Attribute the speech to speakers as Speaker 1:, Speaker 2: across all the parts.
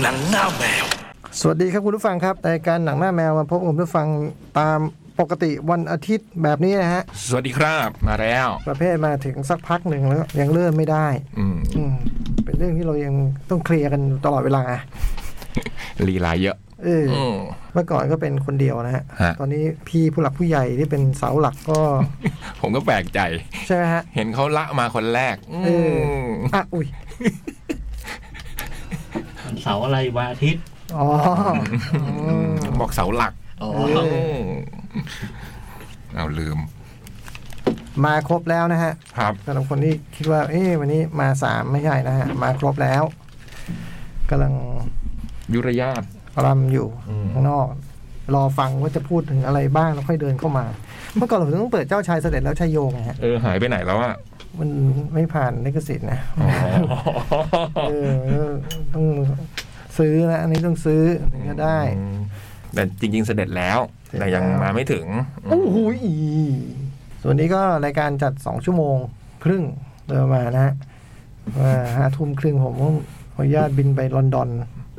Speaker 1: หนังหน้าแมว
Speaker 2: สวัสดีครับคุณผู้ฟังครับรายการหนังหน้าแมวมาพบกับคุณผู้ฟังตามปกติวันอาทิตย์แบบนี้นะฮะ
Speaker 3: สวัสดีครับมาแล้ว
Speaker 2: ประเภทมาถึงสักพักหนึ่งแล้วยังเริ่มไม่ได้
Speaker 3: อืม
Speaker 2: อืมเป็นเรื่องที่เรายังต้องเคลียร์กันตลอดเวลา
Speaker 3: ลีลาเยอะ
Speaker 2: เออ
Speaker 3: อืม
Speaker 2: เมื่อก่อนก็เป็นคนเดียวนะฮะ
Speaker 3: ฮะ
Speaker 2: ตอนนี้พี่ผู้หลักผู้ใหญ่ที่เป็นเสาหลักก็
Speaker 3: ผมก็แปลกใจ
Speaker 2: ใช่ไหมฮะ
Speaker 3: เห็นเขาละมาคนแรกอืม
Speaker 2: เออ อ่ะอุ้ย
Speaker 4: วันเสาร์อะไรวันอาทิตย์
Speaker 2: อ๋อ
Speaker 3: บอกเสาหลัก
Speaker 4: อ๋อ
Speaker 2: เออ
Speaker 3: อืมเอาลืม
Speaker 2: มาครบแล้วนะฮะ
Speaker 3: ครับ
Speaker 2: สำหรับคนที่คิดว่า เอ๊ะวันนี้มาสามไม่ใช่นะฮะ มาครบแล้วกำลัง
Speaker 3: ยุรยาต
Speaker 2: รำอยู่ข้างนอก รอฟังว่าจะพูดถึงอะไรบ้างแล้วค่อยเดินเข้ามา เมื่อก่อนผมต้องเปิดเจ้าชายเสด็จแล้วชายโยงไงฮะ
Speaker 3: เออหายไปไหนแล้วอ่ะ
Speaker 2: มันไม่ผ่านลิขสิทธิ์นะ
Speaker 3: อ๋อ
Speaker 2: เออเออต้องซื้อนะอันนี้ต้องซื้อถึงจะได้
Speaker 3: แต่จริง ๆ เสด็จแล้ว
Speaker 2: เสด็จแล้ว
Speaker 3: แต่ยังมาไม่ถึง
Speaker 2: โอ้โหอีส่วนนี้ก็รายการจัดสองชั่วโมงครึ่งเดินมานะฮะว่าห้าทุ่มครึ่งผมต้องขออนุญาตบินไปลอนดอน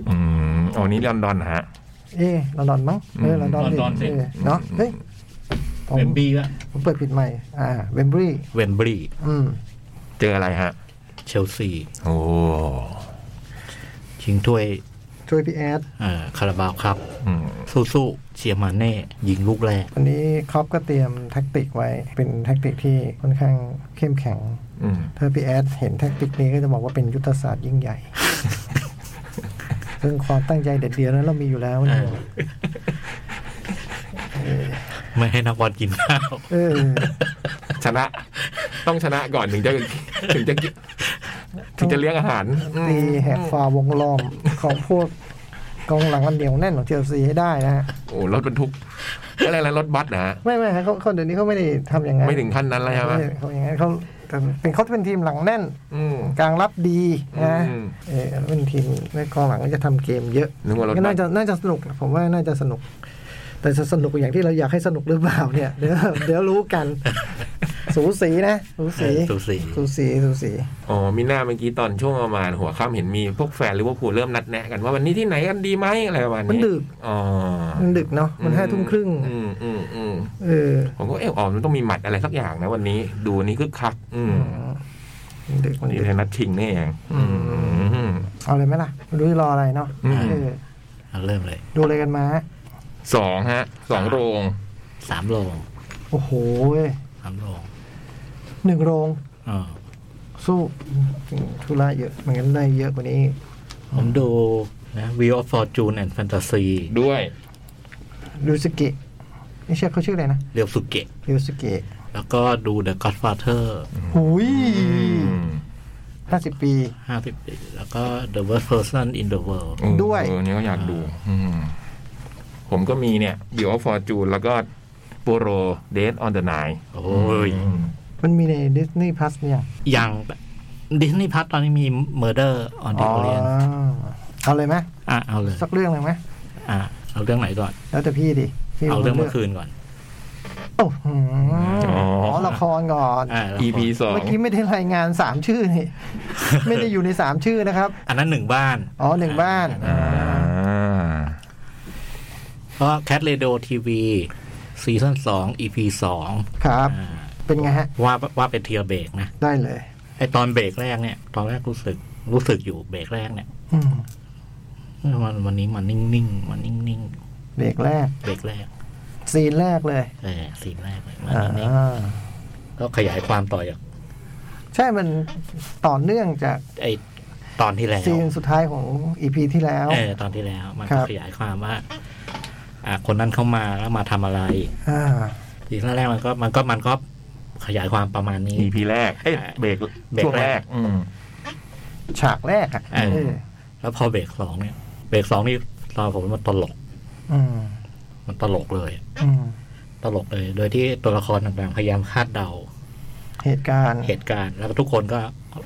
Speaker 3: อืมอ๋อนี่ลอนดอนนะฮะ
Speaker 2: เอ๊ะลอนดอนมั้งเออลอนดอนสิเออเนาะเฮ้ยผม
Speaker 4: เวมบรีอะ
Speaker 2: ผมเปิดผิดใหม่ อ่าเวมบรี
Speaker 5: เวมบรี
Speaker 2: อืม
Speaker 3: เจออะไรฮะ
Speaker 5: เชลซี
Speaker 3: โอ้
Speaker 5: ชิงถ้วย
Speaker 2: ช่วยพี่แอด
Speaker 5: เอ่อคาราบาวครับ
Speaker 3: อืม
Speaker 5: สู้ๆเชียร์มาเน่ยิงลูกแรก
Speaker 2: วันนี้ครอปก็เตรียมแท็กติกไว้ เป็นแท็กติกที่ค่อนข้างเข้มแข็ง
Speaker 3: อืม
Speaker 2: ถ้าพี่แอดเห็นแท็กติกนี้ก็จะบอกว่าเป็นยุทธศาสตร์ยิ่งใหญ่ เรื่องความตั้งใจเด็ดเดียวนั้นเรามีอยู่แล้วนะ
Speaker 5: ไม่ให้นักบอลกินข้าว
Speaker 2: เออ
Speaker 3: ชนะ ต้องชนะก่อนถึงจะถึงจะกินถึงจะเลี้ยงอาหารอืม
Speaker 2: ตีแหกฟ้าวงล้อมของพวกกองหลังอันเหนียวแน่นของเชลซีให้ได้นะฮะ
Speaker 3: โอ้รถบรรทุกอะไรอะไรรถบัสนะฮะ
Speaker 2: ไม่ไม่ฮะเขาเขาเดี๋ยวนี้เขาไม่ได้ทำอย่างนั้น
Speaker 3: ไม่ถึงขั้นนั้นแล้วใช่ไหม
Speaker 2: เออเขาอย่างนั้นเขาแต่เป็นเขาเป็นทีมหลังแน่น
Speaker 3: อืม
Speaker 2: กลางรับดีนะ
Speaker 3: อืม
Speaker 2: เออเป็นทีมในกองหลังก็จะทำเกมเยอะ
Speaker 3: นึกว่าเรา
Speaker 2: ก็น่าจะน่าจะสนุกนะผมว่าน่าจะสนุก แต่จะสนุกอย่างที่เราอยากให้สนุกหรือเปล่าเนี่ย เดี๋ยวเดี๋ยวรู้กัน สูสีนะสูสี
Speaker 5: เออสูสี
Speaker 2: สูสีสูสี
Speaker 3: อ๋อมีหน้าเมื่อกี้ตอนช่วงประมาณหัวค่ำเห็นมีพวกแฟนหรือว่าผู้เริ่มนัดแนะกันว่าวันนี้ที่ไหนกันดีไหมอะไรประมาณนี้
Speaker 2: มันดึก
Speaker 3: อ๋อ
Speaker 2: มันดึกเนาะมันห้าทุ่มครึ่ง
Speaker 3: อืมอืมอืม
Speaker 2: เออ
Speaker 3: ผมก็เอออ๋อมันต้องมีหมัดอะไรสักอย่างนะวันนี้ ดูนี่คึกคัก อืม
Speaker 2: มันดึกมัน
Speaker 3: นี่
Speaker 2: ดึก
Speaker 3: เลยนัดชิงนี่เองอืม
Speaker 2: เอาเลยไหมล่ะไม่รู้จะรออะไรเนาะ
Speaker 3: อืม
Speaker 2: เออ
Speaker 5: เอาเริ่มเลย
Speaker 2: ดูอะไรกันมาฮะ
Speaker 3: สองฮะสองโรง
Speaker 5: สามโรง
Speaker 2: โอ้โห
Speaker 5: สามโรง
Speaker 2: หนึ่งโรง
Speaker 5: เออ
Speaker 2: สู้ธุระเยอะเหมือนกันได้เยอะกว่านี้
Speaker 5: ผมดูนะ Wheel of Fortune and Fantasy
Speaker 3: ด้วย
Speaker 2: ริวสเกะนี่เชื่อเขาชื่ออะไรนะ
Speaker 5: เรียวสุเกะ
Speaker 2: ริวสเกะ
Speaker 5: แล้วก็ดู The Godfather
Speaker 2: หุย
Speaker 3: อืม
Speaker 2: ห้าสิบปี
Speaker 5: 50ปีแล้วก็ The Worst Person in the World
Speaker 3: เออ
Speaker 2: ด้วย
Speaker 3: เออนี่ก็อยากดู อืมผมก็มีเนี่ยบิวออฟฟอร์จูนแล้วก็โปโรเดทออนเดอะไน
Speaker 5: โอ้ย
Speaker 2: มันมีในดิสนีย์พลัสเนี่ย
Speaker 5: ยังดิสนีย์พัทตอนนี้มี Murder on the
Speaker 2: อ๋อ
Speaker 5: Orient
Speaker 2: เอาเลยไหม
Speaker 5: อ่ะเอาเลย
Speaker 2: สักเรื่องเลยไหม
Speaker 5: อ่ะเอาเรื่องไหนก่อน
Speaker 2: แล้วแต่พี่ดิพี่
Speaker 5: เอาเรื่อง
Speaker 2: ลื
Speaker 5: เมื่อคืนก่อน
Speaker 2: โอ้โห
Speaker 3: อ๋ออ๋
Speaker 2: อ๋อละครก่อน
Speaker 5: อ่าแล้วก็
Speaker 3: EP สอง
Speaker 2: เมื่อกี้ไม่ได้รายงานสามชื่อ นี่ ไม่ได้อยู่ในสามชื่อนะครับ
Speaker 5: อันนั้นหนึ่งบ้าน
Speaker 2: อ๋อหนึ่งบ้าน
Speaker 3: อ่า
Speaker 5: ก็แคทเรด o ทีวีซีซั่นสองอีพีสอง
Speaker 2: ครับ เป็นไงฮะ
Speaker 5: ว่าว่าเป็นเทียเบรกนะ
Speaker 2: ได้เลย
Speaker 5: ไอตอนเบรกแรกเนี่ย ตอนแรกรู้สึกรู้สึกอยู่เบรกแรกเนี่ย
Speaker 2: อืม
Speaker 5: เอ้ยวันวันนี้มันนิ่งๆมันนิ่ง
Speaker 2: เบรกแรก
Speaker 5: ๆ เบรกแรก
Speaker 2: ซีนแรกเลย
Speaker 5: เออซีนแรกเลยมัน
Speaker 2: อ่
Speaker 5: นิ่ง
Speaker 2: า
Speaker 5: ๆก็ขยายความต่อจาก
Speaker 2: ใช่มันต่อเนื่องจาก
Speaker 5: ไอตอนที่แล้ว
Speaker 2: ซีนสุดท้ายของอีพีที่แล้ว
Speaker 5: เออตอนที่แล้ว มัน
Speaker 2: ครั
Speaker 5: ก็
Speaker 2: บ
Speaker 5: ขยายความว่า อ่ะคนนั้นเข้ามาแล้วมาทำอะไร
Speaker 2: อ่า
Speaker 5: ซีซั่นแรกมันก็มันก็มันก็ขยายความประมาณนี้
Speaker 3: อีพีแรก เอ้ยเบรก
Speaker 5: เบรกแรก
Speaker 3: ช่วงแรกอืม
Speaker 2: ฉากแรกอ่ะ
Speaker 5: เออ
Speaker 2: เออ
Speaker 5: แล้วพอเบรกสองเนี่ยเบรกสองนี่ตอนผมว่ามันตลก
Speaker 2: อืม
Speaker 5: มันตลกเลย
Speaker 2: อืม
Speaker 5: ตลกเลย โดยที่ตัวละครต่างๆ พยายามคาดเดา
Speaker 2: เหตุการณ์
Speaker 5: เหตุการณ์ แล้วก็ทุกคนก็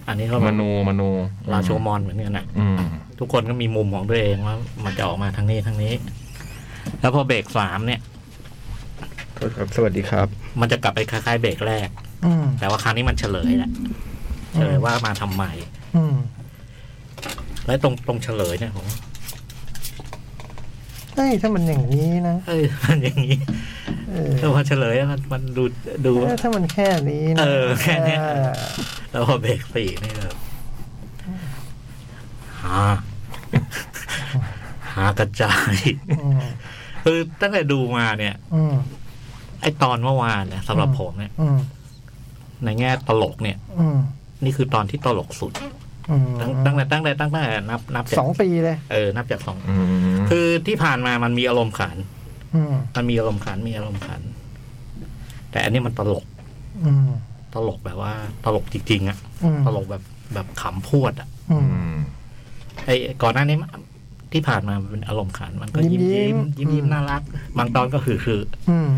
Speaker 5: อันนี้ก็
Speaker 3: มนูมนู
Speaker 5: ราโชมอนเหมือนกันนะ
Speaker 3: อืม
Speaker 5: ทุกคนก็มีมุมของตัวเองว่ามันจะออกมาทางนี้ทางนี้ แล้วพอเบรกสามเนี่ย
Speaker 3: โทษครับ สวัสดีครับ
Speaker 5: มันจะกลับไปคล้ายๆเบรกแรก
Speaker 2: อืม
Speaker 5: แต่ว่าครั้งนี้มันเฉลยแหละเฉลยว่ามาทำไม
Speaker 2: อืม
Speaker 5: แล้วตรงตรงเฉลยเนี่ยผม
Speaker 2: ฮ้ยถ้ามันอย่างนี้นะ
Speaker 5: เอ้ยมันอย่างนี้
Speaker 2: เออ
Speaker 5: ถ้าพอเฉลยอะมันมันดูดู
Speaker 2: เออถ้ามันแค่นี้นะ
Speaker 5: เออแค่เนี้ย
Speaker 2: เออ
Speaker 5: แล้วพอเบรกสี่นี่แบบหา หากระจาย
Speaker 2: อืม
Speaker 5: คือตั้งแต่ดูมาเนี่ย
Speaker 2: อืม
Speaker 5: ไอตอนเมื่อวานเนี่ยสำหรับผมเนี่ย
Speaker 2: อืม
Speaker 5: ในแง่ตลกเนี่ย
Speaker 2: อืม
Speaker 5: นี่คือตอนที่ตลกสุด
Speaker 2: อืม
Speaker 5: ตั้งตั้งแต่ตั้งแต่ตั้งแต่นับนับจาก
Speaker 2: สองปีเลย
Speaker 5: เออนับจากสอง
Speaker 3: อืม
Speaker 5: คือที่ผ่านมามันมีอารมณ์ขัน
Speaker 2: อืม
Speaker 5: มันมีอารมณ์ขันมีอารมณ์ขัน แต่อันนี้มันตลก
Speaker 2: อืม
Speaker 5: ตลกแบบว่า ตลกจริงๆอะ
Speaker 2: อืม
Speaker 5: ตลกแบบแบบขำพวดอะ
Speaker 2: อื
Speaker 3: อื
Speaker 2: ม
Speaker 3: ม
Speaker 5: ไอ้ก่อนหน้านี้มันที่ผ่านมามันเป็นอารมณ์ขัน มันก็
Speaker 2: ยิ้
Speaker 5: ยิ้
Speaker 2: ม
Speaker 5: ม
Speaker 2: ๆ
Speaker 5: ยิ้มยิ้มยิ้ม
Speaker 2: อืม
Speaker 5: น่ารัก บางตอนก็คือคือ
Speaker 2: อืม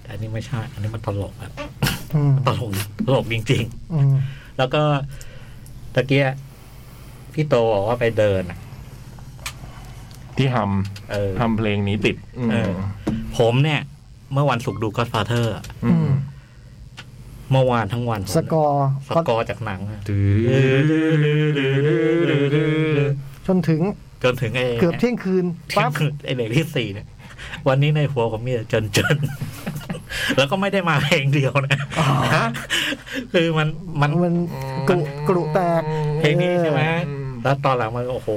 Speaker 5: แต่อันนี้ไม่ใช่ อันนี้มันตลกแบบ
Speaker 2: อืม
Speaker 5: ตลกตลกจริง
Speaker 2: อืม
Speaker 5: ๆ แล้วก็ตะเกียพี่โตบอกว่าไปเดินอะ
Speaker 3: ที่ท
Speaker 5: เออ
Speaker 3: ำทำเพลงนี้ติดอืม
Speaker 5: เออ ผมเนี่ย เมื่อวันศุกร์ดู Godfather อะ
Speaker 3: อืม
Speaker 5: เมื่อวานทั้งวันผม
Speaker 2: สกอร์
Speaker 5: สกอร์จากหนังอะ
Speaker 3: ตื้อ
Speaker 2: จนถึง
Speaker 5: จนถึงไอ้
Speaker 2: เกือบเที่ยงคืน
Speaker 5: ปั๊
Speaker 2: ปั๊
Speaker 5: บบ ไอ้เบรกที่สี่เนี่ย วันนี้ในหัวผมมีแต่เจนเจน แล้วก็ไม่ได้มาเพลงเดียวนะฮะคือมันมัน
Speaker 2: มันกรุกรุแตก
Speaker 5: เพลงนี้ใช่ไหม
Speaker 2: เออ
Speaker 5: แล้วตอนหลังมันโอ้โห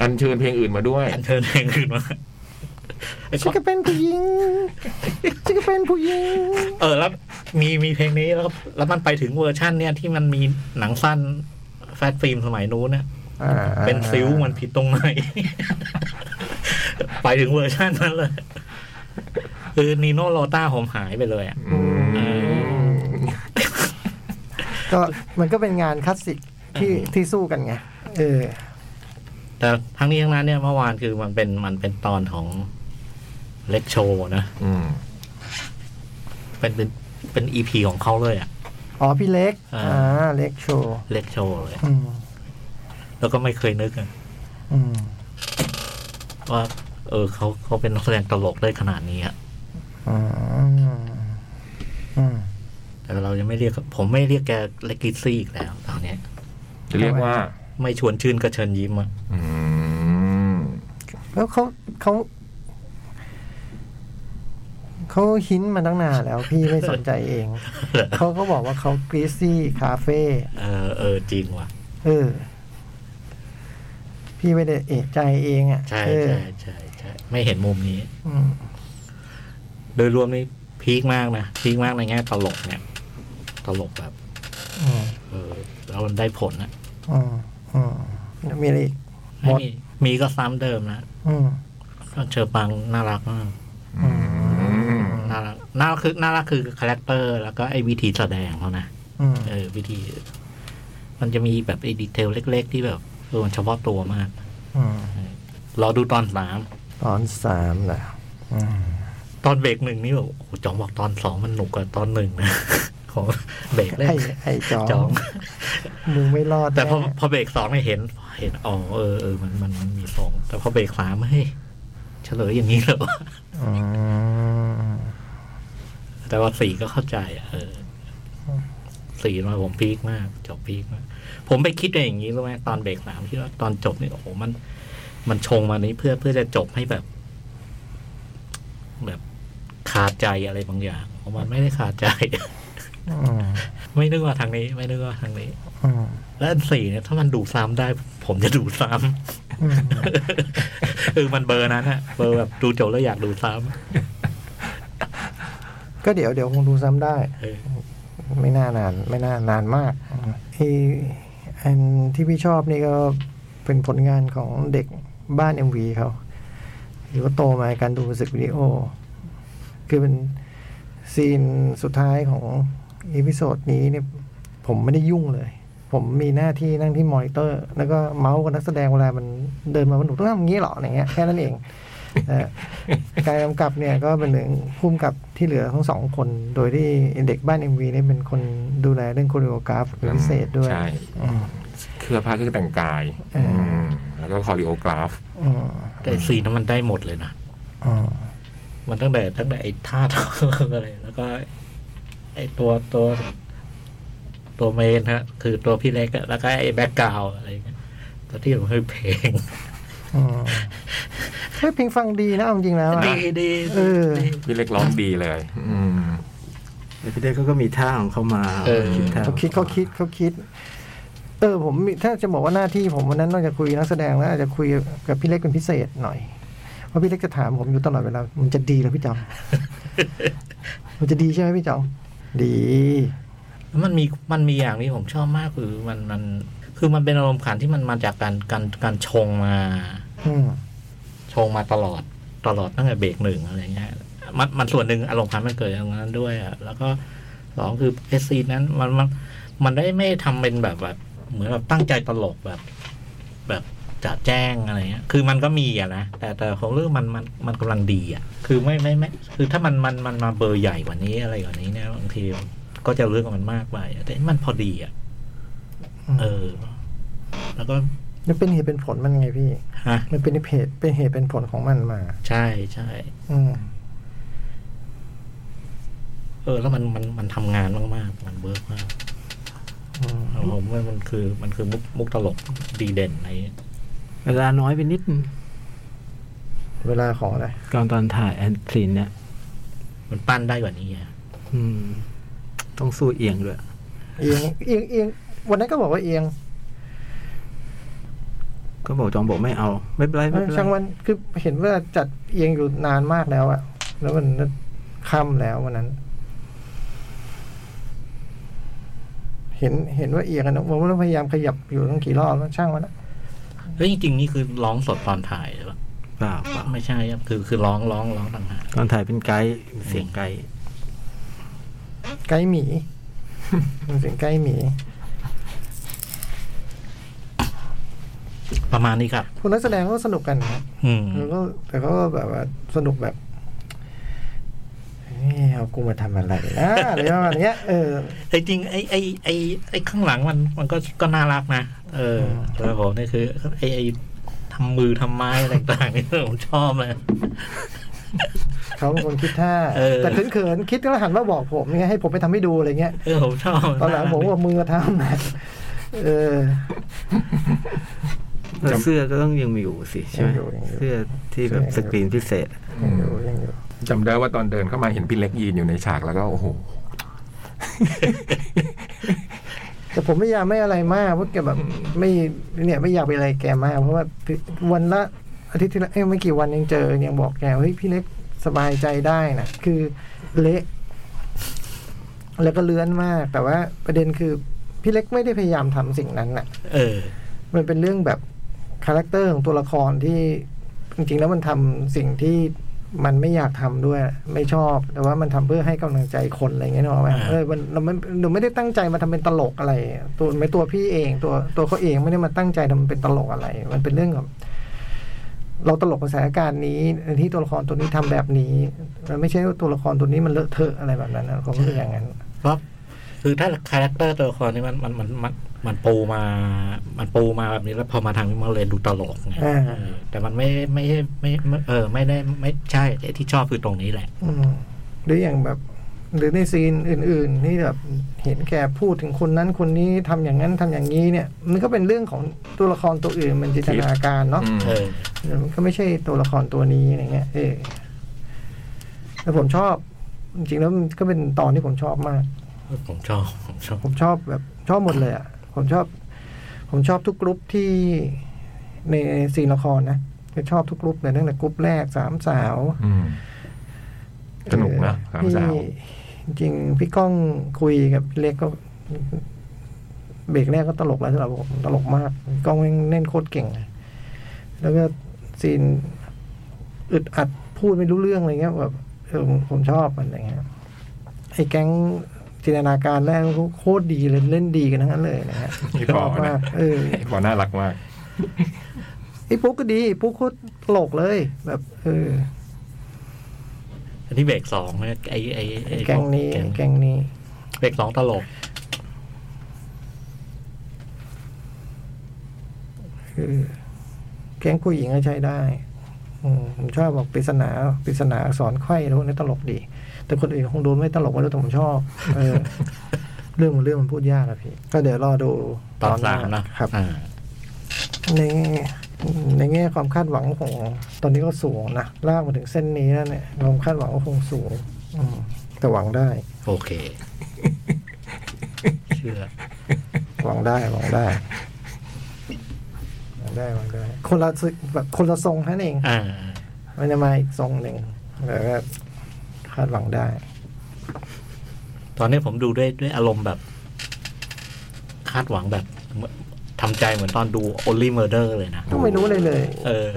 Speaker 3: อันเชิญเพลงอื่นมาด้วย
Speaker 5: อันเชิญเพลงอื่นมา ไอ้
Speaker 2: ฉันก็เป็นผู้หญิงฉันก็เป็นผู้หญิง
Speaker 5: เออ แล้วมีมีเพลงนี้แล้วก็แล้วมันไปถึงเวอร์ชั่นเนี่ยที่มันมีหนังสั้นแฟตฟิล์มสมัยนู้นเนี่ย
Speaker 2: อ่า
Speaker 5: เป็นซิ้วมันผิดตรงไหน ไปถึงเวอร์ชันนั้นเลย คือนีโนโลต้าผมหายไปเลยอ่ะ
Speaker 3: อืม
Speaker 2: ก็มันก็เป็นงานคลาสสิกที่ที่สู้กันไง เออ
Speaker 5: แต่ทั้งนี้ทั้งนั้นเนี่ยเมื่อวานคือมันเป็นมันเป็นตอนของเล็กโชว์นะ
Speaker 3: อืม
Speaker 5: เป็นเป็นเป็นอีพีของเขาเลยอ่ะ
Speaker 2: อ๋อพี่เล็ก
Speaker 5: อ่า
Speaker 2: อ่า เล็กโชว์
Speaker 5: เล็กโชว์เลย
Speaker 2: อืม
Speaker 5: แล้วก็ไม่เคยนึกอะ
Speaker 2: อืม
Speaker 5: ว่า เออเขาเขาเป็นนักแสดงตลกได้ขนาดนี้อ่ะ
Speaker 2: อืมอืม
Speaker 5: แต่เรายังไม่เรียก ผมไม่เรียกแกเล็กกิซี่อีกแล้วตอนเนี้ย
Speaker 3: จะเรียกว่า
Speaker 5: ไม่ชวนชื่นก็เชิญยิ้มอ่ะ
Speaker 3: อืม
Speaker 2: แล้วเขาเขาเขาหินมาตั้งนานแล้วพี่ไม่สนใจ เอง เขาก็บอกว่าเขากรีซี่คาเฟ่
Speaker 5: เออเออจริงว่ะ
Speaker 2: เออ พี่ไม่ได้เอะใจเองอ่ะ
Speaker 5: ใช่
Speaker 2: เออ
Speaker 5: ใช่ใช่ใช่ไม่เห็นมุมนี้
Speaker 2: อืม
Speaker 5: โดยรวมนี่พีคมากนะพีคมากในแง่ตลกเนี่ย ตลกแบบ
Speaker 2: อืม
Speaker 5: เออแล้วมันได้ผลนะ
Speaker 2: อืมอืมมีอะไรอีก หม
Speaker 5: ไม่
Speaker 2: ด
Speaker 5: มีมีก็ซ้ำเดิมนะ
Speaker 2: อืม
Speaker 5: เชอปังน่ารักมาก
Speaker 3: อืม
Speaker 5: น่ารักน่ารักคือน่ารักคือคาแรคเตอร์แล้วก็ไอ้วิธีแสดงเขานะ
Speaker 2: อืม
Speaker 5: เออ วิธี มันจะมีแบบไอ้ดีเทลเล็ก ๆ ที่แบบเออมันเฉพาะตัวมาก
Speaker 2: อืม
Speaker 5: รอดูตอนสาม
Speaker 2: ตอนสามนะอืม
Speaker 5: ตอนเบรกหนึ่งนี่แบบโอ้โหจองบอกตอนสองมันหนุกกว่าตอนหนึ่งนะ ของเบรกแร
Speaker 2: ไอ้
Speaker 5: ก
Speaker 2: ไอ้จอ
Speaker 5: จอง ง
Speaker 2: มึงไม่รอด
Speaker 5: แต่พอ
Speaker 2: น่
Speaker 5: พอเบรกสองเนี่ยเห็น เห็นอ๋อเออเออมันมันมันมีสองแต่พอเบรกสามเฮ้ยเฉลยอย่างนี้เหรอวะ
Speaker 2: อืม
Speaker 5: แต่ว่าสี่ก็เข้าใจอะเออสี่มาผมพีคมาก จบพีคมาก ผมไปคิดอย่างนี้รู้ไหมตอนเบรกสามที่ว่าตอนจบนี่โอ้โหมัน มันชงมานี้เพื่อเพื่อจะจบให้แบบ แบบคาใจอะไรบางอย่างผมมันไม่ได้คาใจ
Speaker 2: อืม
Speaker 5: ไม่นึกว่าทางนี้ ไม่นึกว่าทางนี้
Speaker 2: อืม
Speaker 5: และอันสี่เนี่ยถ้ามันดูซ้ำได้ ผมจะดูซ้ำ
Speaker 2: อืม
Speaker 5: คือมันเบอร์นั้นอะเบอร์แบบดูจบแล้วอยากดูซ้
Speaker 2: ก็เดี๋ยวเดี๋ยวคงดูซ้ำได้
Speaker 5: ำเออ
Speaker 2: ไม่น่านาน ไม่น่านานมากอืมไออันที่พี่ชอบนี่ก็เป็นผลงานของเด็กบ้านเอ็มวีเขาหรือว่าโตมาการดูมิวสิกวิดีโอ คือเป็นซีนสุดท้ายของอีพิโซดนี้เนี่ยผมไม่ได้ยุ่งเลย ผมมีหน้าที่นั่งที่มอนิเตอร์ แล้วก็เมาส์กับนักแสดงเวลามันเดินมามันหนูต้องทำอย่างนี้เหรออย่างเงี้ยแค่นั้นเองเออ การกำกับเนี่ยก็เป็นหนึ่องพุ่มกับที่เหลือทั้งสองคน โดยที่เด็กบ้าน MV เนี่ยเป็นคนดูแลเรื่องโคเรียกราฟเป็นพิเศษด้วย
Speaker 3: ใช่
Speaker 2: อืม
Speaker 3: เครือผ้าเครื่องแต่งกาย
Speaker 2: เอออื
Speaker 3: มแล้วก็คอริโอกราฟ
Speaker 2: อืม
Speaker 5: แต่ซีนนั้นมันได้หมดเลยนะ
Speaker 2: อืม
Speaker 5: มันตั้งแต่ตั้งแต่ไอ้ท่าทาง อะไร แล้วก็ ไอ้ตัวตัว ตัวเมนฮะ คือตัวพี่เล็กอะแล้วก็ไอ้แบ็กกราวอะไรอย่างเงี้ยตัวที่ผมคือเพลง
Speaker 2: อืม เฮ้ยเพลงฟังดีนะเอาจริงๆแล้วอะ
Speaker 5: ดีดี
Speaker 2: เออ
Speaker 5: ดี
Speaker 3: พี่เล็กร้องดีเลย อืม
Speaker 1: แล้วพี่เต้เขาก็มีท่าของเขามา
Speaker 5: เออ
Speaker 1: คิดท่
Speaker 2: เขาคิดเขาคิดเขาคิด เออผมมีถ้าจะบอกว่าหน้าที่ผมวันนั้นนอกจากคุยนักแสดงแล้วอาจจะคุยกับพี่เล็กเป็นพิเศษหน่อยเพราะพี่เล็กจะถามผมอยู่ตลอดเว ลามันจะดีเหรอพี่จอม มันจะดีใช่ไหมพี่จอมดี
Speaker 5: มันมีมันมีอย่างนี้ผมชอบมากคือมันมันคือมันเป็นอารมณ์ขันที่มันมาจากการการการชงมา
Speaker 2: อืม
Speaker 5: ชงมาตลอดตลอดตั้งแต่เบรกหนึ่งอะไรเงี้ยมันมันส่วนหนึ่งอารมณ์พันธ์มันเกิดจากตรงนั้นด้วยอ่ะแล้วก็สองคือเอซีนั้นมันมันมันได้ไม่ทำเป็นแบบแบบ เหมือนแบบตั้งใจตลกแบบ แบบจะแจ้งอะไรเงี้ย คือมันก็มีอ่ะนะแต่แต่ของเรื่องมันมันมันกำลังดีอ่ะ คือไม่ไม่ไม่คือถ้ามันมันมันมาเบอร์ใหญ่กว่านี้อะไรกว่านี้เนี่ยบางทีก็จะเรื่องของมันมากไปแต่มันพอดีอ่ะเออ แล้วก็
Speaker 2: มันเป็นเหตุเป็นผลมันไงพี่
Speaker 5: ฮะ
Speaker 2: มันเป็นเหตุเป็นเหตุเป็นผลของมันมา
Speaker 5: ใช่ใช่
Speaker 2: อืม
Speaker 5: เออแล้วมันมันมันทำงานมากๆ มันเวิร์กมาก
Speaker 2: อืม
Speaker 5: ผมว่ามันคือมันคือมุกมุกตลกดีเด่นใน
Speaker 1: เวลาน้อยไปนิดนึง
Speaker 2: เวลาของอะไร
Speaker 1: ก่อนตอนถ่ายแอนซีนเนี่ย
Speaker 5: มันปั้นได้กว่านี้อ่ะ
Speaker 1: อืม ต้องสู้เอียงด้วย
Speaker 2: เอียงเอียงเอียงวันนั้นก็บอกว่าเอียง
Speaker 1: ก็บอกจองบอกไม่เอา ไม่เป็นไร
Speaker 2: เอ
Speaker 1: ไม่
Speaker 2: อ
Speaker 1: เป็นไร
Speaker 2: ช่างวันคือเห็นว่าจัดเอียงอยู่นานมากแล้วอะแล้วมันค่ำแล้ววันนั้น เห็นเห็นว่าเอียงกันนะผมว่าพยายามขยับอยู่ตั้งกี่รอบแล้วช่างวันนะ
Speaker 5: เฮ้ยจริง ๆ นี่คือร้องสดตอนถ่ายหรือเปล่า
Speaker 1: เปล่าเปล่า
Speaker 5: ไม่ใช่ครับคือคือร้องร้องร้องต่างหาก
Speaker 1: ตอนถ่ายเป็นไกด์เสียงไกด์
Speaker 2: ไกด์หมี มันเสียงไกด์หมี
Speaker 5: ประมาณนี้ครับ
Speaker 2: พวกนักแสดงก็สนุกกันนะ
Speaker 5: อืม
Speaker 2: แล้วก็แต่เขาก็แบบว่าสนุกแบบเอ้ยเอากูมาทำอะไรนะอะไรประมาณเนี้ยเออ
Speaker 5: แต่จริงๆไอ้ไอ้ไอ้ไอ้ข้างหลังมันมันก็ก็น่ารักนะเออ
Speaker 2: ม
Speaker 5: แต่ผมนี่คือไอ้ไอ้ทำมือทำไม้อะไรต่างๆ นี่ผมชอบเลย
Speaker 2: เขาเป็นคนคิดท่า
Speaker 5: เออ
Speaker 2: แต่เขินๆคิดก็หันมาบอกผมไงให้ผมไปทำให้ดูอะไรเงี้ย
Speaker 5: เออผมชอบ
Speaker 2: ตอนหลังผม
Speaker 5: น่ารัก
Speaker 2: ว่ามือทำนะ เออ
Speaker 1: แล้วเสื้อก็ต้องยังมีอยู่สิใช่ไหม
Speaker 2: ยังอยู่ยังอยู่
Speaker 1: เสื้อที่แบบสกรีนพิเศษ
Speaker 2: ยังอยู่ยังอยู่
Speaker 3: จำได้ว่าตอนเดินเข้ามาเห็นพี่เล็กยืนอยู่ในฉากแล้วก็โอ้โห
Speaker 2: แต่ผมไม่อยากไม่อะไรมากเพราะแกแบบไม่เนี่ย ไม่อยากไปอะไรแกมาก เพราะว่าวันละอาทิตย์ที่ละเอ้ยไม่กี่วันยังเจอยังบอกแกว่าเฮ้ยพี่เล็กสบายใจได้นะคือเละแล้วก็เลื้อนมาก แต่ว่าประเด็นคือพี่เล็กไม่ได้พยายามทำสิ่งนั้นน่ะ
Speaker 5: เออ
Speaker 2: มันเป็นเรื่องแบบคาแรคเตอร์ของตัวละครที่จริงๆ แล้วมันทำสิ่งที่มันไม่อยากทำด้วย ไม่ชอบ แต่ว่ามันทำเพื่อให้กำลังใจคนอะไรอย่างเงี้ยเนกอะไหม
Speaker 5: อ่า
Speaker 2: เออมันเราไม่เราไม่ได้ตั้งใจมาทำเป็นตลกอะไร ตัวไม่ตัวพี่เอง ตัวตัวเขาเองไม่ได้มาตั้งใจทำเป็นตลกอะไร มันเป็นเรื่องของเราตลกกับสถานการณ์นี้ที่ตัวละครตัวนี้ทำแบบนี้ มันไม่ใช่ว่าตัวละครตัวนี้มันเลอะเทอะอะไรแบบนั้นนะผมรู้สึกอย่างนั้น
Speaker 5: เพราะคือถ้าคาแรคเตอร์ตัวละครนี่มันมันมันมันมันปูมา มันปูมาแบบนี้แล้วพอมาทางนี้มันเลยดูตลกไง
Speaker 2: อ่า
Speaker 5: เออแต่มันไม่ไม่ใช่ไม่ไม่เออ ไม่ได้ไม่ใช่ไอ้ที่ชอบคือตรงนี้แหละ
Speaker 2: อืมหรืออย่างแบบ หรือในซีนอื่น ๆ ที่แบบเห็นแกพูดถึงคนนั้นคนนี้ทำอย่างนั้นทำอย่างนี้เนี่ย มันก็เป็นเรื่องของตัวละครตัวอื่นมันจินตนาการเนาะ
Speaker 3: อืม
Speaker 5: เออ
Speaker 2: เออมันก็ไม่ใช่ตัวละครตัวนี้อะไรเงี้ยเออแต่ผมชอบ จริงๆแล้วมันก็เป็นตอนที่ผมชอบมาก
Speaker 5: ผมชอบ ผมชอบ
Speaker 2: ผมชอบแบบชอบหมดเลยอ่ะ ผมชอบ ผมชอบทุกกรุ๊ปที่ในซีนละครนะคือชอบทุกกรุ๊ปเลยตั้งแต่กรุ๊ปแรกสามสาว
Speaker 3: อืม สนุกนะสามสาว
Speaker 2: พี่จริงๆพี่ก้องคุยกับพี่เล็กก็ เบรกแรกก็ตลกแล้วสำหรับผมตลกมากพี่ก้องแม่งเล่นโคตรเก่งเลยแล้วก็ซีนอึดอัดพูดไม่รู้เรื่องอะไรเงี้ยแบบเออผมชอบมันอะไรเงี้ยไอ้แก๊งจินตนาการแรกเขาโคตรดีเลยเล่นดีกันทั้งนั้นเลยนะฮะ
Speaker 3: ไอ้
Speaker 2: ช
Speaker 3: ปอ
Speaker 2: อบ
Speaker 3: นะ
Speaker 2: มากเออ
Speaker 3: พอน่ารักมาก
Speaker 2: ไอ้ปุ๊กก็ดีปุ๊กโคตรตลกเลย แบบ เออ
Speaker 5: อันนี้เบรกสองนะไอไอไอ้
Speaker 2: แก๊งนี้
Speaker 5: แก๊ง
Speaker 2: แก๊งนี้
Speaker 5: เบรกสองตลก
Speaker 2: คือแก๊งผู้หญิงก็ใช้ได้ อืมผมชอบบอกปริศนาปริศนาสอนไขว้แล้วนี่ตลกดี แต่คนอื่นคงดูไม่ตลกไม่รู้แต่ผมชอบ เออ เรื่องมันเรื่องมันพูดยากอะพี่ ก็เดี๋ยวรอดู
Speaker 5: ตอน
Speaker 2: ห
Speaker 5: สามนะ
Speaker 2: ครับ
Speaker 5: อ่า
Speaker 2: ใน ในแง่ความคาดหวังของตอนนี้ก็สูงนะลากมาถึงเส้นนี้แล้วเนี่ยความคาดหวังก็คงสูง อืมแต่หวังได้
Speaker 5: โอเค เชื่อ
Speaker 2: หวังได้หวังได้หวังได้หวังได้ คนละสึกแบบคนละทรงแค่นั้นเอง
Speaker 5: อ่า
Speaker 2: ไม่ได้มาอีกทรงหนึ่งแต่ก็คาดหวังได้
Speaker 5: ตอนนี้ผมดูด้วยด้วยอารมณ์แบบ คาดหวังแบบเหมือนทำใจเหมือนตอนดู Only Murder เลยนะ
Speaker 2: ก็ไม่รู้เลยเลย
Speaker 5: เออ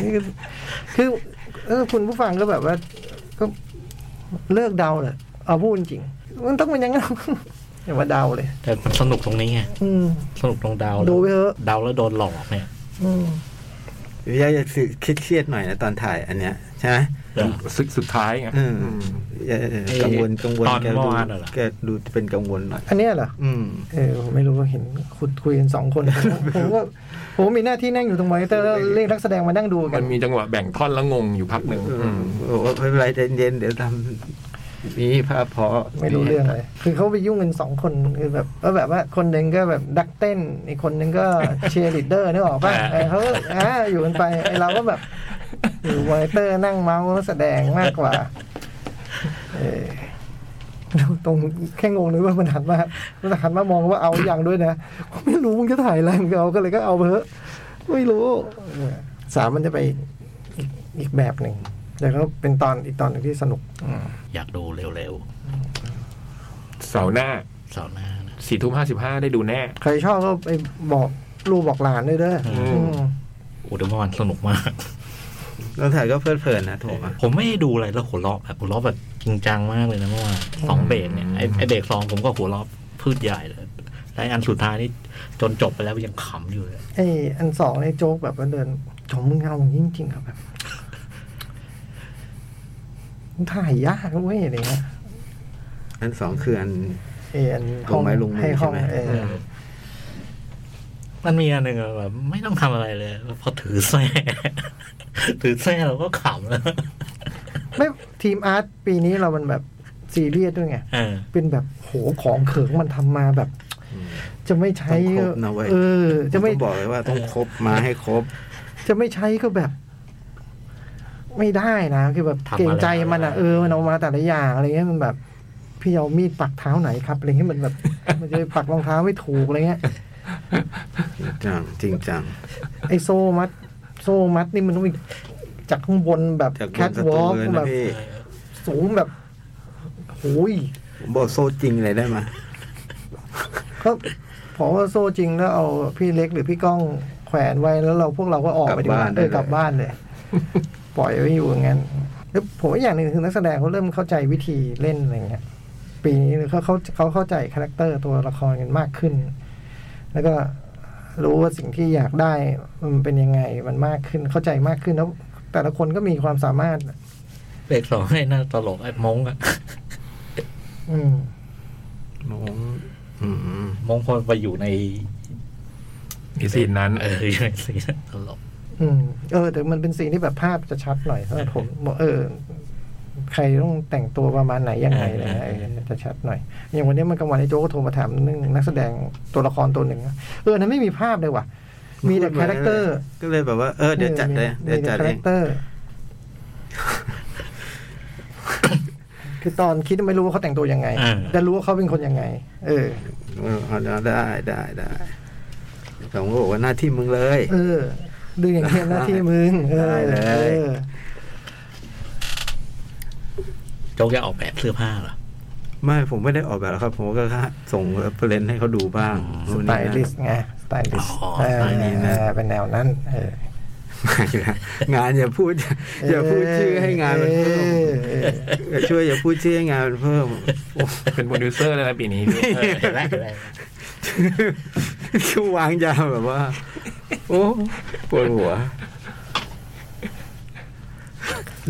Speaker 2: นี่คือคือเออคุณผู้ฟังก็แบบว่า ก็เลิกเดาเลยเอาพูดจริง มันต้องเป็นอย่างนั้น อย่ามาเดาเลย
Speaker 5: แต่มันสนุกตรงนี้ไง
Speaker 2: อืม
Speaker 5: สนุกตรงเดา
Speaker 2: ดูไปเถอะ
Speaker 5: เดาแล้วโดนหลอกเนี่ย
Speaker 2: อืม
Speaker 1: วิทยาจะสื่อคิดเครียดหน่อยนะตอนถ่ายอันเนี้ยใช่ไหม
Speaker 3: สุดสุดท้ายไง
Speaker 1: อืม
Speaker 3: อืม
Speaker 1: เออกังวลกังวล
Speaker 5: ตอน
Speaker 1: แก
Speaker 5: เมื่อ
Speaker 1: ดู
Speaker 5: วานน่ะเหรอ
Speaker 1: แกดูเป็นกังวลหน่อย
Speaker 2: อันเนี้ยเหรอ
Speaker 1: อืม
Speaker 2: เออผมไม่รู้ว่าเห็นคุยคุยกันสองคน ผมก็ผมมีหน้าที่นั่งอยู่ตรงมอนิเตอร์แล้วเรียกนักแสดงมานั่งดูกั
Speaker 3: มัน นมีจังหวะแบ่งท่อนแล้วงงอยู่พักหนึ่ง
Speaker 1: เออ
Speaker 3: อืม
Speaker 1: บอกว่าไม่เป็นไรใจเย็นๆเดี๋ยวทำมีภาพพอ
Speaker 2: ไม่รู้เรื่องเลยคือเขาไปยุ่งกันสองคนคือแบบก็แบบว่าคนหนึ่งก็แบบดักเต้นอีกคนหนึ่งก็เชียร์ลีดเดอร์นึกออกป่ะเออเขาก็อ่าอยู่กันไปไอเราก็แบบอยู่มอนิเตอร์นั่งเมาส์นักแสดงมากกว่าเออตรงแค่งงเลยว่ามันหันมามันหันมามองว่าเอาอย่างด้วยนะไม่รู้มึงจะถ่ายอะไรมึงก็เอาก็เลยก็เอาไปเถอะไม่รู้เออสามมันจะไปอีกอีกแบบหนึ่งแต่ก็เป็นตอนอีกตอนหนึ่งที่สนุก
Speaker 5: อยากดูเร็ว
Speaker 3: เสาร์หน้า
Speaker 5: ๆเสาร์หน้านะ
Speaker 3: สี่ทุ่มห้าสิบห้าได้ดูแน่
Speaker 2: ใครชอบก็ไปบอกลูกบอกหลานด้วยเด้ออ
Speaker 3: ม
Speaker 2: อืม
Speaker 5: โอ้เดี๋ยวเมื่อวานสนุกมาก
Speaker 1: เราถ่ายก็เพลิดเพลินนะโถมอะ
Speaker 5: ผมไม่ได้ดูอะไรแล้วหัวเราะแบบหัวเราะแบบจริงจังมากเลยนะเมื่อวานสองเบรกเนี่ยไอ้ไอเด็กสองผมก็หัวเราะพืชใหญ่เลยและไอ้อันสุดท้ายนี่จนจบไปแล้วยังขำอยู่เลย
Speaker 2: ไออันสองไอโจ๊กแบบว่าเดินชมมึงเอาจริงจริงๆครับแบบมันถ่ายยากนะเว้ยอะไรเงี้ย
Speaker 1: อันสองคืออัน
Speaker 2: ไออันห้อง
Speaker 1: ลงไม้ลงมือ
Speaker 2: ให้ห้อง
Speaker 1: ใช่ไหม
Speaker 2: เออ
Speaker 5: มันมีอันหนึ่งอะแบบ ไม่ต้องทำอะไรเลยพอถือแส้ ถือแส้เราก็ขำแล้ว
Speaker 2: ไม่ทีมอาร์ตปีนี้เรามันแบบซีเรียสด้วยไง
Speaker 5: เออ
Speaker 2: เป็นแบบโหของเขิงมันทำมาแบบ จะไม่ใช้
Speaker 1: ต้องครบนะเว้ย
Speaker 2: เออ จะไม่
Speaker 1: ต้องบอกเลยว่าต้องครบมาให้ครบ
Speaker 2: จะไม่ใช้ก็แบบ ไม่ได้นะคือแบบ
Speaker 5: ทำอะไร
Speaker 2: เกรงใจมันอ่ะเออมันเอามาแต่ละอย่างอะไรเงี้ยมันแบบ พี่เอามีดปักเท้าไหนครับอะไรเงี้ยมันแบบ มันจะไปปักรองเท้าไม่ถูกอะไรเงี้ย
Speaker 1: จริงจังจริงจัง
Speaker 2: ไอโซมัด โซมัดนี่มันต้องไปจากข้างบนแบบ
Speaker 1: จากบ
Speaker 2: แคน ท
Speaker 1: ส
Speaker 2: วอ
Speaker 1: ตู
Speaker 2: ล์ก
Speaker 1: เลย
Speaker 2: แบ
Speaker 1: นะ
Speaker 2: บ
Speaker 1: พี่
Speaker 2: สูงแบบโอ้ย
Speaker 1: ผมบอกโซ่จริงเลยได้ไหมย
Speaker 2: ก็พอว่าโซจริงแล้วเอาพี่เล็กหรือพี่ก้องแขวนไว้แล้วเราพวกเราก็ออกไปดีกว่าเออกลับบ้านเลย ปล่อยไว้อยู่อย่างนั้นแล้วผมว่าอย่างหนึ่งคือนักแสดงเขาเริ่มเข้าใจวิธีเล่นอะไรเงี้ย ปีนี้เขาเขาเขาเข้าใจคาแรคเตอร์ตัวละครกันมากขึ้น แล้วก็รู้ว่าสิ่งที่อยากได้มันเป็นยังไงมันมากขึ้นเข้าใจมากขึ้นแล้ว แต่ละคนก็มีความสามารถ
Speaker 5: เบรกสองให้น่าตลกไอ้มงอะ
Speaker 2: อืม
Speaker 1: โอ้อืม
Speaker 5: มงพอไปอยู่ใน
Speaker 3: ในซีนนั้น
Speaker 5: เอออยู่ในซีนตลก
Speaker 2: อืมเออแต่มันเป็นสิ่งที่แบบภาพจะชัดหน่อยสำหรับผมบอกเออ ใครต้องแต่งตัวประมาณไหนยังไงอะไรเงี้ยเออจะชัดหน่อย อย่างวันนี้มันกลางวันไอ้โจกก็โทรมาถามเรื่องนักแสดงตัวละครตัวหนึ่งนะเออนั้นไม่มีภาพเลยว่ะ มีแต่คาแรคเตอร์
Speaker 1: ก็เลยแบบว่าเออเดี๋ยวจัดเลยเดี๋ยว
Speaker 2: มีแต่
Speaker 1: จัด
Speaker 2: คา
Speaker 1: เอ
Speaker 2: แรง คเตอร์ คือตอนคิดไม่รู้ว่าเขาแต่งตัวยังไง
Speaker 5: อ่า
Speaker 2: แต่รู้ว่าเขาเป็นคนยังไง เออ
Speaker 1: เออเอาเอาได้ได้ได้ผมก็บอกว่าหน้าที่มึงเลย
Speaker 2: เออ ดูอย่างเทียมหน้าที่มึงเออ
Speaker 1: ได้เลย
Speaker 2: เออ
Speaker 5: โจ๊กจะออกแบบเสื้อผ้าเหรอ
Speaker 1: ไม่ผมไม่ได้ออกแบบหรอกครับ ผมก็ส่งเฟรนให้เขาดูบ้าง
Speaker 2: ส
Speaker 1: นู่น
Speaker 2: ไต
Speaker 1: นี่นั่น
Speaker 2: ลิสต์ไงสไตลิสต์
Speaker 5: อ๋อ
Speaker 2: เออ
Speaker 5: สไตลิสต์นะ
Speaker 2: เออเป็นแนวนั้น เออ
Speaker 1: ไม่นะงานอย่าพูด อย่าพูดชื่อให้งานมันเพิ่ม
Speaker 2: เออ
Speaker 1: อย่าช่วยอย่าพูดชื่อให้งานมันเพิ่ม
Speaker 3: เป็นโปรดิวเซอร์เลยนะปีนี้
Speaker 5: เออเห็นไหมเห็นไหม
Speaker 1: คือวางยาแบบว่า โอ้ปวดหัว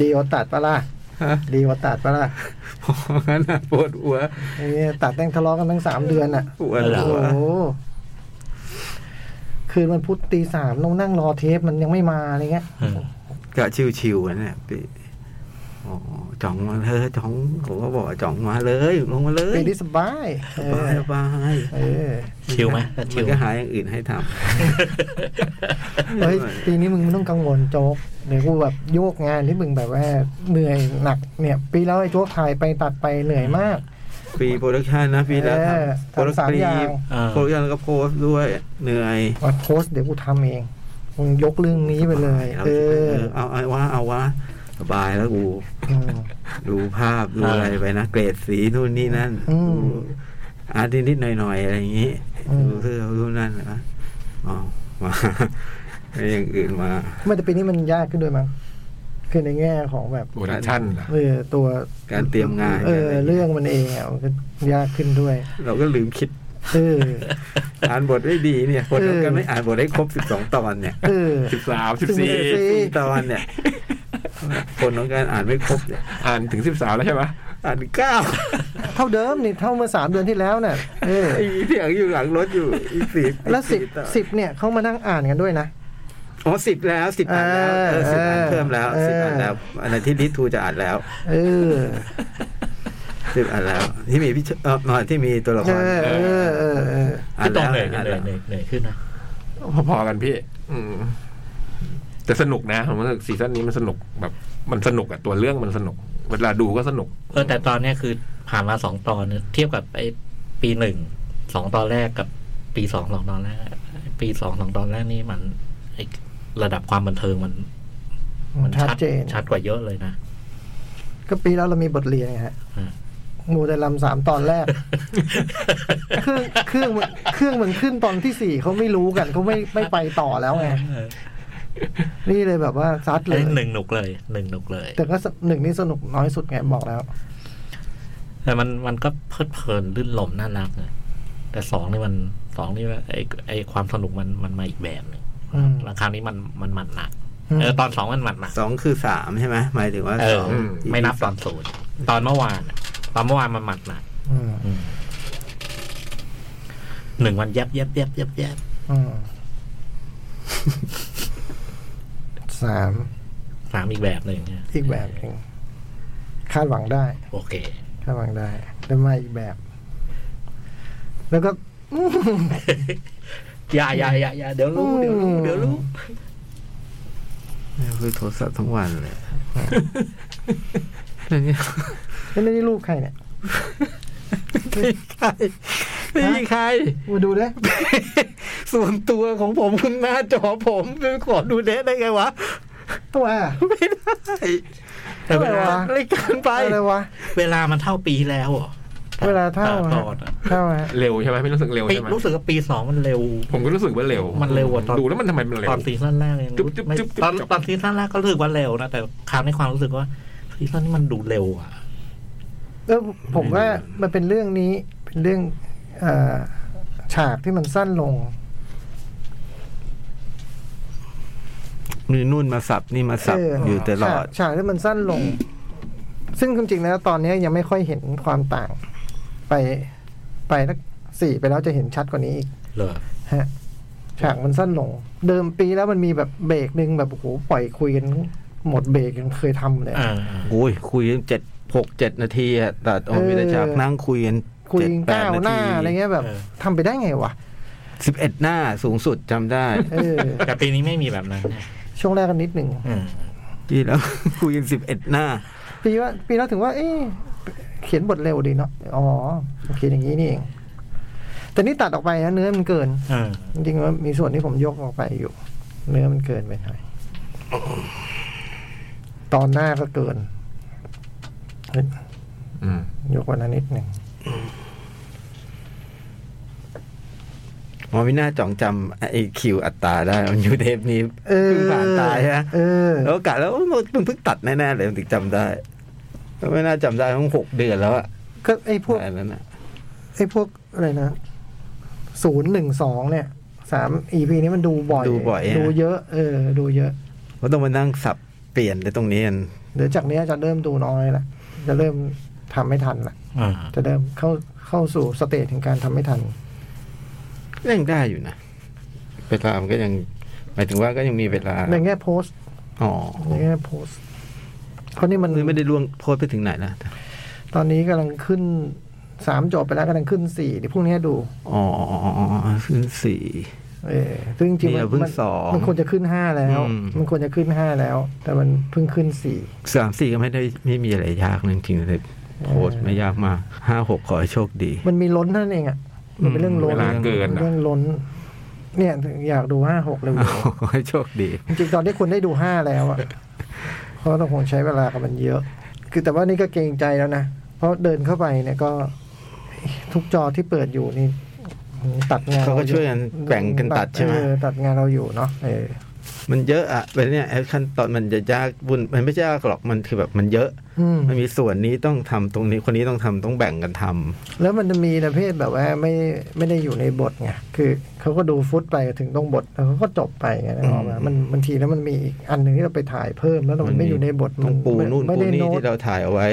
Speaker 2: ดีกว่าตัดปะล่ะ
Speaker 1: ฮะ
Speaker 2: ดีกว่าตัดปะล่ะ
Speaker 1: พองั้นน่ะปวดหัว
Speaker 2: ไอ้เนี่ยตัดแต้งทะเลาะกันทั้งสามเดือนอ่ะ
Speaker 1: ปวด
Speaker 2: โอ้
Speaker 1: หัว
Speaker 2: โหคืนมันพุธตีสามต้องนั่งรอเทปมันยังไม่มาอะไรเงี้ย
Speaker 5: เออ
Speaker 1: กะชิวๆนะเนี่ยปี อ๋อจ่องมาเลยจ่องผมก็บอกว่าจ่องมาเลยลงมาเลย
Speaker 2: เพลงที่สบาย
Speaker 1: ส
Speaker 2: เอบ
Speaker 1: าย
Speaker 2: อ
Speaker 1: สบาย
Speaker 2: เออ
Speaker 5: ชิลไหม
Speaker 1: มั
Speaker 5: ชิล
Speaker 1: นก็หาอย่างอื่นให้ท
Speaker 2: เฮ้ยปีนี้มึงไม่ต้องกังวลโจ๊กเดี๋ยวกูแบบโยกงานที่มึงแบบว่าเหนื่อยหนักเนี่ย ปีแล้วไอ้โจ๊กถ่ายไปตัดไปเหนื่อยมาก
Speaker 1: ำฟรีโปรดักชันนะฟรีแล้ว
Speaker 2: เออ
Speaker 1: ทำโปรดัก
Speaker 2: ทำสาม
Speaker 1: ฟรี
Speaker 2: อย่าง
Speaker 5: อ่า
Speaker 1: โปรดักชันแล้วก็โพสต์ด้วยเหนื่อย
Speaker 2: ว่าโพสต์เดี๋ยวกูทำเองมึงยกเรื่องนี้ไปเลย
Speaker 1: เรา
Speaker 2: เอ
Speaker 1: คิด
Speaker 2: อ
Speaker 1: ว่าเออเอาเอาว่าเอาว่าสบายแล้วกู
Speaker 2: อืม
Speaker 1: ดูภาพดูอะไรไปนะเกรดสีนู่นนี่นั่น
Speaker 2: อืม
Speaker 1: ดูอาร์ตนิดๆหน่อยๆอะไรอย่างนี้
Speaker 2: อืม
Speaker 1: ดูเสื้อดูนั่นนะอ๋อมา ไม่อย่างอื่นมา
Speaker 2: มันแต่ปีนี้มันยากขึ้นด้วยมั้งคือในแง่ของแบบ
Speaker 3: โปรดักชั่นเหรอ
Speaker 2: เออตัว
Speaker 1: การเตรียมงาน
Speaker 2: เออ
Speaker 1: การะไย่า
Speaker 2: เรื่องมันเองอ่ะมันก็ยากขึ้นด้วย
Speaker 1: เราก็ลืมคิด
Speaker 2: เออ
Speaker 1: อ่านบทได้ดีเนี่ยคน
Speaker 2: เออ
Speaker 1: ก็ไม่อ่านบทได้ครบสิบสองตอนเนี่ย
Speaker 2: เออ
Speaker 3: สิบสามสิบสี่
Speaker 2: เออ
Speaker 1: ตอนเนี่ย คนของการอ่านไม่ครบเนี่ย
Speaker 3: อ่านถึงสิบสามแล้วใช่ไหม
Speaker 1: อ่านเก้า
Speaker 2: เท่าเดิมนี่เท่าเมื่อสามเดือนที่แล้วน่ะเออ
Speaker 1: ไอ้เถียงอยู่หลังรถอยู่อีกสิบ
Speaker 2: แล้วสิบ
Speaker 1: ตอน
Speaker 2: สิบเนี่ยเขามานั่งอ่านกันด้วยนะ
Speaker 1: อ๋อสิบแล้วสิบอ่านแล้วเออสิบอ่าน
Speaker 2: เออ
Speaker 1: เพิ่มแล้ว
Speaker 2: เออ
Speaker 1: สิบอ่านแล้วอันไหนที่ลิทูจะอ่านแล้ว
Speaker 2: เออ
Speaker 1: สิบอ่านแล้ว ที่มีพี่เชเออมาที่มีตัวละค
Speaker 2: เอ
Speaker 1: ร
Speaker 2: อเออเออเออ
Speaker 1: อ่า
Speaker 5: พี่
Speaker 1: น
Speaker 5: ตรง
Speaker 1: แล้ว
Speaker 5: เหนื่อย
Speaker 1: อ่าน
Speaker 5: เหนื่อ
Speaker 1: แล้
Speaker 5: ยว เหนื่อยเหนื่อยขึ้นนะ
Speaker 3: พอๆกันพี่ อืมแต่สนุกนะผมรู้สึกซีซั่นนี้มันสนุกแบบ มันสนุกอะตัวเรื่องมันสนุก เวลาดูก็สนุก
Speaker 5: เออแต่ตอนเนี้ยคือผ่านมาสองตอนเนี่ยเทียบกับไอ้ปีหนึ่งสองตอนแรกกับปีสองสองตอนแรกไอ้ปีสองสองตอนแรกนี่มันไอ้ระดับความบันเทิงมัน
Speaker 2: มันชัดเจน
Speaker 5: ชัดกว่าเยอะเลยนะ
Speaker 2: ก็ปีแล้วเรามีบทเรียนไงฮะ
Speaker 5: อืม
Speaker 2: มูแต่ลำสามตอนแรก เครื่องเครื่องมันเครื่องมันขึ้นตอนที่สี่เขาไม่รู้กันเขาไม่ไม่ไปต่อแล้วไง นี่เลยแบบว่าซัดเล
Speaker 5: เอ้
Speaker 2: ย
Speaker 5: ยหนึ่งหนุกเลยหนึ่งหนุกเลย
Speaker 2: แต่ก็สหนึ่งนี่สนุกน้อยสุดไงบอกแล้ว
Speaker 5: แต่มันมันก็เพลิดเพลินลื่นลมน่ารักเลยแต่สองนี่มันสองนี่ว่าไอไอความสนุกมันมันมาอีกแบบหนึ่ง
Speaker 2: อืม
Speaker 5: แล้วคราวนี้มันมันหมันหนัก
Speaker 2: อืม
Speaker 5: เออตอนสองมันหมันหนัก
Speaker 1: สองคือสามใช่ไหมหมายถึงว่า
Speaker 5: เอ
Speaker 1: ส
Speaker 5: อ
Speaker 1: อง
Speaker 5: อไม่นับตอนศูนย์ตอนเมื่อวานอะตอนเมื่อวานมันหมันหนัก
Speaker 2: อืม
Speaker 5: อืมหนึ่งวันแยบแยบแยบแยบแยบ
Speaker 2: อืมสาม
Speaker 5: สามอีกแบบหนึ่งเนี่ย
Speaker 2: อีกแบบหนึ่งคาดหวังได้
Speaker 5: โอเค
Speaker 2: คาดหวังได้แต่มาอีกแบบ แล้วก็
Speaker 5: อย่าอย่าอย่าอย่าเดี๋ยวรู้เดี๋ยวรู้เดี๋ยวรู้
Speaker 1: เนี่ยคือโทรศัพท์ทั้งวัน เลยเรื่องนี้
Speaker 2: แล้วนี่รูปใครเนี่ย
Speaker 1: ไม่มีใครไม่มีใคร
Speaker 2: มาดู เลย
Speaker 1: ส่วนตัวของผมคุณหน้าจอผมไปขอดูเน็ตได้ไงวะ
Speaker 2: ตัว
Speaker 1: ไอ้
Speaker 5: แต่เว
Speaker 2: อะไร
Speaker 5: ลา
Speaker 2: วะ
Speaker 1: รายการไป
Speaker 2: อะไรวะ
Speaker 5: เวลามันเท่าปีที่แล้วเหรอ
Speaker 2: เวลาเท่า
Speaker 5: แต่
Speaker 2: ฮะ
Speaker 5: ตอนอะ
Speaker 2: เท่าฮะ
Speaker 3: เร็วใช่ไหมไม่รู้สึกเร็ว
Speaker 5: ปี
Speaker 3: ใช่ไหม
Speaker 5: รู้สึกว่าปีสองมันเร็ว
Speaker 3: ผมก็รู้สึกว่าเร็ว
Speaker 5: มันเร็วกว่าตอน
Speaker 3: ดูแล้วมันทำไมมันเร็ว
Speaker 5: ตอนซีซั่นแรกเอง
Speaker 3: จุ๊บจุ๊บ
Speaker 5: ไม่
Speaker 3: จุ๊บจุ๊บ
Speaker 5: ตอน
Speaker 3: จุ๊บ
Speaker 5: ตอนซีซั่นแรกก็รู้สึกว่าเร็วนะแต่คราวนี้ความรู้สึกว่าซีซั่นนี้มันดูเร็วอ่ะ
Speaker 2: เออผมว่ามันเป็นเรื่องนี้ เป็นเรื่องเอ่อฉากที่มันสั้นลง
Speaker 1: มีนู่นมาสับนี่มาสับ
Speaker 2: เ
Speaker 1: อยู่ตลอ
Speaker 2: ฉาก
Speaker 1: ด
Speaker 2: ฉากที่มันสั้นลง ซึ่งความจริงแล้วตอนนี้ยังไม่ค่อยเห็นความต่าง ไปไปสักสี่ไปแล้วจะเห็นชัดกว่านี้อีก
Speaker 5: เหรอ
Speaker 2: ฮะฉากมันสั้นลง เดิมปีแล้วมันมีแบบเบรกหนึ่งแบบโอ้โหปล่อยคุยกันหมดเบรกยังเคยทำเลย
Speaker 5: อ่า
Speaker 1: โอ้ย คุยกันเจ็ดหกเจ็ดนาทีอะแต่โอ้มีแต่ฉากนั่งคุยกัน
Speaker 2: คุย
Speaker 1: เจ็ด
Speaker 2: กัน
Speaker 1: แปด
Speaker 2: เก้าวห
Speaker 1: นา
Speaker 2: น้าอะไร
Speaker 1: ที
Speaker 2: เงี้ยแบบทำไปได้ไงวะ
Speaker 1: สิบเอ็ดหน้าสูงสุดจำได้
Speaker 2: เออ
Speaker 5: แต่ปีนี้ไม่มีแบบนั้นนะ
Speaker 2: ช่วงแรกกันนิดหนึ่ง
Speaker 5: อืม
Speaker 1: ที่แล้ว คุยกันสิบเอ็ดหน้า
Speaker 2: ปีว่าปีแล้วถึงว่า เอ๊ะเขียนบทเร็วดีเนาะอ๋อเขียนอย่างนี้นี่เอง แต่นี่ตัดออกไปนะเนื้อมันเกิน
Speaker 5: อ่า
Speaker 2: จริงๆแล้วมีส่วนที่ผมยกออกไปอยู่ เนื้อมันเกินไปหน่อยตอนหน้าก็เกิน
Speaker 3: อืม
Speaker 2: ยกวันนั้นนิดหนึ่ง
Speaker 1: หมอวินาศจ่องจำไอคิวอัตตราได้มันอยู่เทปนี้
Speaker 2: เออ
Speaker 1: เพิ่งผ่านตายฮะ
Speaker 2: เออ
Speaker 1: แล้วกะแล้วมันเพิ่งตัดแน่ๆเลยมันถึงจำได้แล้วไม่น่าจำได้ตั้งหกเดือนแล้วอะ
Speaker 2: ก็ไอ้พวก
Speaker 1: อันนั้นอะ
Speaker 2: ไอ้พวกอะไรนะศูนย์หนึ่งสองเนี่ยสามอีพีนี้มันดูบ่อย
Speaker 1: ดูบ่อยฮะ
Speaker 2: ดูเยอะ เออ ดูเยอะ
Speaker 1: ก็ต้องมานั่งสับเปลี่ยนในตรงนี้กัน
Speaker 2: เดี๋ยวจากเนี้ยจะเริ่มดูน้อยละจะเริ่มทำไม่ทันละ
Speaker 5: อ่า
Speaker 2: จะเริ่มเข้าเข้าสู่สเตจของการทำไม่ทัน
Speaker 1: ก็ยังได้อยู่นะเวลามันก็ยังหมายถึงว่าก็ยังมีเวลา
Speaker 2: ในแง่โพสต์
Speaker 1: อ๋อ
Speaker 2: ในแง่โพสต์ เพราะนี่มัน
Speaker 1: ไม่ได้ล่วงโพสต์ไปถึงไหนนะ
Speaker 2: ตอนนี้กำลังขึ้นสามจบไปแล้วกำลังขึ้นสี่เดี๋ยวพรุ่งนี้ดู
Speaker 1: อ๋ออ๋ออ๋ออ๋อขึ้นสี่
Speaker 2: เออซึ่งจริงๆ
Speaker 1: เนี่
Speaker 2: มั
Speaker 1: ย
Speaker 2: น
Speaker 1: เพิ่ง
Speaker 2: มัน
Speaker 1: สอง
Speaker 2: มันควรจะขึ้นห้าแล้ว
Speaker 1: อืม
Speaker 2: มันควรจะขึ้นห้าแล้ว แต่มันเพิ่งขึ้นสี่
Speaker 1: สามสี่ก็ไม่ได้ไม่มีอะไรยากนะจริงๆเลยโพสต์ไม่ยากมากห้าหกขอให้โชคดี
Speaker 2: มันมีล้นเท่านั่นเองอ่ะ มันเป็นเรื่องล้น
Speaker 3: เวลาเกิน
Speaker 2: มั
Speaker 3: อะ
Speaker 2: เรื่องล้น เนี่ยอยากดูห้าหกเร็ว
Speaker 1: ขอให้โชคดี
Speaker 2: ๆจริงๆตอนนี้คุณได้ดูห้าแล้ว อ่ะ เพราะเราคงใช้เวลากับมันเยอะ คือแต่ว่านี่ก็เกรงใจแล้วนะ เพราะเดินเข้าไปเนี่ยก็ ทุกจอที่เปิดอยู่นี่ ตัดงานร
Speaker 1: เขาก็ช่วยกัน
Speaker 2: อ
Speaker 1: แบ่งกันตัดใช่ไหม
Speaker 2: เออตัดงานเราอยู่เนาะเออ
Speaker 1: มันเยอะอะเป็นเนี่ยขั้นตอนมันจะยากบุญมันไม่ใช่ยากหรอกมันคือแบบมันเยอะ
Speaker 2: อืม
Speaker 1: มันมีส่วนนี้ต้องทำตรงนี้คนนี้ต้องทำต้องแบ่งกันทำ
Speaker 2: แล้วมันจะมีประเภทแบบว่าไม่ไม่ได้อยู่ในบทไง คือเขาก็ดูฟุตไปถึงตรงบทแล้วเขาก็จบไปไงนะออกมามันบางทีแล้วมันมีอีกอันหนึ่งที่เราไปถ่ายเพิ่มแล้วมันไม่อยู่ในบท
Speaker 1: ต้
Speaker 2: มั
Speaker 1: องปู
Speaker 2: ไม่
Speaker 1: นู่น
Speaker 2: ไม่
Speaker 1: ปู
Speaker 2: ได้
Speaker 1: นี่
Speaker 2: โน้ต
Speaker 1: ที่เราถ่ายเอาไว้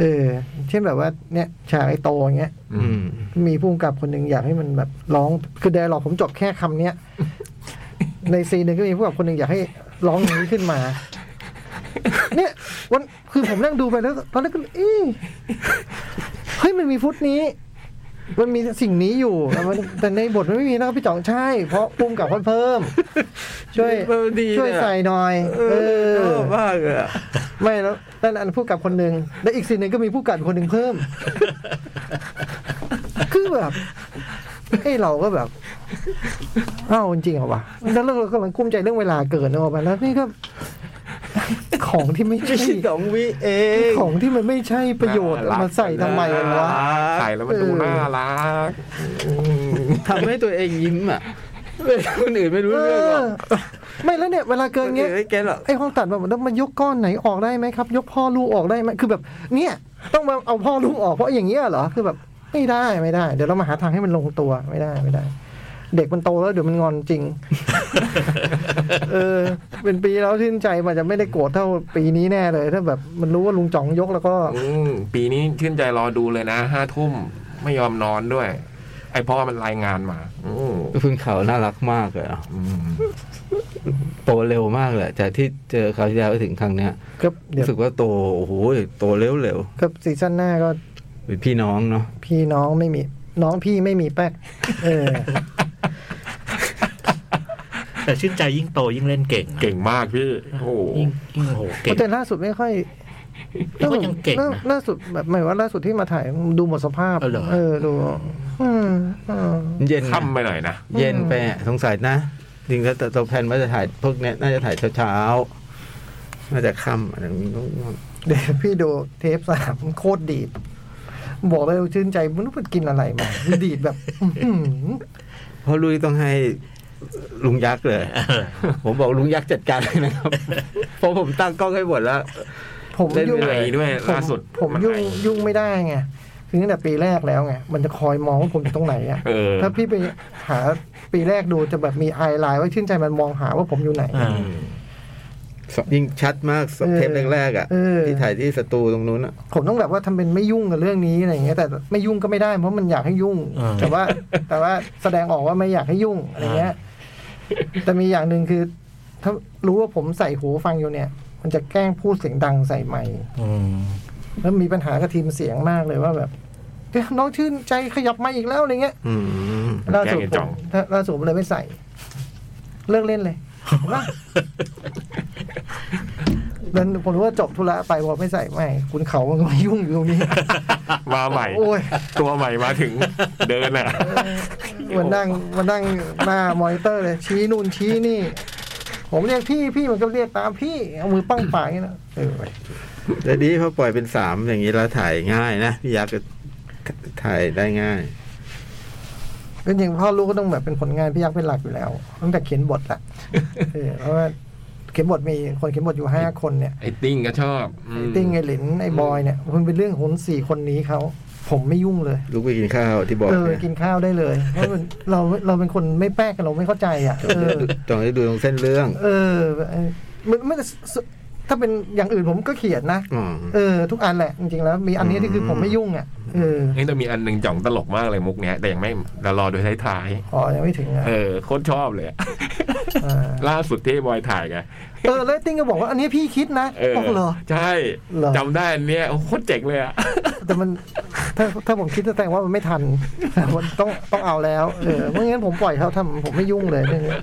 Speaker 2: เออ เช่นแบบว่าเนี่ยฉากไอ้โตอย่างเงี้ย
Speaker 3: อื
Speaker 1: อื
Speaker 3: ม
Speaker 1: ม
Speaker 2: มีผู้กำกับคนหนึ่งอยากให้มันแบบร้อง คือไดร์ล็อกผมจบแค่คำเนี้ย ในซีนหนึ่งก็มีผู้กำกับคนหนึ่งอยากให้ร้องอย่างนี้ขึ้นมา เนี่ยวันคือผมนั่งดูไปแล้วตอนแรกก็เอ๊ะเฮ้ยมันมีฟุตนี้ มันมีสิ่งนี้อยู่แต่มันแต่ในบทมันไม่มีนะครับพี่จ่องใช่ เพราะพุ่มกับคนเพิ่ม ช่วย
Speaker 1: เออดี
Speaker 2: ช่วย
Speaker 1: เนี่ย
Speaker 2: ใส่หน่อย
Speaker 1: เอ
Speaker 2: เออ
Speaker 1: อบ้าเลย อะ
Speaker 2: ไม่แล้วนั่นอันผู้กำกับคนหนึ่งและอีกสิ่งหนึ่งก็มีผู้กำกับคนหนึ่งเพิ่ม คือแบบไอ้เราก็แบบเอ้าจริงเหรอวะแล้วเรากำลังกุ้มใจเรื่องเวลาเกินเนอะไปแล้วนี่ก็ ของที่ไม่ใช่
Speaker 1: ไม่ใช่สองวิเอง
Speaker 2: ของที่มันไม่ใช่ประโยชน์
Speaker 3: น่ารัก
Speaker 2: มาใส่ทำไมวะ
Speaker 3: ใส่แล้วมันดู
Speaker 2: เออ
Speaker 3: น่ารัก
Speaker 1: ทำให้ตัวเองยิ้มอ่ะไม่คนอื่นไม่รู้
Speaker 2: เอ
Speaker 1: เรื่องหร
Speaker 2: อ
Speaker 1: อก
Speaker 2: ไม่แล้วเนี่ย เวลาเกิน
Speaker 1: คน
Speaker 2: เงี้ย
Speaker 1: อื่นไม่แกตหรอก
Speaker 2: ไอ้ห้องตัดแบบแล้วมันยกก้อนไหนออกได้ไหมครับ ยกพ่อลูกออกได้ไหมคือแบบ เนี่ย ต้องมาเอาพ่อลูกออกเพราะอย่างเงี้ยเหรอคือแบบไม่ได้ไม่ได้ เดี๋ยวเรามาหาทางให้มันลงตัวไม่ได้ไม่ได้ เด็กมันโตแล้วเดี๋ยวมันงอนจริง เออ เป็นปีแล้วชื่นใจมันจะไม่ได้โกรธเท่าปีนี้แน่เลย ถ้าแบบมันรู้ว่าลุงจ่องยกแล้วก็
Speaker 3: อืมปีนี้ชื่นใจรอดูเลยนะห้าทุ่มไม่ยอมนอนด้วย ไอพ่อมันรายงานมาอืม
Speaker 1: พึ่งเขาน่ารักมากเลยอะ
Speaker 3: อื ม
Speaker 1: โตเร็วมากเลยจากที่เจอคราวที่แล้วถึงครั้งเนี้ย
Speaker 2: ก็เดี๋ยว
Speaker 1: รู้สึกว่าโตโอ้โหโตเร็วเร็ว
Speaker 2: ก็ซีซั่นหน้าก็
Speaker 1: ๆเป็นพี่น้องเนาะ
Speaker 2: พี่น้องไม่มี น้องพี่ไม่มีแป๊กเออ
Speaker 5: แต่ชื่นใจยิ่งโตยิ่งเล่นเก่งนะ
Speaker 3: เก่งมากพี่โอ้โห
Speaker 5: ยิ่งยิ่งโหเก่ง
Speaker 2: แต่ล่าสุดไม่ค่อย
Speaker 5: เขาก็ยังเก่งนะ
Speaker 2: ล่าล่าสุดแบบหมายว่าล่าสุดที่มาถ่ายดูหมดสภาพ
Speaker 5: เออเหรอ
Speaker 2: เออดูอืมอื ม
Speaker 1: เย็นนะ
Speaker 3: ค่ำไปหน่อยนะ
Speaker 1: เย็นไปอะสงสัยนะจริงแล้วแต่ตัวแพลนว่าจะถ่ายพวกเนี้ยน่าจะถ่ายเช้าๆน่าจะค่ำอะไรอย่างงี้
Speaker 2: เดี๋ยวพี่ดูเทปสามโคตรดีด บอกเลยว่าชื่นใจไมันรู้มันกินอะไรมามันดีดแบบ อื้อหือ
Speaker 1: เพราะลุยต้องให้ลุงยักษ์เลย ผมบอกลุงยักษ์จัดการเลยนะครับเพราะผมตั้งกล้องให้หมดแล้ว
Speaker 2: ผม
Speaker 1: เล่น
Speaker 2: ยุ่ง
Speaker 1: ไอ
Speaker 3: ด้วย
Speaker 2: ผม
Speaker 3: ล่าสุด
Speaker 2: ผม
Speaker 3: มันไอ
Speaker 2: ยุ่งยุ่งไม่ได้ไงคือตั้งแต่ปีแรกแล้วไงมันจะคอยมองว่าผมอยู่ตรงไหนอะ
Speaker 3: เออ
Speaker 2: ถ้าพี่ไปหาปีแรกดูจะแบบมีไอไลน์ว่าชื่นใจมันมองหาว่าผมอยู่ไหน
Speaker 5: อ่า
Speaker 1: ยิ่งชัดมากเทปแรกๆอ่ะ
Speaker 2: เออ
Speaker 1: ที่ถ่ายที่สตูตรงนู้นอะ
Speaker 2: ผมต้องแบบว่าทำเป็นไม่ยุ่งกับเรื่องนี้อะไรอย่างเงี้ยแต่ไม่ยุ่งก็ไม่ได้เพราะมันอยากให้ยุ่ง แต่ว่า แต่ว่าแสดงออกว่าไม่อยากให้ยุ่งอะไรเงี้ยแต่มีอย่างหนึ่งคือ ถ้ารู้ว่าผมใส่หูฟังอยู่เนี่ย มันจะแกล้งพูดเสียงดังใส่ไมค์
Speaker 5: อืม
Speaker 2: แล้วมีปัญหากับทีมเสียงมากเลยว่าแบบเอ๊ะน้องชื่นใจขยับมาอีกแล้วอะไรเงี้ย
Speaker 1: อืม
Speaker 2: ล่าสุด
Speaker 3: แกล้งไอ้
Speaker 2: ผ
Speaker 3: จ่อ
Speaker 2: ม
Speaker 3: ง
Speaker 2: ล่าสุดผมเลยไม่ใส่ เลิกเล่นเลยว่าแล้วผมรู้ว่าจบธุระไปบอกไม่ใส่ไม่คุณเขามันก็มายุ่งอยู่ตรงนี้
Speaker 3: มาใหม่
Speaker 2: โอ้ย
Speaker 3: ตัวใหม่มาถึงเดินอ่ะ
Speaker 2: มันนั่งมันนั่งหน้ามอนิเตอร์เลยชี้นู่นชี้นี่ ผมเรียกพี่พี่มันก็เรียกตามพี่เอามือปั้งปากอย่างนี้นะเออเว้ย
Speaker 1: แต่ดีพอปล่อยเป็นสามอย่างนี้แล้วถ่ายง่ายนะพี่ยักษ์ก็ถ่ายได้ง่าย
Speaker 2: ก็จริงพ่อลูกก็ต้องแบบเป็นผลงานพี่ยักษ์เป็นหลักอยู่แล้วตั้งแต่เขียนบทละเออเพราะว่าเขียนบทมีคนเขียนบทอยู่ห้าคนเนี่ย
Speaker 3: ไอติ้งก็ชอบอื
Speaker 2: ไอ้
Speaker 3: ม
Speaker 2: ติ้งไอ้หลินไอ้บอยเนี่ยมันเป็นเรื่องของสี่คนนี้เขาผมไม่ยุ่งเลย
Speaker 1: ลูกไปกินข้าวที่บอก
Speaker 2: เออ
Speaker 1: เนี่ย
Speaker 2: กินข้าวได้เลยเพราะมันเราเราเป็นคนไม่แป๊กกันเราไม่เข้าใจอ่ะเออ
Speaker 1: จองได้ดูตรงเส้นเรื่อง
Speaker 2: เออเออมันไม่ได้ส ถ้าเป็นอย่างอื่นผมก็เขียนนะ
Speaker 1: อืม
Speaker 2: เออ ทุกอันแหละ จริงๆแล้วมีอันนี้ที่คือผมไม่ยุ่งอ่ะเออ
Speaker 3: เฮ้ยแต่มีอันหนึ่งจ่องตลกมากเลยมุกเนี้ย แต่ยังไม่เรารอดูท้าย
Speaker 2: อ๋อยังไม่ถึงอ่ะ
Speaker 3: ๆเออโคตรชอบเลยอะ
Speaker 2: เออ
Speaker 3: ล่าสุดที่บอยถ่ายไง
Speaker 2: เออเลตติ้งก็บอกว่าอันนี้พี่คิดนะ
Speaker 3: เออ
Speaker 2: บอกเหรอ
Speaker 3: ใช่
Speaker 2: เหรอ
Speaker 3: จำได้อันเนี้ยโอ้โคตรเจ๋งเลยอะ
Speaker 2: แต่มันถ้าถ้าผมคิดแสดงว่ามันไม่ทันมันต้องต้องเอาแล้วเออไม่งั้นผมปล่อยเขาทำผมไม่ยุ่งเลยเรื่องนี้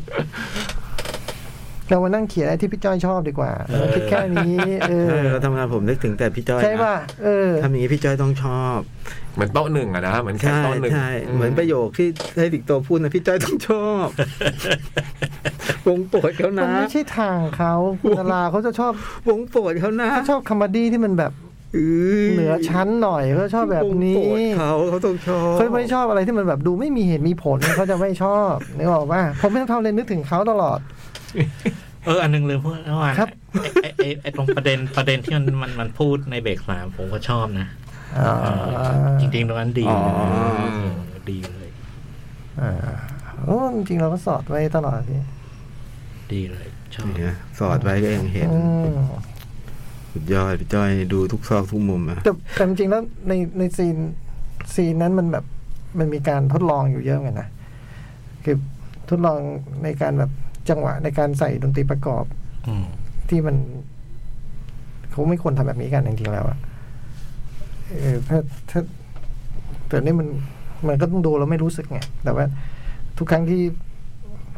Speaker 2: เรามานั่งเขียนอะไรที่พี่จ้อยชอบดีกว่าเราคิดแค่นี้เออ
Speaker 1: ใช่เราทำงานผมนึกถึงแต่พี่จ้อยนะ
Speaker 2: ใช่ป่ะเออ
Speaker 1: ทำอย่างนี้พี่จ้อยต้องชอบ
Speaker 3: เหมือนโต๊ะหนึ่งอะนะเหมือนแค่
Speaker 1: ใช่
Speaker 3: โต๊ะหนึ่ง
Speaker 1: ใช่เหมือนประโยคที่ให้ติกโตพูดนะพี่จ้อยต้องชอบ วงโปรดเขา
Speaker 2: มัน
Speaker 1: นะ
Speaker 2: ไม่ใช่ทางเขาคุณดาราเขาจะชอบ
Speaker 1: วงโปรดเขานะ
Speaker 2: เขาชอบคอมเมดี้ที่มันแบบ
Speaker 1: ย
Speaker 2: เหนือชั้นหน่อยเขาชอบแบบนี้
Speaker 1: วงโปรดเขาเขาต้องชอบ
Speaker 2: เขาไม่ชอบอะไรที่มันแบบดูไม่มีเหตุมีผล เขาจะไม่ชอบนึกออกป่ะผมไม่ต้องทำอะไรนึกถึงเขาตลอด
Speaker 5: เอออันหนึงเลยพูดระหว่าง
Speaker 2: ครับ
Speaker 5: ไอ้ไอ้ไอ้ไอ้ตรงประเด็นประเด็นที่มันมันมันพูดในเบรกสามผมก็ชอบนะ
Speaker 2: อ่า
Speaker 5: เออจริงๆตรงนั้นดี
Speaker 1: อ๋อ
Speaker 5: ดีเลย
Speaker 2: อ่าโอ้จริงๆเราก็สอดไว้ตลอดพี่
Speaker 5: ดีเลยชอบ
Speaker 1: เนี่ยสอดไว้ก็ยังเห็น
Speaker 2: อืม
Speaker 1: สุดยอดพี่จ้อยดูทุกซอกทุกมุมอะ
Speaker 2: แต่แต่จริงๆแล้วในในซีนซีนนั้นมันแบบมันมีการทดลองอยู่เยอะเหมือนกันนะคือทดลองในการแบบจังหวะในการใส่ดนตรีประกอบ
Speaker 5: อืม
Speaker 2: ที่มันเขาไม่ควรทำแบบนี้กันจริงๆแล้วอะเออถ้าถ้าแต่นี่มันมันก็ต้องดูแล้วไม่รู้สึกไงแต่ว่า ทุกครั้งที่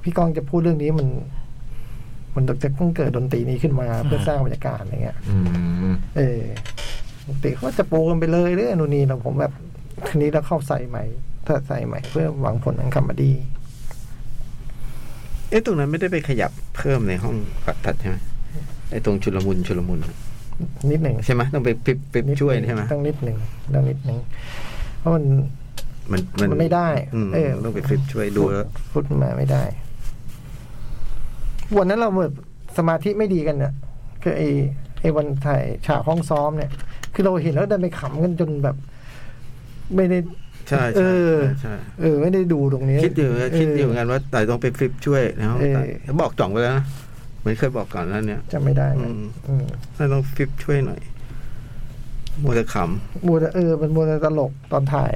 Speaker 2: พี่กองจะพูดเรื่องนี้มัน มันจะต้องเกิดดนตรีนี้ขึ้นมาเพื่อสร้างบรรยากาศอะไรเงี้ย
Speaker 3: อืม
Speaker 2: เออปกติเขาก็จะปูกันไปเลยเรื่องนู่นนี่เราผมแบบทีนี้เราเข้าใส่ใหม่ ถ้าใส่ใหม่เพื่อหวังผลทางคำบดี
Speaker 1: เอ๊ะตรงนั้นไม่ได้ไปขยับเพิ่มในห้องผ่าตัดใช่ไหมไอ้ตรงชุลมุนชุลมุนอะ
Speaker 2: นิดหนึ่ง
Speaker 1: ใช่ไหมต้องไปปิบปิบ
Speaker 2: นิดนึ่ง
Speaker 1: ช่วยใช่ไหม
Speaker 2: ต้องนิดหนึ่งต้องนิดหนึ่งเพราะมัน
Speaker 1: มัน
Speaker 2: มันไม่ได้
Speaker 1: อืม
Speaker 2: เออ
Speaker 1: ต้องไปปิบช่วยดูแล้ว
Speaker 2: พูดมาไม่ได้ วันนั้นเราแบบสมาธิไม่ดีกันเนี่ยคือไอ้ไอ้วันถ่ายฉากห้องซ้อมเนี่ย คือเราเห็นแล้วดันไปขำกันจนแบบ ไม่ได้
Speaker 1: ใช่
Speaker 2: เอ
Speaker 1: ใช่
Speaker 2: อ
Speaker 1: ใช่
Speaker 2: เออ ไม่ได้ดูตรงนี้
Speaker 1: คิดอยู่นะคิดอยู่เหมือน
Speaker 2: เ
Speaker 1: กันว่าต่อยต้องไปฟลิปช่วยนะ
Speaker 2: เออ
Speaker 1: แล้วบอกจ่องไปแล้วนะเหมือนเคยบอกก่อนแล้วเนี่ย
Speaker 2: จำไม่ได้นะ
Speaker 1: อืม
Speaker 2: อืม
Speaker 1: น่าต้องฟลิปช่วยหน่อยมัวแต่ข
Speaker 2: มัวแต่เออมันมัวแต่ตลกตอนถ่าย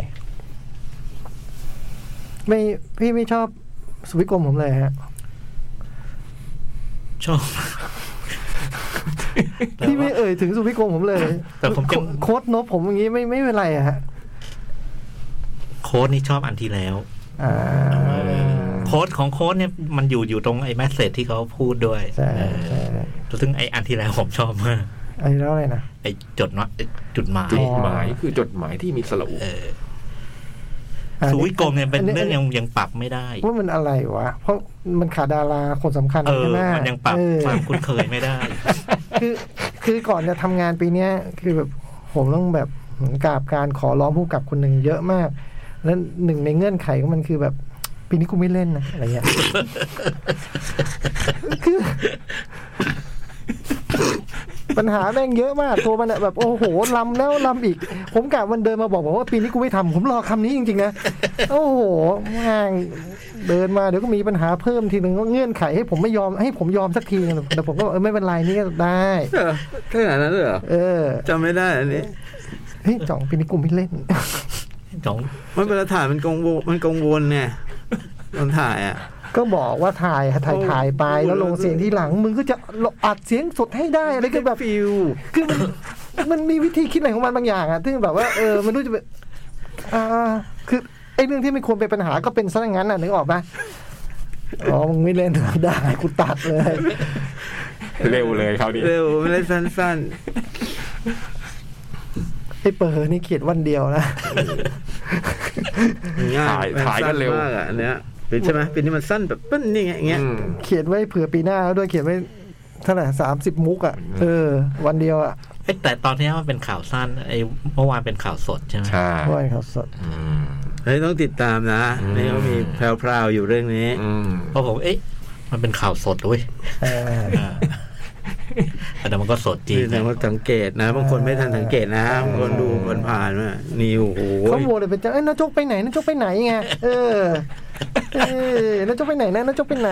Speaker 2: ไม่พี่ไม่ชอบสวิกรมผมเลยฮะ
Speaker 5: ชอบ
Speaker 2: พี่ไม่
Speaker 5: แต่ว่า
Speaker 2: เอ่ยถึงสุพิกรมผมเลย
Speaker 5: แต่ผม
Speaker 2: โค
Speaker 5: จำ
Speaker 2: โค้ดนบผมอย่างนี้ไม่ไม่เป็นไรอะฮะ
Speaker 5: โค้ดนี่ชอบอันที่แล้ว
Speaker 2: อ่า
Speaker 5: โค้ดของโค้ดเนี่ยมันอยู่อยู่ตรงไอ้แมสเซจที่เขาพูดด้วย
Speaker 2: ใช่
Speaker 5: เออ
Speaker 2: ใช่
Speaker 5: ซึ่งไอ้อันที่แล้วผมชอบมาก
Speaker 2: ไอ้แล้วอะไรนะ
Speaker 5: ไอ้จดเนาะไอ้จุดหมาย
Speaker 3: จดหมายคือจดหมายที่มีสระอุ
Speaker 5: เออสุวิกรมเนี่ยเป็นเรื่องยังยังปรับไม่ได้
Speaker 2: ว่ามันอะไรวะ เพราะมันขาดดาราคนสำคัญ
Speaker 5: เออ
Speaker 2: ใช่ไหม
Speaker 5: มันยังปรับ
Speaker 2: เออ
Speaker 5: ความคุ้นเคยไม่ได้
Speaker 2: คือ คือก่อนจะทำงานปีเนี้ย คือแบบผมต้องแบบเหมือนกราบการขอร้องผู้กำกับคนหนึ่งเยอะมาก แล้วหนึ่งในเงื่อนไขของมันคือแบบ ปีนี้กูไม่เล่นนะอะไรเงี้ย คือ ปัญหาแม่งเยอะมาก ตัวมันอะแบบ โอ้โหลำแล้วลำอีก ผมกะวันเดินมาบอกบอกว่าปีนี้กูไม่ทำผมรอคำนี้จริง ๆ นะ โอ้โหแม่งเดินมาเดี๋ยวก็มีปัญหาเพิ่มทีหนึ่งก็เงื่อนไขให้ผมไม่ยอมให้ผมยอมสักทีนึงแต่ผมก็บอกเออไม่เป็นไรนี่ก็ได้
Speaker 1: ำเออขนาดนั้นเลยเหรอ
Speaker 2: เออ
Speaker 1: จำไม่ได้อันนี้
Speaker 2: เฮ้ยจ่องปีนี้กูไม่เล่น
Speaker 5: จอง
Speaker 1: มันเวลาถ่ายมันกังวลมันกังวลเนี่ยตอนถ่ายอ่ะ
Speaker 2: ก็บอกว่าถ่ายถ่ายถ่ายไป
Speaker 1: โอ้โห
Speaker 2: แล้วลงเสียงทีหลังมึงก็จะอัดเสียงสดให้ได้อะไรก็แบบ
Speaker 1: ฟิว
Speaker 2: คือมัน มันมีวิธีคิดอะไรของมันบางอย่างอะซึ่งแบบว่าเออมันรู้จะแบบอ่าคือไอ้เรื่องที่ไม่ควรเป็นปัญหาก็เป็นซะอย่างนั้นน่ะนึกออกปะอ๋อมึงไม่เล่นเหรอได้กูตัดเลย
Speaker 3: เร็วเลยคราวนี้
Speaker 1: เร็วไม่ได้สั้น
Speaker 2: ไอ้เปิดนี่เขียนวันเดียวนะ
Speaker 1: ๆง่าย
Speaker 3: ถ่าย
Speaker 1: มัน
Speaker 3: กั
Speaker 1: สั้
Speaker 3: น
Speaker 1: น
Speaker 3: เร็ว
Speaker 1: มากอ่ะอันเนี้ยเป็นใช่ไหมเป็นที่มันสั้นแบบปั้นนี่ไงอย่างเงี้ย
Speaker 3: อืม
Speaker 2: เขียนไว้เผื่อปีหน้าแล้วด้วยเขียนไว้เท่าไหร่สามสิบมุกอะเออ วันเดียวอะ
Speaker 5: เอ้ยแต่ตอนนี้มันเป็นข่าวสั้นไอ้เมื่อวานเป็นข่าวสดใช่ไหม
Speaker 3: ใช่
Speaker 2: ว่าเขาสด
Speaker 3: อืม
Speaker 1: เฮ้ยต้องติดตามนะ
Speaker 3: อืม
Speaker 1: นี่ก็มีแพรวๆอยู่เรื่องนี้
Speaker 3: อืม
Speaker 5: เพราะผมเอ๊ะมันเป็นข่าวสดด้วย
Speaker 2: เออ
Speaker 5: อ่าแต่มันก็สดจริง
Speaker 1: นี่แสดงว่าสังเกตนะบางคนไม่ทันสังเกตนะบางคนดูผ่านผ่านๆว่านี่โอ้โห
Speaker 2: เขาโมเลยเป็นเจ้าเอ้ยนายกไปไหนนายกไปไหนไงเออ เอ้ยน้าเจ้าไปไหนนะน้าเจ้าไปไหน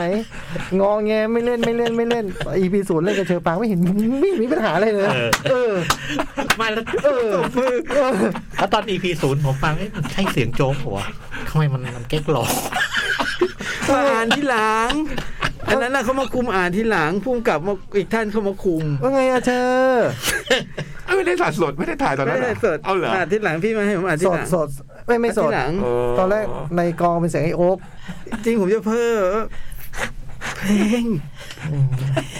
Speaker 2: งอแงไม่เล่นไม่เล่นไม่เล่นอีพีศูนย์เล่นกับเชอปางไม่เห็นไม่มีปัญหาอะไรเลยนะเออ
Speaker 5: ไม่แล้ว
Speaker 2: เออเออ
Speaker 5: แล้วตอน EP ศูนย์ผมฟังเอ๊ะมันใช่เสียงโจ๊กเหรอวะทำไมมันมันเก๊กหลอก
Speaker 1: มาอ่านที่หลัง อันนั้นน่ะเขามาคุมอ่านที่หลังพุ่มกับมาอีกท่านเขามาคุม
Speaker 2: ว่าไงอะเชอ
Speaker 3: เอ้ยไม่ได้ถ่ายสดไม่ได้ถ่ายตอนนั้
Speaker 1: ไม่
Speaker 3: น
Speaker 1: ได้
Speaker 3: อะ
Speaker 1: สด
Speaker 3: เอาเหรออ
Speaker 1: นที่หลังพี่มาให้ผมอ่าน
Speaker 2: ส
Speaker 1: ที่ห
Speaker 2: ด
Speaker 1: ลัง
Speaker 2: สดไม่ไม่สด
Speaker 1: ที่หลัง
Speaker 3: เออ
Speaker 2: ตอนแรกในกองเป็นเสียงไอ้โอ๊ก
Speaker 1: จริงผมจะเพ้อเพลง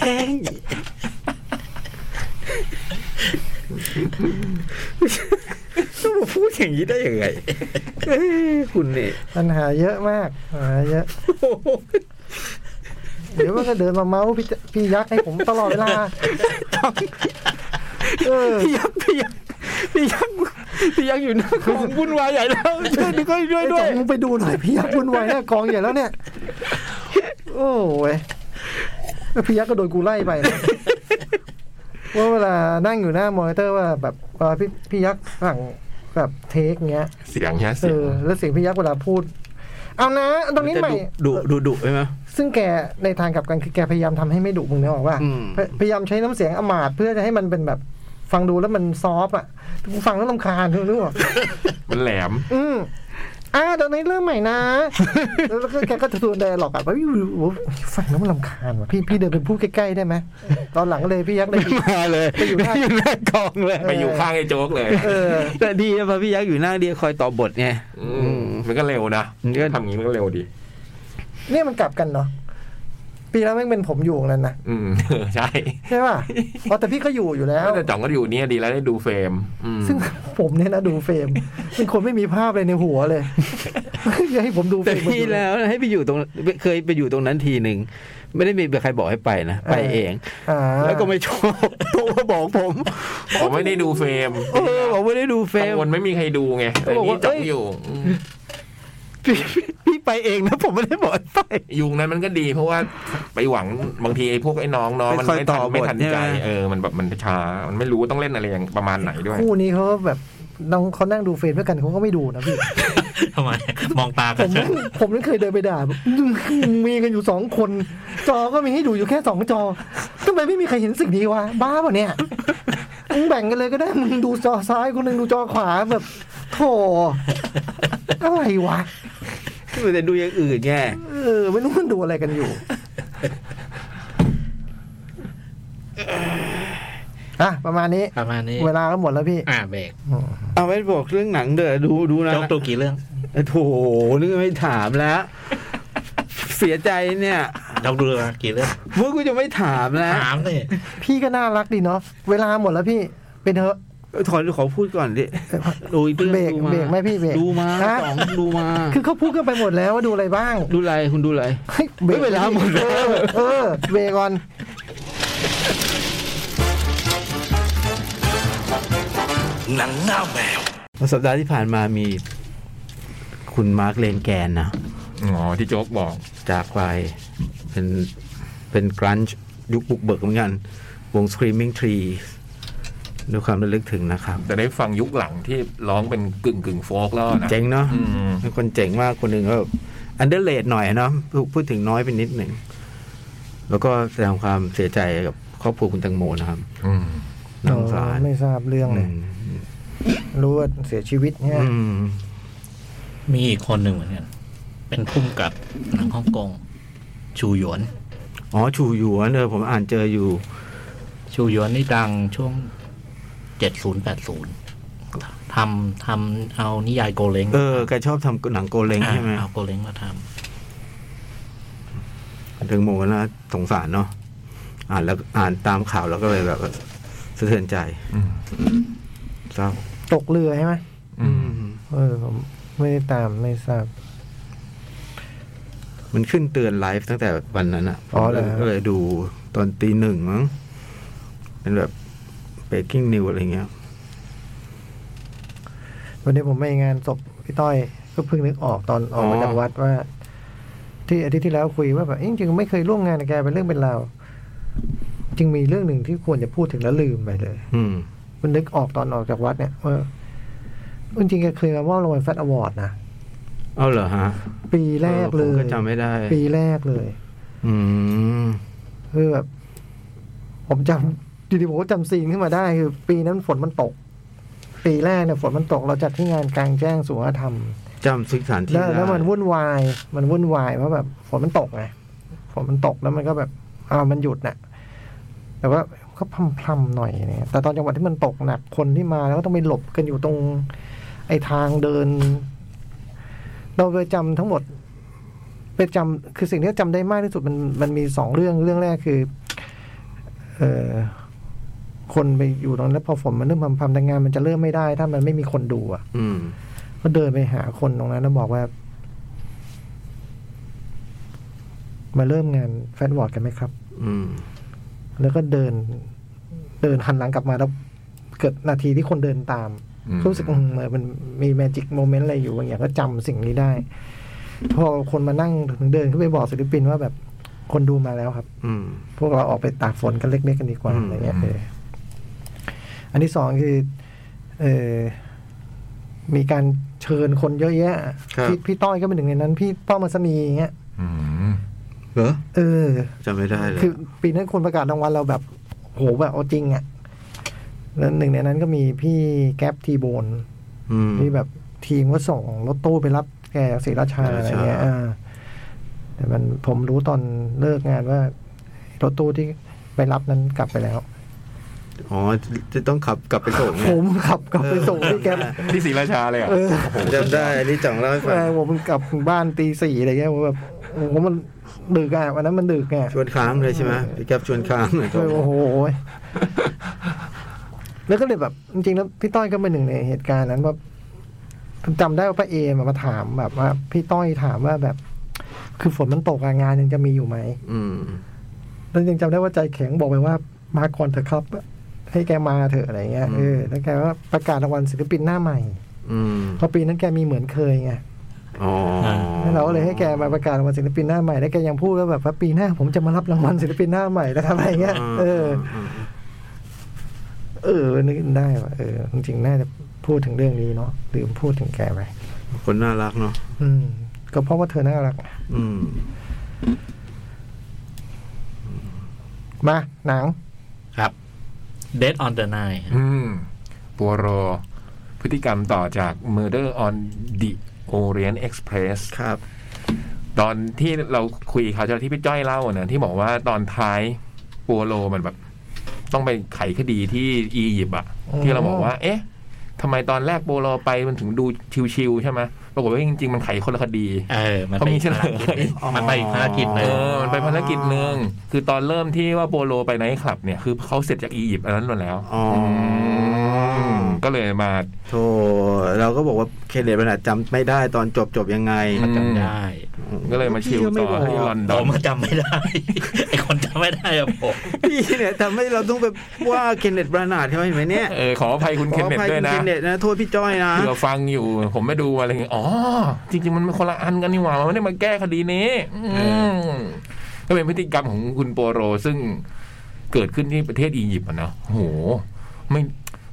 Speaker 1: เพลงต้องมาพูดอย่างนี้ได้ยังไงเอ้ยคุณเนี่ย
Speaker 2: ปัญหาเยอะมากปัญหาเยอะ เดี๋ยวมันก็เดินมาเมาส์พี่พี่ยักษ์ให้ผมตลอดเวลาเออ
Speaker 1: พี่ยักษ์พี่ยักษ์พี่ยักษ์พี่ยักษ์อยู่หน้ากองวุ่นวายใหญ่แล้วช่วยด้วยด้วยด้ว
Speaker 2: ไอ้
Speaker 1: ย
Speaker 2: จอมมึงไปดูหน่อยพี่ยักษ์วุ่นวายหน้ากองใหญ่แล้วเนี่ย โอ้ยแล้วพี่ยักษ์ก็โดนกูไล่ไปนะว่าเวลานั่งอยู่หน้ามอนิเตอร์ว่าแบบเอ่อพี่พี่ยักษ์สั่งแบบเทคเงี้ย
Speaker 3: เสียงใช่ไหม
Speaker 2: เอ
Speaker 3: เสียง
Speaker 2: อแล้วเสียงพี่ยักษ์เวลาพูด เอานะตรงนี้ใหม่
Speaker 1: ดุดุดุใช่ไหม
Speaker 2: ซึ่งแกในทางกลับกันคือแกพยายามทำให้ไม่ดุมึงนะบอกว่า
Speaker 1: อืม
Speaker 2: พยพยายามใช้น้ำเสียงอำมาดเพื่อจะให้มันเป็นแบบฟังดูแล้วมันซอฟต์อ่ะกูฟังแล้วลำคาญ รู้ป่ะ
Speaker 3: มันแหลม
Speaker 2: อืมอ่าตอนนี้เริ่มใหม่ นะ แล้วก็แกก็จะทวนไดอะล็อกอ่ะว่าพี่ฟังแล้วมันลำคาญว่ะพี่พี่เดินไปพูดใกล้ๆได้ ไหมตอนหลังเลยพี่ยักษ์ได้ยิน
Speaker 1: มาเลย
Speaker 2: ไปอยู่หน้า
Speaker 1: อยู่หน้ากองเลย
Speaker 3: ไปอยู่ข้างไอ้โจ๊กเลย
Speaker 2: เออ
Speaker 1: แต่ดีนะเพราะพี่ยักษ์อยู่หน้าเดียคอยต่อบทไง
Speaker 3: อืมมันก็เร็วนะ
Speaker 1: มันก็
Speaker 3: ทำอย่างนี้มันก็เร็วดี
Speaker 2: เนี่ยมันกลับกันเนาะปีแล้วแม่งเป็นผมอยู่นั่นนะ
Speaker 3: อืม ใช่
Speaker 2: ใช่ป่ะอ๋อแต่พี่ก็อยู่อยู่แล้ว
Speaker 3: แต่จ่องก็อยู่เนี่ยดีแล้วได้ดูเฟรมอืม
Speaker 2: ซึ่งผมเนี่ยนะดูเฟรมเป็นคนไม่มีภาพเลยในหัวเลย อย่าให้ผมดูเฟร
Speaker 1: แต่
Speaker 2: ม
Speaker 1: พี่แล้วนะให้ไปอยู่ตรงเคยไปอยู่ตรงนั้นทีหนึ่งไม่ได้มีใครบอกให้ไปนะ ไปเอง
Speaker 2: อ่า
Speaker 1: แล้วก็ไม่ช อบโทรมาบอกผม
Speaker 3: ผมไม่ได้ดูเฟรม
Speaker 1: เออบอกว่าได้ดูเฟร
Speaker 3: กั
Speaker 1: ม
Speaker 3: งวลไม่มีใครดูไง
Speaker 1: ก็
Speaker 3: แต่
Speaker 1: บอกว่า
Speaker 3: นี่จ่อง
Speaker 1: เอ้ย
Speaker 3: อยู่อืม
Speaker 1: พี่พี่ไปเองนะผมไม่ได้บอกให้ไป
Speaker 3: ยุงนั้นมันก็ดี เพราะว่าไปหวังบางทีไอ้พวกไอ้น้องน้องมัน
Speaker 1: ไม่ค่อย
Speaker 3: ไม่
Speaker 1: ต่
Speaker 3: ทัน
Speaker 1: อบท
Speaker 3: ไม่ทัน
Speaker 1: ใช่
Speaker 3: ใจ
Speaker 1: ไหม
Speaker 3: เออมันแบบมันช้ามันไม่รู้ว่าต้องเล่นอะไรอย่างประมาณไหนด้วย
Speaker 2: คู่นี้เขาแบบน้องเขานั่งดูเฟรมด้วยกันเขาก็ไม่ดูนะพี่
Speaker 5: ทำไม มองตา
Speaker 2: ผ
Speaker 5: กัน
Speaker 2: ม
Speaker 5: เฉย
Speaker 2: ผมนั่นเคยเดินไปด่าแบบมีกันอยู่สองคน จอก็มีให้ดูอยู่แค่สองจอทำไมไม่มีใครเห็นสิ่งนี้วะบ้าเปล่ะเนี่ยมึงแบ่งกันเลยก็ได้มึงดูจอซ้ายคนหนึ่งดูจอขวาแบบโถอะไรวะ
Speaker 1: แต่ดูอย่างอื่นไง
Speaker 2: เออไม่รู้มันดูอะไรกันอยู่อ่ะประมาณนี้
Speaker 5: ประมาณนี้
Speaker 2: เวลาก็หมดแล้วพี่
Speaker 5: อ่าเบรก
Speaker 1: เอาไว้บอกเรื่องหนังเด้อดูดูนะ
Speaker 5: โจ๊กดูกี่เรื่อง
Speaker 1: โถนึกไม่ถาม แล้ว เสียใจเนี่ย
Speaker 5: โจ๊กดูกี่เรื่อง
Speaker 1: เมื่อกูจะไม่ถามแล้ว
Speaker 5: ถามเลย
Speaker 2: พี่ก็น่ารักดีเนาะ เวลาหมดแล้วพี่ เป็นเถอะ
Speaker 1: ถอนขอพูดก่อนดิดูอีรื่อง
Speaker 2: เบรก
Speaker 1: ดูา
Speaker 2: เบรกไหมพี่เบรก
Speaker 1: ดูมา
Speaker 2: ฮะ
Speaker 1: สองดูมา
Speaker 2: คือเขาพูดกันไปหมดแล้วว่าดูอะไรบ้าง
Speaker 1: ดูอะไรคุณดูอะไร
Speaker 2: เฮ้ย
Speaker 1: เฮ้ยเวลาหมดแล้ว
Speaker 2: เออเออเบรกก่อน
Speaker 1: เมื่อสัปดาห์ที่ผ่านมามีคุณมาร์คเลนแกนนะ
Speaker 3: อ๋อที่โจ๊กบอก
Speaker 1: จากไปเป็นเป็นกรันช์ยุคบุกเบิกเหมือนกัน วง Screaming Tree ด้วยความระลึกถึงนะครับ
Speaker 3: จะได้ฟังยุคหลังที่ร้องเป็นกึ่งกึ่งโฟล์กแล้วนะ
Speaker 1: เจ๋งเนาะ
Speaker 3: อืม
Speaker 1: เป็นคนเจ๋งมากคนหนึ่งก็แบบอันเดอร์เลดหน่อยเนาะพูพูดถึงน้อยไปนิดหนึ่ง แล้วก็แสดงความเสียใจกับครอบครัวคุณตังโมนะครับ
Speaker 3: อืม
Speaker 1: น่าสงสาร
Speaker 2: ไม่ทราบเรื่องเลย รู้ว่าเสียชีวิตเนี่ย
Speaker 1: อืม
Speaker 5: มีอีกคนหนึ่งเหมือนกันเป็นพุ่มกับหนังฮ่องกงชูหยวน
Speaker 1: อ๋อ ชูหยวนเออผมอ่านเจออยู่
Speaker 5: ชูหยวนนี่ดังช่วงเจ็ดศูนย์แปดศูนย์ทำทำเอานิยายโกเล้ง
Speaker 1: เออแกชอบทำหนังโกเล้งใช่ไหม
Speaker 5: อ่าเอาโกเล้งมาทำ
Speaker 1: ถึงโมนะสงสารเนาะอ่านแล้วอ่านตามข่าวแล้วก็เลยแบบสะเทือนใจ
Speaker 3: อืม
Speaker 1: เศร้า
Speaker 2: ตกเรือใช่ไหม
Speaker 3: อืม
Speaker 2: เออผมไม่ได้ตามไม่ทราบ
Speaker 1: มันขึ้นเตือนไลฟ์ตั้งแต่วันนั้นอ่ะ
Speaker 2: อ๋อเหรอ
Speaker 1: ผมก็เลยดูตอนตีหนึ่งมั้งเป็นแบบ breaking news อะไรเงี้ย
Speaker 2: วันนี้ผมไปงานศพพี่ต้อยก็เพิ่งนึกออกตอนออกมา
Speaker 1: อ๋อ
Speaker 2: จากวัดว่า ที่อาทิตย์ที่แล้วคุยว่าแบบเอ้ยจริงๆไม่เคยร่วมงานกับแกเป็นเรื่องเป็นราวจึงมีเรื่องหนึ่งที่ควรจะพูดถึงแล้วลืมไปเลย
Speaker 1: อืม
Speaker 2: มันนึกออกตอนออกจากวัดเนี่ยว่าจริงๆแกเคยมาว่าลงวัลแฟตอวอร์ดนะ
Speaker 1: เอาเหรอฮะ
Speaker 2: ปีแรกเล
Speaker 1: ออผม
Speaker 2: ย
Speaker 1: ก็จำไม่ได้
Speaker 2: ปีแรกเลย
Speaker 1: อืม
Speaker 2: คือแบบผมจำดีๆผมก็จำซีนขึ้นมาได้ คือ ปีนั้นฝนมันตก ปีแรกเนี่ยฝนมันตกเราจัดที่งานกลางแจ้งสุวัฒนธรรม
Speaker 1: จำสึกสถานที่
Speaker 2: แล้ว
Speaker 1: ได้
Speaker 2: แล้วมันวุ่นวาย มันวุ่นวายเพราะแบบฝนมันตกไงฝนมันตกแล้วมันก็แบบอ้าวมันหยุดน่ะ แต่ว่าก็พรำๆหน่อยเนี่ยแต่ตอนจังหวะที่มันตกหนักคนที่มาแล้วก็ต้องไปหลบกันอยู่ตรง ไอ้ทางเดิน เราไปจำทั้งหมด ไปจำคือสิ่งที่จำได้มากที่สุดมันมันมีสองเรื่องเรื่องแรกคือ เออคนไปอยู่ตรงนั้นแล้วพอฝนมันเริ่มพำพำแต่งานมันจะเริ่มไม่ได้ ถ้ามันไม่มีคนดูอ่ะ
Speaker 1: อืม
Speaker 2: ก็เดินไปหาคนตรงนั้นแล้วบอกว่า มาเริ่มงานแฟนวอร์ดกันไหมครับ
Speaker 1: อืม
Speaker 2: แล้วก็เดิน เดินหันหลังกลับมาแล้วเกิดนาทีที่คนเดินตาม
Speaker 3: อืม
Speaker 2: รู้สึกอืมเออมันมีแมจิกโมเมนต์อะไรอยู่บางอย่างก็จำสิ่งนี้ได้ พอคนมานั่งถึงเดินขึ้นไปบอกศิลปินว่าแบบคนดูมาแล้วครับ
Speaker 1: อืม
Speaker 2: พวกเราออกไปตากฝนกันเล็กๆกันดีกว่า
Speaker 1: อืม
Speaker 2: อะไรเงี้ยเอออันที่สองคือ เออมีการเชิญคนเยอะแยะพี่พี่ต้อยก็เป็นหนึ่งในนั้น พี่ต้อมมัสนีอย่างเงี้ย
Speaker 3: อืม
Speaker 1: เหรอ
Speaker 2: เออ
Speaker 1: จำไม่ได้เลย
Speaker 2: คือปีนั้นคนประกาศรางวัลเราแบบโหแบบเอาจริงอะ่ะแล้วหนึ่งในนั้นก็มีพี่แก๊ปทีโบน
Speaker 1: อืม
Speaker 2: ที่แบบทีมก็ส่งรถตู้ไปรับแกจากศรีราชาอะไรเงี้ย
Speaker 1: ศรีราชา
Speaker 2: อ่าแต่มันผมรู้ตอนเลิกงานว่า รถตู้ที่ไปรับนั้นกลับไปแล้ว
Speaker 1: อ๋อจะต้องขับกลับไปส่งเนี่ย
Speaker 2: ผมขับกลับไปส่งพี่แกป
Speaker 3: ที่ศรีราชาเลยเหรอ่ะ
Speaker 1: จำได้อันนี้จ่องเล่าให้ฟัง
Speaker 2: เออผมกลับบ้านตีสี่อะไรเงี้ยผมแบบผมมันดึกอ่ะวันนั้นมันดึกไง
Speaker 1: ชวนค้างเลยใช่ไหมพี่แก๊ปชวนค้างเลย
Speaker 2: โอ้โห แล้วก็เลยแบบ จริงๆแล้วพี่ต้อยก็เป็นหนึ่งในเหตุการณ์นั้นว่าจำได้ว่าป้าเอมาถามแบบว่า พี่ต้อยถามว่าแบบ คือฝนมันตกอะงานยังจะมีอยู่ไหม
Speaker 1: อืม
Speaker 2: แล้วยังจำได้ว่าใจแข็งบอกไปว่ามาก่อนเถอะครับ ให้แกมาเถอะอะไรเงี้ย
Speaker 1: อืม
Speaker 2: เออแล้วแกว่าประกาศรางวัลศิลปินหน้าใหม่
Speaker 1: อืม
Speaker 2: เพอปีนั้นแกมีเหมือนเคยไง
Speaker 1: อ๋อ
Speaker 2: แล้วเราก็เลยให้แกมาประกาศรางวัลศิลปินหน้าใหม่แล้วแกยังพูดว่าแบบว่าปีหน้าผมจะมารับรางวัลศิลปินหน้าใหม่นะครับอะไรเงี้ยเออ
Speaker 1: ม
Speaker 2: เออนึกได้ว่าเออจริงๆน่าจะพูดถึงเรื่องนี้เนาะลืมพูดถึงแกไป
Speaker 1: คนน่ารักเนาะ
Speaker 2: อืม ก็เพราะว่าเธอน่ารัก
Speaker 1: อืม
Speaker 2: มาหนัง
Speaker 5: ครับ Dead on the Nile
Speaker 3: อืมบัวโร พฤติกรรมต่อจาก Murder on the Orient Express
Speaker 1: ครับ
Speaker 3: ตอนที่เราคุยเขาวที่แล้วที่พี่จ้อยเล่าอะนะที่บอกว่าตอนท้ายบัวโรมันแบบ ต้องไปไขคดีที่อียิปต์อะ
Speaker 2: อืม
Speaker 3: ที่เราบอกว่า เอ๊ะทำไมตอนแรกบัวโรไปมันถึงดูชิวๆใช่ไหมปรากฏว่าจริงๆ มันไขคนละคดี
Speaker 5: เออ มัน
Speaker 3: เขา
Speaker 5: ไป
Speaker 3: มี
Speaker 5: อีกภาร
Speaker 3: เฉลย
Speaker 5: กิจหนึ่งมันไปอีกภารกิจห
Speaker 3: เอ
Speaker 5: นึ่ง
Speaker 3: อมันไปภารกิจหนึ่งคือตอนเริ่มที่ว่าโบโลไปไนท์คลับเนี่ยคือเขาเสร็จจากอียิปต์อันนั้นหมดแล้ว
Speaker 1: อ๋ออื
Speaker 3: มก็เลยมา
Speaker 1: โธ่เราก็บอกว่าเคเดตมันอาจจำไม่ได้ตอนจบจบยังไง
Speaker 3: อืม
Speaker 5: จำได้
Speaker 3: ก็เลยมาชิล
Speaker 2: พี่ก็ไม่
Speaker 3: ต่อที่
Speaker 2: บอก
Speaker 3: ลอนด
Speaker 5: ผ
Speaker 3: อน
Speaker 5: มจำไม่ได้ ไอคนจำไม่ได้อะผม
Speaker 1: พี่เนี่ยทำให้เราต้องไปว่าเคนเนตบรานาดใช่ไหมเห็นไหมเนี่ย
Speaker 3: เออขออภัยคุณเคนเน็ต
Speaker 1: ขออภั
Speaker 3: ด้วยนะ
Speaker 1: คุณเคนเนตนะ โทษพี่จ้อยนะ
Speaker 3: เผื่อฟังอยู่ ผมไม่ดูอะไรเงี้ยอ๋อ จริง ๆ มันคนละอันกันนี่หว่ามันไม่ได้มาแก้คดีนี้
Speaker 5: เอ
Speaker 3: อืมก็เป็นพฤติกรรมของคุณโปโรซึ่งเกิดขึ้นที่ประเทศอียิปต์อ่ะเนาะโห ไม่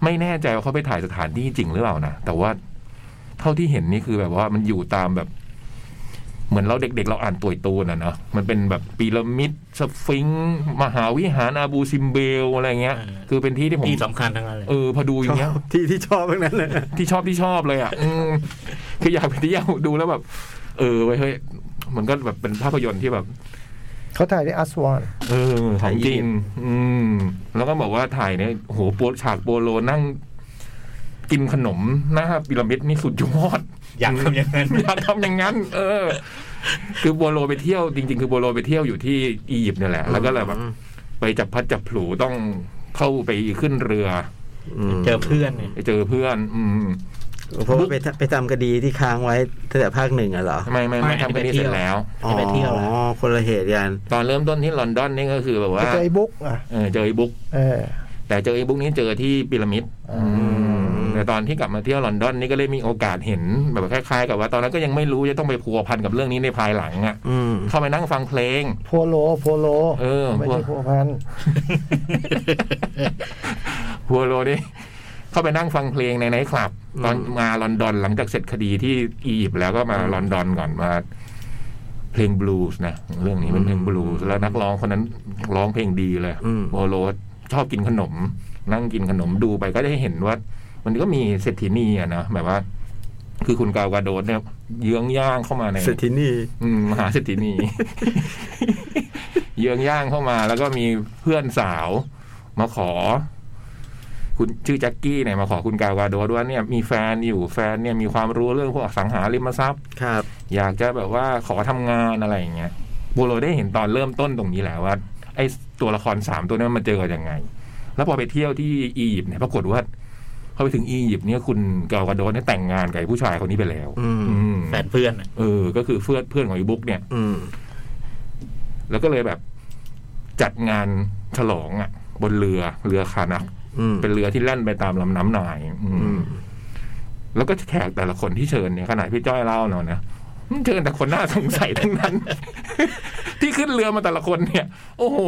Speaker 3: ไม่แน่ใจว่าเขาไปถ่ายสถานที่จริงหรือเปล่านะ แต่ว่าเท่าที่เห็นนี่คือแบบว่ามันอยู่ตามแบบ เหมือนเราเด็กๆ เราอ่านตัวตูนอ่ะเนาะมันเป็นแบบปีระมิดสฟิงค์มหาวิหารอาบูซิมเบลอะไรเงี้ย
Speaker 5: เออ
Speaker 3: คือเป็นที่ที่ผม
Speaker 5: ที่สำคัญทั้งนั้นเลย
Speaker 3: เออพอดูอย่างเงี้ย
Speaker 1: ที่ที่ชอบทั้งนั้นเลย
Speaker 3: ที่ชอบที่ชอบเลยอ่ะ อืมคืออยากไปเที่ยวดูแล้วแบบ เออเว้ยเฮ้ยมันก็แบบเป็นภาพยนตร์ที่แบบ
Speaker 2: เขาถ่ายที่อัสวอน
Speaker 3: เออข
Speaker 1: ถ่า
Speaker 3: อยง
Speaker 1: อี
Speaker 3: จ
Speaker 1: ยิ
Speaker 3: ริ
Speaker 1: ป
Speaker 3: ง
Speaker 1: ต์
Speaker 3: อืม แล้วก็บอกว่าถ่ายเนี่ยโอ้โหโปฉากโปโลนั่ง กินขนมหน้าพีระมิดนี่สุดยอด
Speaker 5: อยากทำอย่างนั้น
Speaker 3: อยากทำอย่างนั้น เออ คือโบโลไปเที่ยวจริง ๆ คือโบโลไปเที่ยวอยู่ที่อียิปต์เนี่ยแหละ แล้วก็เลยแบบไปจับพัดจับผลูต้องเข้าไปขึ้นเรือ
Speaker 1: ม
Speaker 5: เจอเพื่อนเนี่ย
Speaker 3: ไปเจอเพื่อน อืม
Speaker 1: เพราะว่าไปทำไปทำคดีที่ค้างไว้ตั้งแต่ภาคหนึ่งอะเหรอ
Speaker 3: ไม่ไม่ไม่ทำกันนี้เสร็จแล้ว
Speaker 1: อ๋
Speaker 5: ไม่ไปเที่ยว
Speaker 1: อ
Speaker 5: ละ
Speaker 1: คนละเหตุกัน
Speaker 3: ตอนเริ่มต้นที่ลอนดอนนี่ก็คือแบบว่า
Speaker 2: เจอไอ้บุ๊กอ่ะ
Speaker 3: เออเจอไอ้บุ๊ก
Speaker 2: เออ
Speaker 3: แต่เจอไอ้บุ๊กนี้เจอที่พีระมิดแต่ตอนที่กลับมาเที่ยวลอนดอนนี่ก็เลยมีโอกาสเห็นแบบคล้ายๆ กับว่าตอนนั้นก็ยังไม่รู้จะต้องไปพัวพันกับเรื่องนี้ในภายหลังอ่ะ
Speaker 1: อืม
Speaker 3: เข้าไปนั่งฟังเพลง
Speaker 2: โพโลโพโล
Speaker 3: เออ
Speaker 2: ไม่ใช่
Speaker 3: โพ
Speaker 2: โพพัน
Speaker 3: พัวโรนี่ เข้าไปนั่งฟังเพลงในไนท์คลับ ตอน
Speaker 1: อืม
Speaker 3: มาลอนดอนหลังจากเสร็จคดีที่อียิปต์แล้วก็มาลอนดอนก่อนมา เพลงบลูส์นะเรื่องนี้เป็นเพลงบลูส์แล้วนักร้องคนนั้นร้องเพลงดีเลย
Speaker 1: อืม
Speaker 3: โบโรสชอบกินขนม นั่งกินขนมดูไปก็ได้เห็นว่า มันก็มีเศรษฐินีอะนะแบบว่า คือคุณกาวกาโดดเนี่ยเยื้องย่างเข้ามาใน
Speaker 1: เศรษฐินี
Speaker 3: อืมมหาเศรษฐินี เยื้องย่างเข้ามา แล้วก็มีเพื่อนสาว มาขอ คุณชื่อแจ็คกี้เนี่ยมาขอคุณกาวกาโดดว่าเนี่ยมีแฟนอยู่แฟนเนี่ยมีความรู้เรื่องพวกอสังหาริมทรัพย์
Speaker 1: ครับ
Speaker 3: อยากจะแบบว่าขอทำงานอะไรอย่างเงี้ยโบโลได้เห็นตอนเริ่มต้นตรงนี้แหละว่า ไอ้ตัวละครสามตัวนั้นมันเจอกันยังไง แล้วพอไปเที่ยวที่อียิปต์เนี่ยปรากฏว่าพอไปถึงอียิปต์เนี่ยคุณกาวกาโดนเนี่ยแต่งงานกับไอ้ผู้ชายคนนี้ไปแล้ว
Speaker 1: อืม
Speaker 3: ม
Speaker 5: แฟนเพื่อนอะ
Speaker 3: เออ ก็คือเพื่อนเพื่อนของอีบุ๊กเนี่ย
Speaker 1: อืม
Speaker 3: แล้วก็เลยแบบ จัดงานฉลองอ่ะ บนเรือเรือคานัก
Speaker 1: อืม
Speaker 3: เป็นเรือที่แล่นไปตามลำน้ำนาย อืม
Speaker 1: อืม
Speaker 3: แล้วก็แขกแต่ละคนที่เชิญเนี่ยขนาดพี่จ้อยเล่าเนาะนะมันเชิญแต่คนน่าสงสัยทั้งนั้น ที่ขึ้นเรือมาแต่ละคนเนี่ย โอ้โห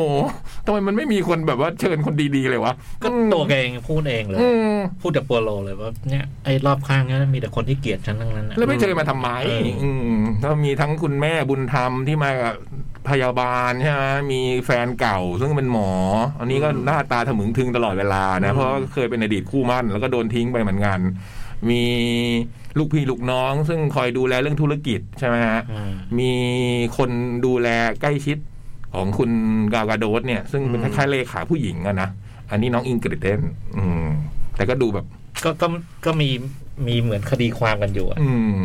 Speaker 3: ทำไมมันไม่มีคนแบบว่าเชิญคนดีๆเลยวะ
Speaker 5: ก็ตัวแกเองพูดเองเลย
Speaker 3: อืม
Speaker 5: พูดกับปัวโลเลยว่าเนี่ยไอ้รอบข้างนั้นมีแต่คนที่เกลียดฉันทั้งนั้นน่ะ
Speaker 3: แล้วไม่เชิญมาทำไม
Speaker 5: เอออื
Speaker 3: อืมแล้วมีทั้งคุณแม่บุญธรรมที่มากับพยาบาลใช่ไหมมีแฟนเก่า ซึ่งเป็นหมอ อันนี้ก็หน้าตาถมึงทึงตลอดเวลานะ เพราะว่าเคยเป็นอดีตคู่หมั่นแล้วก็โดนทิ้งไปเหมือนกัน มีลูกพี่ลูกน้อง ซึ่งคอยดูแลเรื่องธุรกิจใช่ไหมฮะ
Speaker 5: อืม
Speaker 3: มีคนดูแลใกล้ชิดของคุณกาวกาโดสเนี่ย ซึ่งเป็นค
Speaker 1: อืม
Speaker 3: ล้ายๆเลขาผู้หญิงอะนะ อันนี้น้องอิงกริดเดนอืม แต่ก็ดูแบบ
Speaker 5: ก็ก็ก็มีมีเหมือนคดีความกันอยู่อะ
Speaker 3: อืม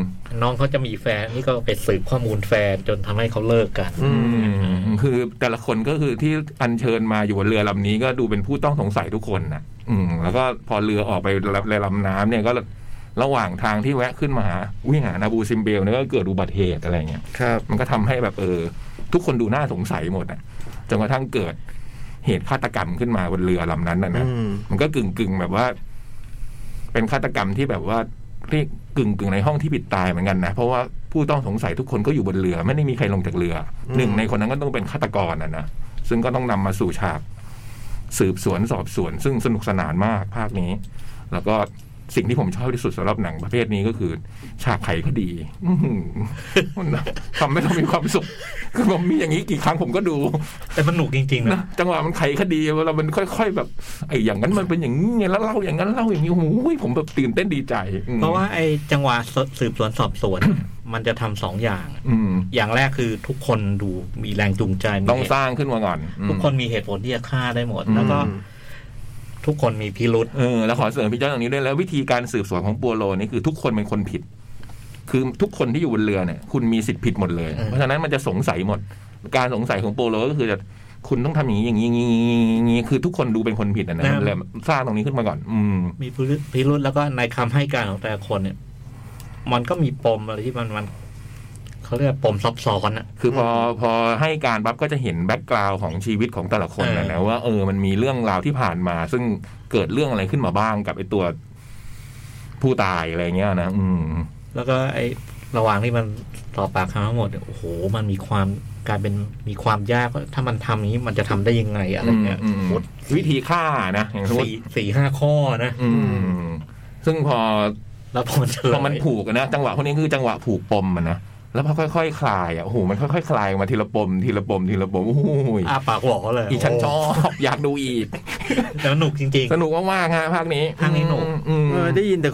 Speaker 5: น้องเขาจะมีแฟนนี่ก็ไปสืบข้อมูลแฟนจนทำให้เขาเลิกกัน
Speaker 1: อื
Speaker 3: อื
Speaker 1: ม
Speaker 3: ม คือแต่ละคนก็คือที่อัญเชิญมาอยู่บนเรือลำนี้ก็ดูเป็นผู้ต้องสงสัยทุกคนนะอืม แล้วก็พอเรือออกไปในลำน้ำเนี่ยก็ระหว่างทางที่แวะขึ้นมาหาวิ่งหานาบูซิมเบลเนี่ยก็เกิดอุบัติเหตุอะไรเงี้ย
Speaker 1: ครับ
Speaker 3: มันก็ทำให้แบบเออ ทุกคนดูน่าสงสัยหมดอ่ะจนกระทั่งเกิดเหตุฆาตกรรมขึ้นมาบนเรือลำนั้นนะนะ
Speaker 1: อืม
Speaker 3: มันก็กึ่งกึ่งๆแบบว่า เป็นฆาตกรรมที่แบบว่าที่กึ่งกึ่งในห้องที่ปิดตายเหมือนกันนะเพราะว่าผู้ต้องสงสัยทุกคนก็อยู่บนเรือ ไม่ได้มีใครลงจากเรืออ
Speaker 1: ม
Speaker 3: หนึ่งในคนนั้นก็ต้องเป็นฆาตกรนะนะซึ่งก็ต้องนำมาสู่ฉาก สืบสวนสอบสวน ซึ่งสนุกสนานมากภาคนี้ แล้วก็สิ่งที่ผมชอบที่สุดสำหรับหนังประเภทนี้ก็คือ ฉากไขคดี อื้อหือมันทำให้เรามีความสุข คือผมมีอย่างนี้กี่ครั้งผมก็ ดู
Speaker 5: แต่มันหนุกจริงๆนะ
Speaker 3: นะจังหวะมันไขคดีเวลามันค่อย ๆ แบบไอ้อย่างนั้นมันเป็นอย่างนี้ไงแล้วเล่าอย่างนั้นเล่าอย่างนี้โอ้ยผมแบบตื่นเต้นดีใจอืม
Speaker 5: เพราะว่าไอ้จังหวะสืบสวนสอบสวน มันจะทำสองอย่าง
Speaker 3: อืม
Speaker 5: อย่างแรกคือทุกคนดูมีแรงจูงใจมี
Speaker 3: ต้อง
Speaker 5: เหตุ
Speaker 3: สร้างขึ้นมาก่อนอืม
Speaker 5: ทุกคนมีเหตุผลที่จะฆ่าได้หมด แล้วก็
Speaker 1: อืม
Speaker 5: ทุกคนมีพิรุษ
Speaker 3: เออแล้วขอเสริมพี่เจ้าตรงนี้ด้วยแล้ววิธีการสืบสวนของปัวโลนี่คือทุกคนเป็นคนผิด คือทุกคนที่อยู่บนเรือเนี่ย คุณมีสิทธิ์ผิดหมดเลย
Speaker 5: เออ
Speaker 3: เพราะฉะนั้นมันจะสงสัยหมด การสงสัยของปัวโลก็คือจะคุณต้องทำอย่างนี้อย่างนี้อย่างนี้อย่างนี้คือทุกคนดูเป็นคนผิดอะนะมันเลยสร้างตรงนี้ขึ้นมาก่อน อืม
Speaker 5: มีพิรุธพิรุธแล้วก็ในคำให้การของแต่ละคนเนี่ย มันก็มีปมอะไรที่มันมันเขาเรียกว่าปมซับซ้อนอะ
Speaker 3: คือพอพอให้การปั๊บก็จะเห็นแบ็กกราวของชีวิตของแต่ละคน
Speaker 5: เออ
Speaker 3: นะนะว่าเออมันมีเรื่องราวที่ผ่านมา ซึ่งเกิดเรื่องอะไรขึ้นมาบ้างกับไอ้ตัวผู้ตายอะไรเงี้ยนะอืม
Speaker 5: แล้วก็ไอ้ระหว่างที่มันสอบปากคำทั้งหมดเนี่ยโอ้โห มันมีความกลายเป็นมีความยากว่าถ้ามันทำอย่างนี้มันจะทำได้ยังไงอะไรเงี้ย
Speaker 3: อืมอืม
Speaker 5: โอ้โห
Speaker 3: วิธีฆ่านะอย่างสมมติ
Speaker 5: สี่สี่ห้าข้อนะ
Speaker 3: อืม ซึ่งพอ
Speaker 5: แล้วพอมันเฉลย
Speaker 3: พอมันผูกอะนะจังหวะพวกนี้คือจังหวะผูกปมอะนะแล้วพอค่อยๆคคลายอ่ะโอ้โหมันค่อยๆคลายออกมาทีละปม ทีละปมทีละปมโอ้โหย
Speaker 5: อาปากหวอเลย
Speaker 3: อีฉันชอ
Speaker 5: โ
Speaker 3: บอยากดูอีก
Speaker 5: โหแล้วหนุกจริง
Speaker 3: สนุกมากๆฮะภาคนี้
Speaker 5: ภาคนี้หนุก
Speaker 3: อืม
Speaker 1: เออได้ยินแต่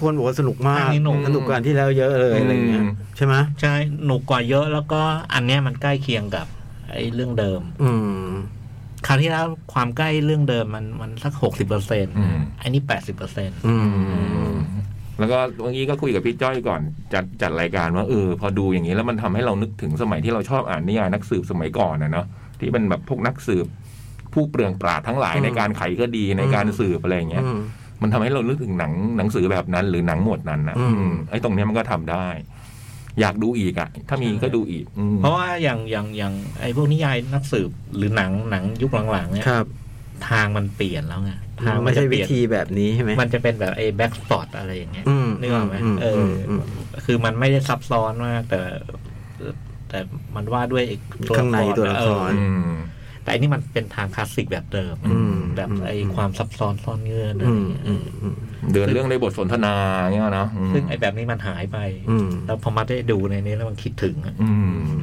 Speaker 1: คนบอกว่าสนุกมาก
Speaker 5: ภาคนี้หนุก
Speaker 1: สนุกกว่าอันที่แล้วเยอะเลยอะไรอย่างเงี้ย
Speaker 3: อืม
Speaker 1: ใช่ไหม
Speaker 5: ๆ ใช่หนุกกว่าเยอะแล้วก็อันเนี้ยมันใกล้เคียงกับไอ้เรื่องเดิม
Speaker 1: อืม
Speaker 5: คราวที่แล้วความใกล้เรื่องเดิมมันมันสักหกสิบเปอร์เซ็นต์
Speaker 3: อืม
Speaker 5: อันนี้แปดสิบเปอร์เซ็นต์
Speaker 1: อืม
Speaker 3: แล้วก็เมื่อกี้ก็คุยกับพี่จ้อยก่อนจัดจัดรายการว่าเออพอดูอย่างนี้แล้วมันทำให้เรานึกถึงสมัยที่เราชอบอ่านนิยายนักสืบสมัยก่อนนะเนาะที่เป็นแบบพวกนักสืบ ผู้เปลืองปราดทั้งหลาย
Speaker 1: อืม
Speaker 3: ในการไขคดีในการสืบอะไรอย่างเงี้ย
Speaker 1: อืม
Speaker 3: มันทำให้เรานึกถึงหนังหนังสือแบบนั้น หรือหนังหมวดนั้นนะ
Speaker 1: อืม
Speaker 3: อืมไอ้ตรงเนี้ยมันก็ทำได้ อยากดูอีกอ่ะ ถ้ามีก็ดูอีกอืม
Speaker 5: เพราะว่าอย่างอย่างอย่างไอ้พวกนิยายนักสืบหรือหนังหนังยุคหลังๆเนี่ย
Speaker 1: ครับ
Speaker 5: ทางมันเปลี่ยนแล้วไงทาง
Speaker 1: ไม่ใช่
Speaker 5: จะเป
Speaker 1: วิ
Speaker 5: ลี่ยน
Speaker 1: ธีแบบนี้ใช่ไหม
Speaker 5: มันจะเป็นแบบไอ้แบ็กสปอตอะไรอย่างเงี้ย
Speaker 1: อืม
Speaker 5: นึกออกไหม
Speaker 1: อื
Speaker 5: เอออ
Speaker 1: ม
Speaker 5: คือมันไม่ได้ซับซ้อนมากแต่ แต่มันว่าด้วยไอ้ตัวละคร
Speaker 1: ข้างในตัวละคร
Speaker 5: เออ
Speaker 3: อืม
Speaker 5: แต่อันนี้มันเป็นทางคลาสสิกแบบเดิม
Speaker 1: อืม
Speaker 5: แบบไอ้ความซับซ้อนซ่อนเงื่อนอะไร
Speaker 1: อืม
Speaker 5: เงี้ย
Speaker 1: อืมอืม
Speaker 3: เดินเรื่องในบทสนทนาเนี่ยนะอืม
Speaker 5: ซึ่งไอ้แบบนี้มันหายไป
Speaker 1: อืม
Speaker 5: แล้วพอมาได้ดูในนี้แล้วมันคิดถึงอะ
Speaker 3: อืม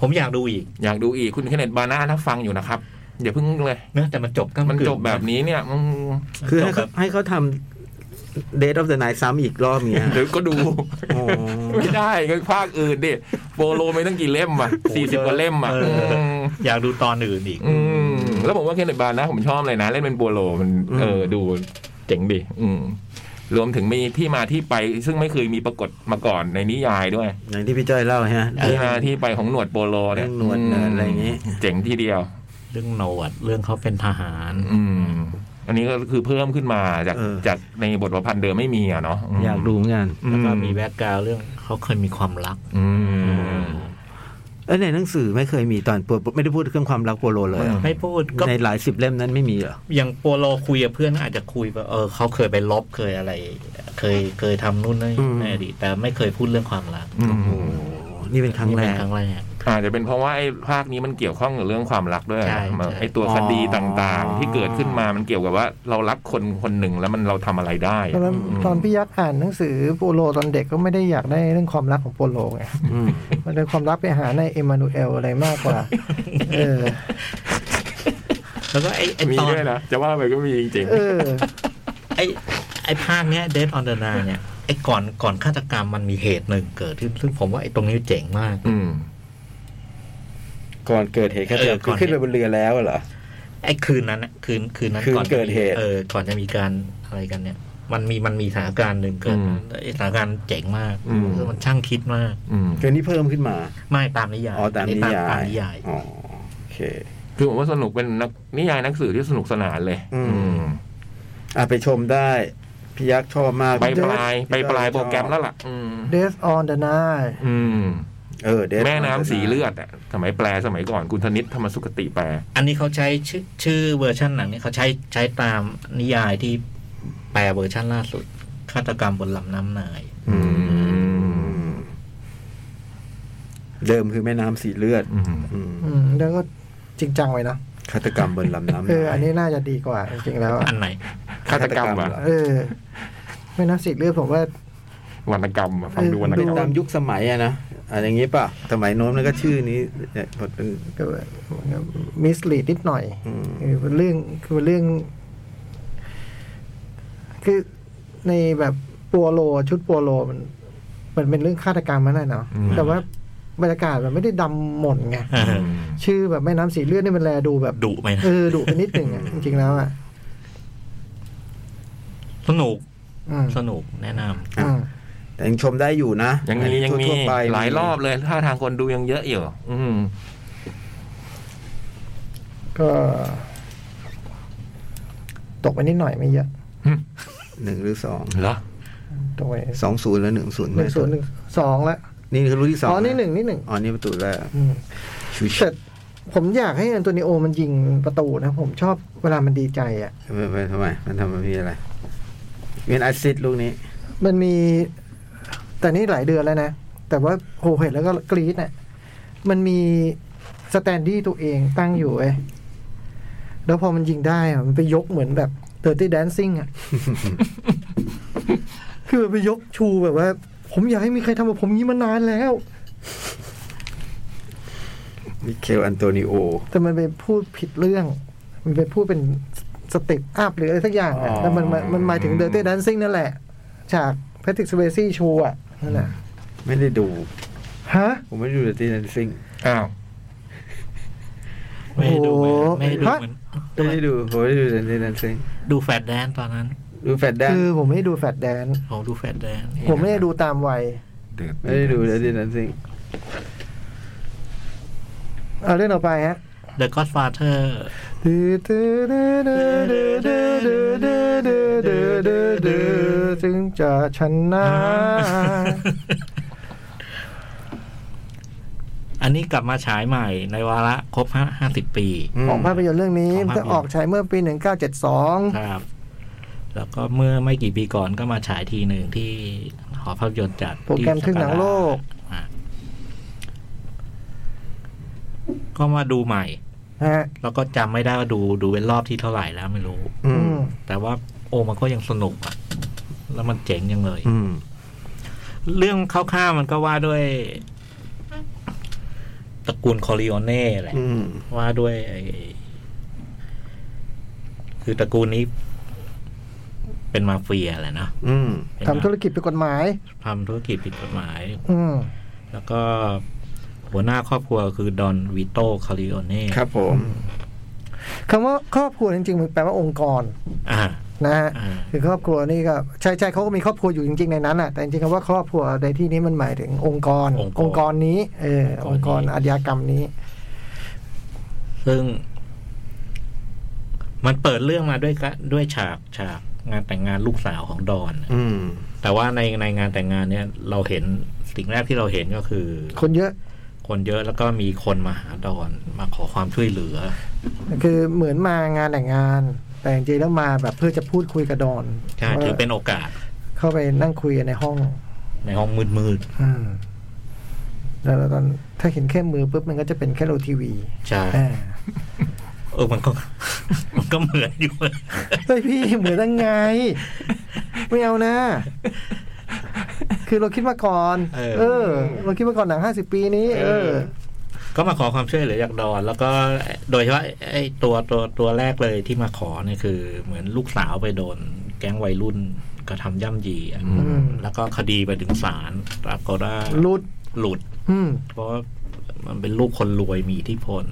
Speaker 5: ผมอยากดูอีก
Speaker 3: อยากดูอีกคุณเคนเนตบาน่าถ้าฟังอยู่นะครับอย่าเพิ่งเลย
Speaker 5: เนื่องแต่มันจบก็
Speaker 3: มันจบแบบนี้เนี่ยอืม
Speaker 1: คือ
Speaker 5: จ
Speaker 1: ให้
Speaker 5: บแบ
Speaker 1: เขา
Speaker 5: บ
Speaker 1: ให้เขาทำ Date of the Night ซ้ำอีกรอบเนี้ย
Speaker 3: เดี๋ยวก็ ดู
Speaker 1: โอ้
Speaker 3: ไม่ได้ก็ภาคอื่นดิโปโลไม่ตั้งกี่เล่มอ่ะสี่สิบกว่าเล่มอ่ะ
Speaker 5: เ
Speaker 3: ม
Speaker 5: อยากดูตอนอื่นอีก
Speaker 3: อืมแล้วผมว่าเคนเนตบาน่าผมชอบเลยนะ เล่นเป็นโปโลมัน
Speaker 1: อืม
Speaker 3: เออดูเจ๋งดิอืมรวมถึงมีที่มาที่ไป ซึ่งไม่เคยมีปรากฏมาก่อนในนิยายด้วย
Speaker 1: อย่างที่พี่จ้อยเล่าฮะ
Speaker 3: ที่มาที่ไปของหนวดโปโลเนี่ย
Speaker 1: หนวดหนวดอะไรอย่างงี้
Speaker 3: เจ๋งทีเดียว
Speaker 5: เรื่องโนวดเรื่องเขาเป็นทหาร
Speaker 3: อืม อันนี้ก็คือเพิ่มขึ้นมาจาก
Speaker 1: เออ
Speaker 3: จากในบทประพันธ์เดิมไม่มีอ่ะเนาะม
Speaker 1: อยากดูเหมือนกัน
Speaker 3: อื
Speaker 5: แล้วก็มีแบ็กกราวด์เรื่องเขาเคยมีความรัก
Speaker 3: อืม
Speaker 1: เอยในหนังสือไม่เคยมีตอนปัวไม่ได้พูดเรื่องความรักโปโลเลยเหรอ
Speaker 5: ไม่พูดก็
Speaker 1: ในหลายสิบเล่มนั้นไม่มีเหรอ
Speaker 5: อย่างโปโลคุยกับเพื่อนอาจจะคุยแบบเออเขาเคยไปลบเคยอะไร เคยเคยทำนู่นนี่
Speaker 1: อืม
Speaker 5: ในอดีตแต่ไม่เคยพูดเรื่องความรัก
Speaker 3: อืม
Speaker 1: โอ้นี่เป็นครั้ง
Speaker 5: นี่
Speaker 1: แร
Speaker 5: เป็น
Speaker 1: ก
Speaker 5: ครั้งแรก
Speaker 3: อาจจะเป็นเพราะว่าไอ้ภาคนี้มันเกี่ยวข้องกับเรื่องความรักด้วย
Speaker 5: ใช่
Speaker 3: มัน
Speaker 5: ใช่
Speaker 3: ไอ้ตัวคดีต่าง
Speaker 1: อ๋
Speaker 3: ๆ
Speaker 1: อ
Speaker 3: ที่เกิดขึ้นมามันเกี่ยวกับว่า เรารักคนคนหนึ่งแล้วมันเราทำอะไรได้
Speaker 2: ตอนนั้น
Speaker 3: ม
Speaker 2: ตอนพี่ยักษ์อ่านหนังสือโปโลตอนเด็กก็ไม่ได้อยากได้เรื่องความรักของโปโลไง
Speaker 1: อืม
Speaker 2: มันเป็นความลับไปหาในเอมานูเอลอะไรมากกว่า เออ
Speaker 5: แล้วก็ไอ้ไอ้
Speaker 3: มี
Speaker 5: ตอน
Speaker 3: ด้วยนะจะว่าไปก็มีจริง
Speaker 2: เออ
Speaker 5: ไอ้ไอ้ภาคเนี้ยเดทออนเดนาเนี่ยไอ้ก่อนก่อนฆาตกรรมมันมีเหตุหนึ่งเกิดขึ้นซึ่งผมว่าไอ้ตรงนี้เจ๋งมาก
Speaker 3: ๆอืม
Speaker 1: ก่อนเกิดเหตุฆาตก
Speaker 5: เอ
Speaker 1: รรม
Speaker 5: อก่
Speaker 1: คือ
Speaker 5: อน
Speaker 1: ขึ้นไปบนเรือแล้วเหรอ
Speaker 5: ไอ้คืนนั้นน่ะคืนคืนนั้น
Speaker 1: คืน
Speaker 5: จะ
Speaker 1: เกิดเหตุ
Speaker 5: เออก่อนจะมีการอะไรกันเนี่ย มันมีมันมีสถานการณ์หนึ่งเกิด
Speaker 3: อืม
Speaker 5: ไอ้สถานการณ์เจ๋งมาก
Speaker 3: อืม
Speaker 5: มันช่างคิดมาก
Speaker 3: อืม
Speaker 1: คือนี่เพิ่มขึ้นมา
Speaker 5: ไม่ตามนิยาย
Speaker 1: อ๋อตามนิยาย
Speaker 5: ตามนิยาย
Speaker 1: อ๋อโอเค
Speaker 3: คือผมว่าสนุกเป็นนักนิยายหนังสือที่สนุกสนานเลย
Speaker 1: อืม
Speaker 3: อืม
Speaker 1: อ่ะไปชมได้พี่ยักษ์ชอบมาก
Speaker 3: ไปปลายไปปลายโปรแกรมแล้วล่ะ อืม
Speaker 2: Death on the Night
Speaker 3: อืม
Speaker 1: เออ Death
Speaker 3: แม่
Speaker 1: on the
Speaker 3: น้ำ
Speaker 1: Nile
Speaker 3: สีเลือดอะสมัยแปลสมัยก่อนคุณธนิตธรรมสุขติแปล
Speaker 5: อันนี้เขาใช้ชื่อชื่อเวอร์ชันหนังเนี่ยเขาใช้ใช้ตามนิยายที่แปลเวอร์ชันล่าสุดฆาตกรรมบนลำน้ำนาย
Speaker 3: อื
Speaker 1: อื
Speaker 3: ม
Speaker 1: มเดิมคือแม่น้ำสีเลือด
Speaker 3: อืม
Speaker 1: อืม
Speaker 2: อืมแล้วก็จริงจังไว้นะ
Speaker 1: ฆาตกรรมบนลำน้ำ
Speaker 2: เออ อันนี้
Speaker 1: ย
Speaker 2: น่าจะดีกว่า จริงๆแล้วอะ
Speaker 5: อันไหน
Speaker 3: ฆาตกรรมอะ
Speaker 2: เออ ไม่นับสิทธิ์เลือดผมว่า
Speaker 3: วรรณกรรมอะฟังดูวรรณกรรม
Speaker 1: ตามยุคสมัยอะนะอะอย่างนี้ป่ะ สมัยโน้นแล้วก็ชื่อนี้เนี่ยมันเป็น
Speaker 2: ก็มิสลีดนิดหน่อย
Speaker 1: อืม
Speaker 2: คือเรื่องคือเรื่อง คือในแบบปัวโลชุดปัวโลมันมันเป็นเรื่องฆาตกรรมมันน่ะเนาะ
Speaker 3: อืม
Speaker 2: แต่ว่าบรรยากาศมันไม่ได้ดำหม่นไง
Speaker 5: อ่า
Speaker 3: อืม
Speaker 2: ชื่อแบบแม่น้ำสีเลือดนี่มันแลดูแบบ
Speaker 5: ดุไหมนะ
Speaker 2: เออดุไปนิดหนึ่งอ่ะ จริงๆแล้วอ่ะ
Speaker 5: สนุก
Speaker 2: อืม
Speaker 5: สนุกแนะนำ
Speaker 2: อืม
Speaker 1: แต่ยังชมได้อยู่นะ
Speaker 3: ยังมียังมี
Speaker 1: ทั่วๆไป
Speaker 3: หลายรอบเลยถ้าทางคนดูยังเยอะอยู่อืม
Speaker 2: ก็ ตกไปนิดหน่อยไม่เยอะ
Speaker 1: หนึ่งหรือสอง
Speaker 3: เหรอ
Speaker 2: ตกไป
Speaker 1: สองศูนย์แล้วหนึ่งศูนย์
Speaker 2: หนึ่งศูนย์หนึ่งสองละ
Speaker 1: นี่คือรู้ที่สอง
Speaker 2: อ๋อนี่หนึ่งนี่หนึ่ง
Speaker 1: อ๋อนี่ประตูแรก
Speaker 2: อืม
Speaker 1: ชูช
Speaker 2: แต่ผมอยากให้อันโตนิโอมันยิงประตูนะ ผมชอบเวลามันดีใจอะ่ะ
Speaker 1: ไปทำไมมันทำมันมีอะไรเป็นอาซิดลูกนี้
Speaker 2: มันมี แต่นี่หลายเดือนแล้วนะ แต่ว่าโหเห็นแล้วก็กรี๊ดน่ะ มันมีสแตนดี้ตัวเองตั้งอยู่เว้ยแล้วพอมันยิงได้อะมันไปยกเหมือนแบบเ i อ t ์ตี้แดนซิ่งอ่ะ คือมันไปยกชูแบบว่า ผมอยากให้มีใครทำแบบผมอย่างนี้มานานแล้ว
Speaker 1: มิเคลอันโตนิโอ
Speaker 2: แต่มันไปพูดผิดเรื่อง มันไปพูดเป็นสเต็ปอัพหรืออะไรสักอย่าง
Speaker 3: อ๋
Speaker 2: อ่ะ
Speaker 3: อ
Speaker 2: แล้วมันมันมันหมายถึงเดอร์ตี้ n ดนซิ่งนั่นแหละ จากแพทริกสเวซี่โชว์อ่ะ นั่นแหละ
Speaker 1: ไม่ได้ดู
Speaker 2: ฮะ
Speaker 1: ผมไม่ได้ดูเดอะตีนันซิง
Speaker 3: อ้าว
Speaker 5: ไม่ได้ดูเหมือน
Speaker 2: โอ้โห
Speaker 5: ไม่ได้ดู
Speaker 2: ฮะ
Speaker 5: เหมือน
Speaker 1: ไม่ได้ดู ผมไม่ได้ดูเดอะตีนันซิง
Speaker 5: ดูแฟดแดนตอนนั้น
Speaker 1: ดูแฟดแดน
Speaker 2: คือผมไม่ได้ดูแฟดแดน
Speaker 5: ผมดูแฟดแดน
Speaker 2: ผมไม่ได้ดูตามวัย
Speaker 1: ไม่ได้ดูเดอะตีนันซิง
Speaker 2: เอาเรื่องต่อไปฮะ
Speaker 5: เดอะก็อดฟาเธอร์
Speaker 2: จึงจะช นะ
Speaker 5: อันนี้กลับมาฉายใหม่ในวาระครบห้าสิบปี
Speaker 2: ของภาพยนตร์เรื่องนี้
Speaker 5: ของภาพยนตร์
Speaker 2: จะออกฉายเมื่อปี 1972
Speaker 5: ครับ แล้วก็เมื่อไม่กี่ปีก่อนก็มาฉายทีหนึ่งที่หอภาพยนตร์จัด
Speaker 2: โปรแกรมทึ่งหนังโลก
Speaker 5: อ่ะก็มาดูใหม่
Speaker 2: นะฮะ
Speaker 5: แล้วก็จำไม่ได้ว่าดูดูเป็นรอบที่เท่าไหร่แล้วไม่รู้
Speaker 1: อื
Speaker 2: อื
Speaker 1: ม
Speaker 2: ม
Speaker 5: แต่ว่าโอ้มันก็ยังสนุกอะแล้วมันเจ๋งยังเลย
Speaker 1: อืม
Speaker 5: เรื่องคร่าวๆมันก็ว่าด้วย ตระกูลคอริโอเน่แหละ
Speaker 1: อืม
Speaker 5: ว่าด้วยไอ้คือตระกูลนี้ เป็นมาเฟียแหละเนาะ
Speaker 1: อืม
Speaker 5: เป็น
Speaker 2: ทำธุรกิจผิดกฎหมาย
Speaker 5: ทำธุรกิจผิดกฎหมาย
Speaker 2: อืม
Speaker 5: แล้วก็หัวหน้าครอบครัวคือดอนวิโตคาริโอเน่
Speaker 1: ครับผม
Speaker 2: คำว่าครอบครัวจริงๆมันแปลว่าองค์กร
Speaker 5: อ่า
Speaker 2: นะฮะ
Speaker 5: อ่า
Speaker 2: คือครอบครัวนี่ก็ใช่ใช่เขาก็มีครอบครัวอยู่จริงๆในนั้นแหละแต่จริงๆคำว่าครอบครัวในที่นี้มันหมายถึงองค์กร
Speaker 5: องค์กร
Speaker 2: องค์กรนี้ เออ
Speaker 5: อ
Speaker 2: อง ง
Speaker 5: ค์
Speaker 2: ค์ก
Speaker 5: กร
Speaker 2: ร
Speaker 5: นี้
Speaker 2: อาชญากรรมนี้
Speaker 5: ซึ่ง มันเปิดเรื่องมาด้วยกะด้วยฉากฉากงานแต่งงานลูกสาวของดอน
Speaker 1: อืม
Speaker 5: แต่ว่าในในงานแต่งงานเนี่ย เราเห็นสิ่งแรกที่เราเห็นก็คือ
Speaker 2: คนเยอะ
Speaker 5: คนเยอะแล้วก็มีคนมาหาดอนมาขอความช่วยเหลือ
Speaker 2: คือเหมือนมางานแต่งงาน แต่จริงๆแล้วมาแบบเพื่อจะพูดคุยกับดอน
Speaker 5: ใช่
Speaker 2: ว่า
Speaker 5: ถือเป็นโอกาส
Speaker 2: เข้าไปนั่งคุยกันในห้อง
Speaker 5: ในห้องมืด
Speaker 2: อืม แล้วตอนถ้าเห็นแค่มือปุ๊บมันก็จะเป็นแค่โลทีวี
Speaker 5: ๆใช่
Speaker 2: อ่า
Speaker 5: เออมันก็ มันก็เหมือนอยู่
Speaker 2: เฮ้ยพี่เหมือนยังไง ไม่เอานะ คือเราคิดมาก่อน
Speaker 5: เออ
Speaker 2: เออ เราคิดมาก่อนหนังห้าสิบปีนี้ เออ
Speaker 5: ก็มาขอความช่วยเหลือจากดอน แล้วก็โดยเฉพาะไอ้ตัวตัวตัวแรกเลยที่มาขอเนี่ยคือ เหมือนลูกสาวไปโดน แก๊งวัยรุ่นกระทำย่ำยีอะ
Speaker 2: อืม
Speaker 5: แล้วก็คดีไปถึงศาลปรากฏว่า
Speaker 2: หลุด
Speaker 5: หลุด
Speaker 2: อืม
Speaker 5: เพราะว่ามันเป็นลูกคนรวยมีอิทธิพล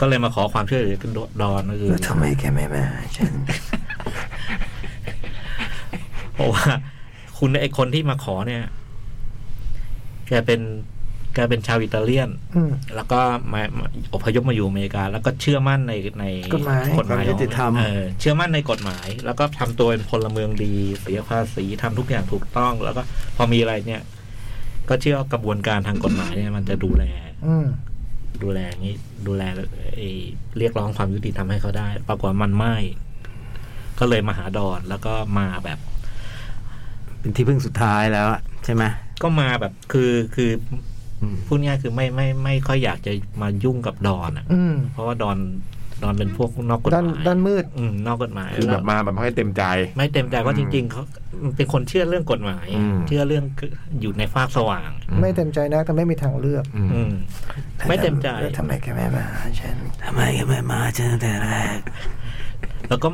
Speaker 5: ก็เลยมาขอความช่วยเหลือดอนก็คือ
Speaker 2: แล้วทำไมแกไม่มาหาฉัน
Speaker 5: เพราะว่าคุณไอคนที่มาขอเนี่ย แกเป็นแกเป็นชาวอิตาเลียน
Speaker 2: อืม
Speaker 5: แล้วก็มามาอพยพมาอยู่อเมริกา แล้วก็เชื่อมั่นในใน
Speaker 2: กฎหมาย
Speaker 1: ความยุติธรรม
Speaker 5: เออเชื่อมั่นในกฎหมาย แล้วก็ทำตัวเป็นพลเมืองดี เสียภาษีทำทุกอย่างถูกต้อง แล้วก็พอมีอะไรเนี่ย ก็เชื่อว่ากระบวนการทางกฎหมายเนี่ย มันจะดูแล
Speaker 2: อืม
Speaker 5: ดูแลนี้ ดูแลไอ้เรียกร้องความยุติธรรมให้เขาได้ ปรากฏว่ามันไม่ ก็เลยมาหาดอนแล้วก็มาแบบ
Speaker 1: เป็นที่พึ่งสุดท้ายแล้วอะใช่ไหม
Speaker 5: ก็มาแบบคือคือ
Speaker 1: อืม
Speaker 5: พูดง่ายคือไม่ไม่ไม่ค่อยอยากจะมายุ่งกับดอนอ่ะ
Speaker 2: อืม
Speaker 5: เพราะว่าดอนดอนเป็นพวกนอกกฎห
Speaker 2: ด้าน
Speaker 5: มาย
Speaker 2: ด้านมืด
Speaker 5: อืมนอกกฎหมาย
Speaker 3: คือแบบ
Speaker 5: ล้ว
Speaker 3: มาแบบไม่ให้เต็มใจ
Speaker 5: ไม่เต็มใจเพราะจริง ๆเขาเป็นคนเชื่อเรื่องกฎหมาย
Speaker 3: อืม
Speaker 5: เชื่อเรื่องอยู่ในฟากสว่าง
Speaker 2: ไม่เต็มใจนะแต่ไม่มีทางเลือก
Speaker 3: อืม
Speaker 5: อืม ไม่เต็มใจ
Speaker 2: แล้วทำไมแกไม่มาหาฉัน
Speaker 1: ทำไมก็ไม่มาเจอแต่แรก
Speaker 5: แล้วก็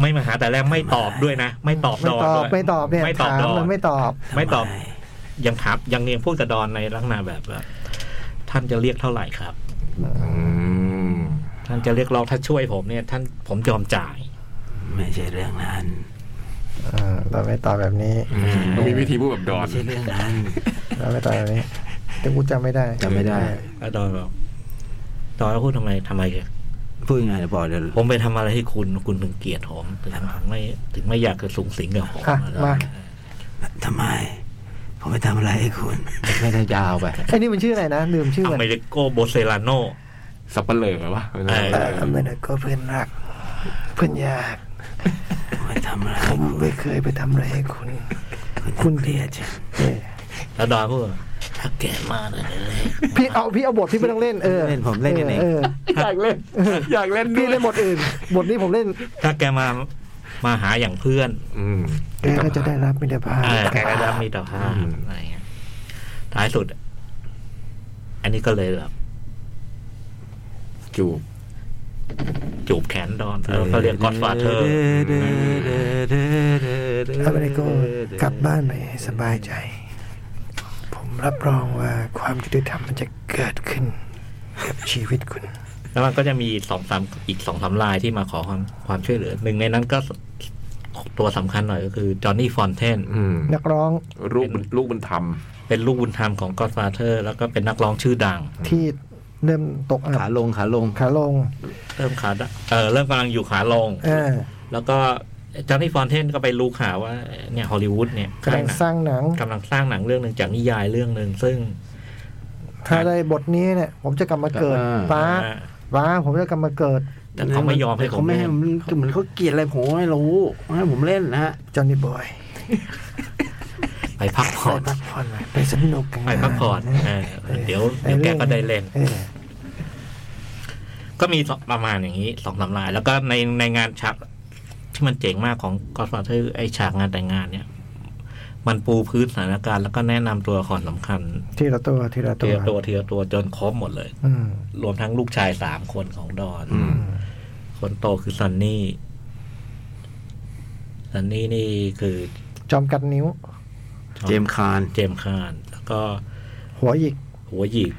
Speaker 5: ไม่มาหาแต่แรกไม่ตอบด้วยนะไม่ตอบ
Speaker 2: ไม่
Speaker 5: ดอน
Speaker 2: ตอบ
Speaker 5: ด้วย
Speaker 2: ไม่ตอบเนี่ย
Speaker 5: ไม่ตอบ
Speaker 2: ถาม
Speaker 5: ดอ
Speaker 2: มัน นไม่ตอบ
Speaker 5: ไม่ตอบยังถามยังเรียงพูดกับดอนในลักษณะแบบแบบ ท่านจะเรียกเท่าไหร่ครับ
Speaker 3: อืม
Speaker 5: ท่านจะเรียกร้องถ้าช่วยผมเนี่ยท่านผมยอมจ่าย
Speaker 1: ไม่ใช่เรื่องนั้น
Speaker 2: เออเราไม่ตอบแบบนี้
Speaker 3: มันมีวิธีพูดแบบดอ
Speaker 1: ไม่
Speaker 3: น
Speaker 1: ใช่เรื่องนั้น
Speaker 2: เราไม่ตอบแบบนี้ แต่กูจำไม่ได้
Speaker 1: จำไม่ได้
Speaker 5: แล้วดอนบอกดอนก็พูดทำไมทำไม
Speaker 1: พูดยังไงเดี๋ยวบอกเดี๋ยว
Speaker 5: ผมไปทำอะไรให้คุณคุณถึงเกลียดผมถึงถึงไม่ถึงไม่อยากจะสูงสิงกับผม
Speaker 2: อ่ะ
Speaker 5: อะไร
Speaker 2: มา
Speaker 1: ทำไม ผมไปทำอะไรให้คุณ ไม่ได้ยาวไป
Speaker 2: ไอ้นี่มันชื่ออะไรนะลืมชื่อ
Speaker 5: อ
Speaker 2: มัน
Speaker 5: เมริโกโบเซลาโน
Speaker 3: สับเปลือวะเวลา
Speaker 5: เอ
Speaker 2: แต่อเมริกาเพื่อนรัก เพื่อนยาก
Speaker 1: ผมไปทำอะไร
Speaker 2: ผมไม่เคยไปทำอะไรให้คุณ คุณ
Speaker 1: เกลียดฉัน
Speaker 2: เออ
Speaker 5: แล้วดอนพูดว่าถ้าแกมาเลยเลย
Speaker 2: พี่เอาพี่เอาบทที่ไม่ต้องเล่นเออ
Speaker 1: เล่นผมเล่นกันเอง
Speaker 2: เออ
Speaker 3: อยากเล่น อยากเล่นด้
Speaker 2: พี่
Speaker 3: วย
Speaker 2: เล่นบทอื่น บทนี้ผมเล่น
Speaker 5: ถ้าแกมามาหาอย่างเพื่อน
Speaker 3: อืม
Speaker 2: แกก็จะได้รับมิตรภาพ
Speaker 5: เออแกก็รับมีต่อภาพ
Speaker 3: อืม
Speaker 5: อะไรเงี้ยท้ายสุด อันนี้ก็เลยแบบ
Speaker 3: จูบ
Speaker 5: จูบแขนดอนแล้วก็เรียกกอดฟาเธอร์
Speaker 2: อเมริกากลับบ้านไปให้สบายใจ ผมรับรองว่าความยุติธรรมมันจะเกิดขึ้น กับชีวิตคุณ
Speaker 5: แล้วมันก็จะมีสองสามอีกสองสามลายที่มาขอความความช่วยเหลือ หนึ่งในนั้นก็ตัวสำคัญหน่อยก็คือจอห์นนี่ฟอนเทน
Speaker 3: อืม
Speaker 2: นักร้อง
Speaker 3: ลูกบุญลูกบุญธรรม
Speaker 5: เป็นลูกบุญธรรมของกอดฟาเธอร์ แล้วก็เป็นนักร้องชื่อดัง
Speaker 2: ที่เริ่มตกอับ
Speaker 1: ขาลงขาลง
Speaker 2: ขาลง
Speaker 5: เริ่มขาดเออเริ่มกำลังอยู่ขาลง
Speaker 2: เออ
Speaker 5: แล้วก็จอห์นนี่ฟอนเทนก็ไปรู้ข่าวว่าเนี่ยฮอลลีวูดเนี่ย
Speaker 2: กำลังสร้างหนัง
Speaker 5: กำลังสร้างหนังเรื่องหนึ่งจากนิยายเรื่องหนึ่งซึ่ง
Speaker 2: ถ้าได้บทนี้เนี่ย ผมจะกลับมาเกิด
Speaker 1: อ่า
Speaker 2: ป้าป้าผมจะกลับมาเกิด
Speaker 5: แต่เขาไม่ยอมให้ผ
Speaker 1: เขา
Speaker 5: ม
Speaker 1: ไม่
Speaker 5: เล่
Speaker 1: ให้
Speaker 5: น
Speaker 1: ผมคือเหมือนเขาเกลียดอะไรผมไม่รู้ไม่ให้ผมเล่นนะฮะ
Speaker 2: จอห์นนี่บอย
Speaker 5: ไปพัก
Speaker 2: ไป
Speaker 5: ผ่อน
Speaker 2: พักผ่อนหน่อยไปสนุกกัน
Speaker 5: ไปพักผ่อนเออเดี๋ยวเดี๋ยวแกก็ได้เล่น
Speaker 2: เออ
Speaker 5: ก็มีสองประมาณอย่างนี้สองสามราย แล้วก็ในในงานฉากที่มันเจ๋งมากของก็ฟาเธอไอฉากงานแต่งงานเนี่ย มันปูพื้นสถานการณ์แล้วก็แนะนำตัวละครสำคัญ
Speaker 2: ทีละตัวทีละ
Speaker 5: เที
Speaker 2: ตัว
Speaker 5: ยตัวเทียตัวจนครบหมดเลย
Speaker 2: อืม
Speaker 5: รวมทั้งลูกชายสามคนของดอน
Speaker 3: อืม
Speaker 5: คนโตคือซันนี่ซันนี่นี่คือ
Speaker 2: จอมกัดนิ้ว
Speaker 1: เจมส์คาร์น
Speaker 5: เจมส์คานแล้วก็
Speaker 2: หัวหยิก
Speaker 5: หัวหยิก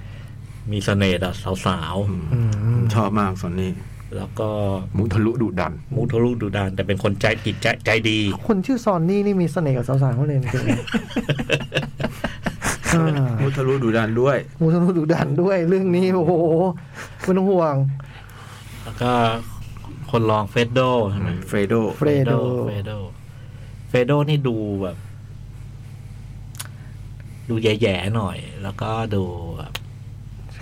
Speaker 5: มีสเสน่ห์ดอกสาว
Speaker 1: อืม
Speaker 2: อืม
Speaker 1: ชอบมากสอนนี่
Speaker 5: ๆ แล้วก็
Speaker 3: มุทะลุดุดัน
Speaker 5: มูทะลุดูดานแต่เป็นคนใจจิตใจใจดี
Speaker 2: คนชื่อซอนนี่นี่มีเสน่ห์กับสาวๆเขาเลยจริงๆอ่า
Speaker 1: มุทะลุดูดันด้วย
Speaker 2: มูทะลุดุดันด้วยเรื่องนี้ โอ้โหไม่ต้องห่วง
Speaker 5: แล้วก็คนรองเฟดโดใช่ไหม
Speaker 1: เฟรโด
Speaker 2: เฟรโด
Speaker 5: เฟดโดเฟดโดนี่ดูแบบ ดูแย่ๆหน่อย แล้วก็ดูแบบ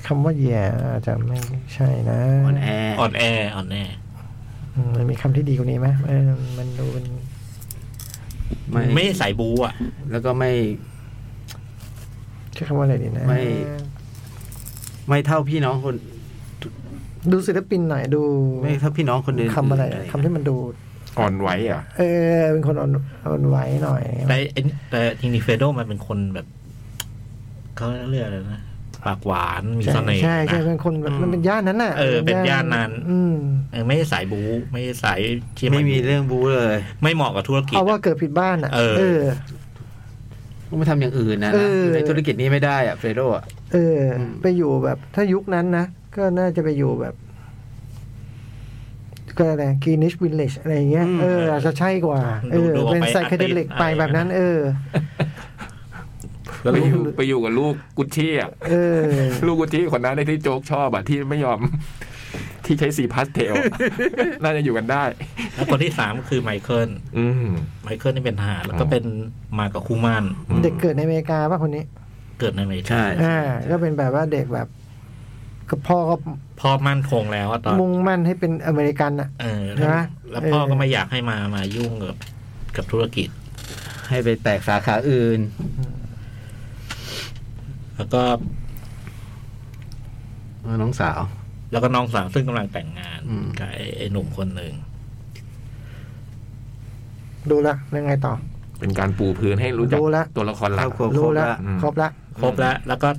Speaker 2: คำว่าแย่อาจจะไม่ใช่นะ
Speaker 1: ออนแอร์
Speaker 5: อ่อนแออ่อนแอ
Speaker 2: อืมมันมีคำที่ดีกว่านี้ไหมเออมันดูเป็น
Speaker 1: ไม่
Speaker 5: ไม่ได้ใส่บูอ่ะ
Speaker 1: แล้วก็ไม่
Speaker 2: ใช้คำว่าอะไรดีนะ
Speaker 1: ไม่ ไม่เท่าพี่น้องคน
Speaker 2: ดูศิลปินหน่อยดู
Speaker 1: ไม่เท่าพี่น้องคนอื่น
Speaker 2: คำอะไร
Speaker 1: ย่างเงี้ย
Speaker 2: คำที่มันดู
Speaker 3: อ่อนไหวอ่ะ
Speaker 2: เออ เป็นคนอ่อนอ่อนไหวหน่อย
Speaker 5: แต่ไอ้แต่จริงๆเฟโดมันเป็นคนแบบเขาเรียกอะไรนะปากหวานมีเสน่ห์
Speaker 2: ใช่ใช่
Speaker 5: นะ
Speaker 2: เป็นคนแบบมันเป็นย่านนั้นน่ะ
Speaker 5: เออเป็นย่านนั้น
Speaker 2: อืม
Speaker 5: เออไม่ได้สายบูไม่ได้สายที่น
Speaker 1: ไม่มีเรื่องบู๊เลย
Speaker 5: ไม่เหมาะกับธุรกิจ
Speaker 2: เอาว่าเกิดผิดบ้านอ่ะ
Speaker 5: เออ
Speaker 2: เออ
Speaker 1: ต้องไปทำอย่างอื่นนะ
Speaker 2: เอ
Speaker 1: นะ
Speaker 2: ออ
Speaker 1: ยู่ในธุรกิจนี้ไม่ได้อะเฟรโดอะ
Speaker 2: เอออ
Speaker 1: ม
Speaker 2: ไปอยู่แบบ ถ้ายุคนั้นนะ ก็น่าจะไปอยู่แบบ ก็อะไรกีนิชวินเลจอะไรอย่างเงี้ย เอออาจจะใช่กว่า เอ
Speaker 5: ดู
Speaker 2: อ
Speaker 5: ดูออกไป
Speaker 2: เป็นไซเคเดลิก
Speaker 5: artist
Speaker 2: ไปแบบนั้น เออ
Speaker 3: ไปอยู่ไปอยู่กับลูกกุชชี่อ่ะ
Speaker 2: เออ
Speaker 3: ลูกกุชชี่คนนั้นได้ที่โจ๊กชอบอ่ะ ที่ไม่ยอม ที่ใช้สีพาสเทล น่าจะอยู่กันได้
Speaker 5: แล้วคนที่สามคือไมเคิล
Speaker 3: อืม
Speaker 5: ไมเคิลนี่เป็นทหารแล้วก็
Speaker 3: อ๋อ
Speaker 5: เป็นมากับคูมัน
Speaker 2: เด็กเกิดในอเมริกาป่ะคนนี้
Speaker 5: เกิดในอเมริ
Speaker 1: ใช่
Speaker 5: กา
Speaker 2: อ่า ก็เป็นแบบว่าเด็กแบบ ก็พ่อก็
Speaker 5: พ่อมั่นคงแล้วอะตอน
Speaker 2: มุ่งมั่นให้เป็นอเมริกันอ่ะ
Speaker 5: เออ
Speaker 2: ใช่ไหม
Speaker 5: แล้วพ่อก็
Speaker 2: เออ
Speaker 5: ไม่อยากให้มามายุ่งกับกับธุรกิจ
Speaker 1: ให้ไปแตกสาขาอื่น
Speaker 5: แล้วก็
Speaker 1: น้องสาว
Speaker 5: แล้วก็น้องสาวซึ่งกำลังแต่งงาน
Speaker 1: อืม
Speaker 5: กับไอ้ไอ้หนุ่มคนหนึ่ง
Speaker 2: ดูละยังไงต่อ
Speaker 3: เป็นการปูพื้นให้รู้จัก
Speaker 2: รู้ละ
Speaker 3: ตัวละครหลั
Speaker 1: ครอก บครัวคร
Speaker 2: รู้
Speaker 1: บ
Speaker 2: ละ
Speaker 1: ละ
Speaker 3: อืม
Speaker 2: ครบละ
Speaker 5: ครบแล้ว แล้วก็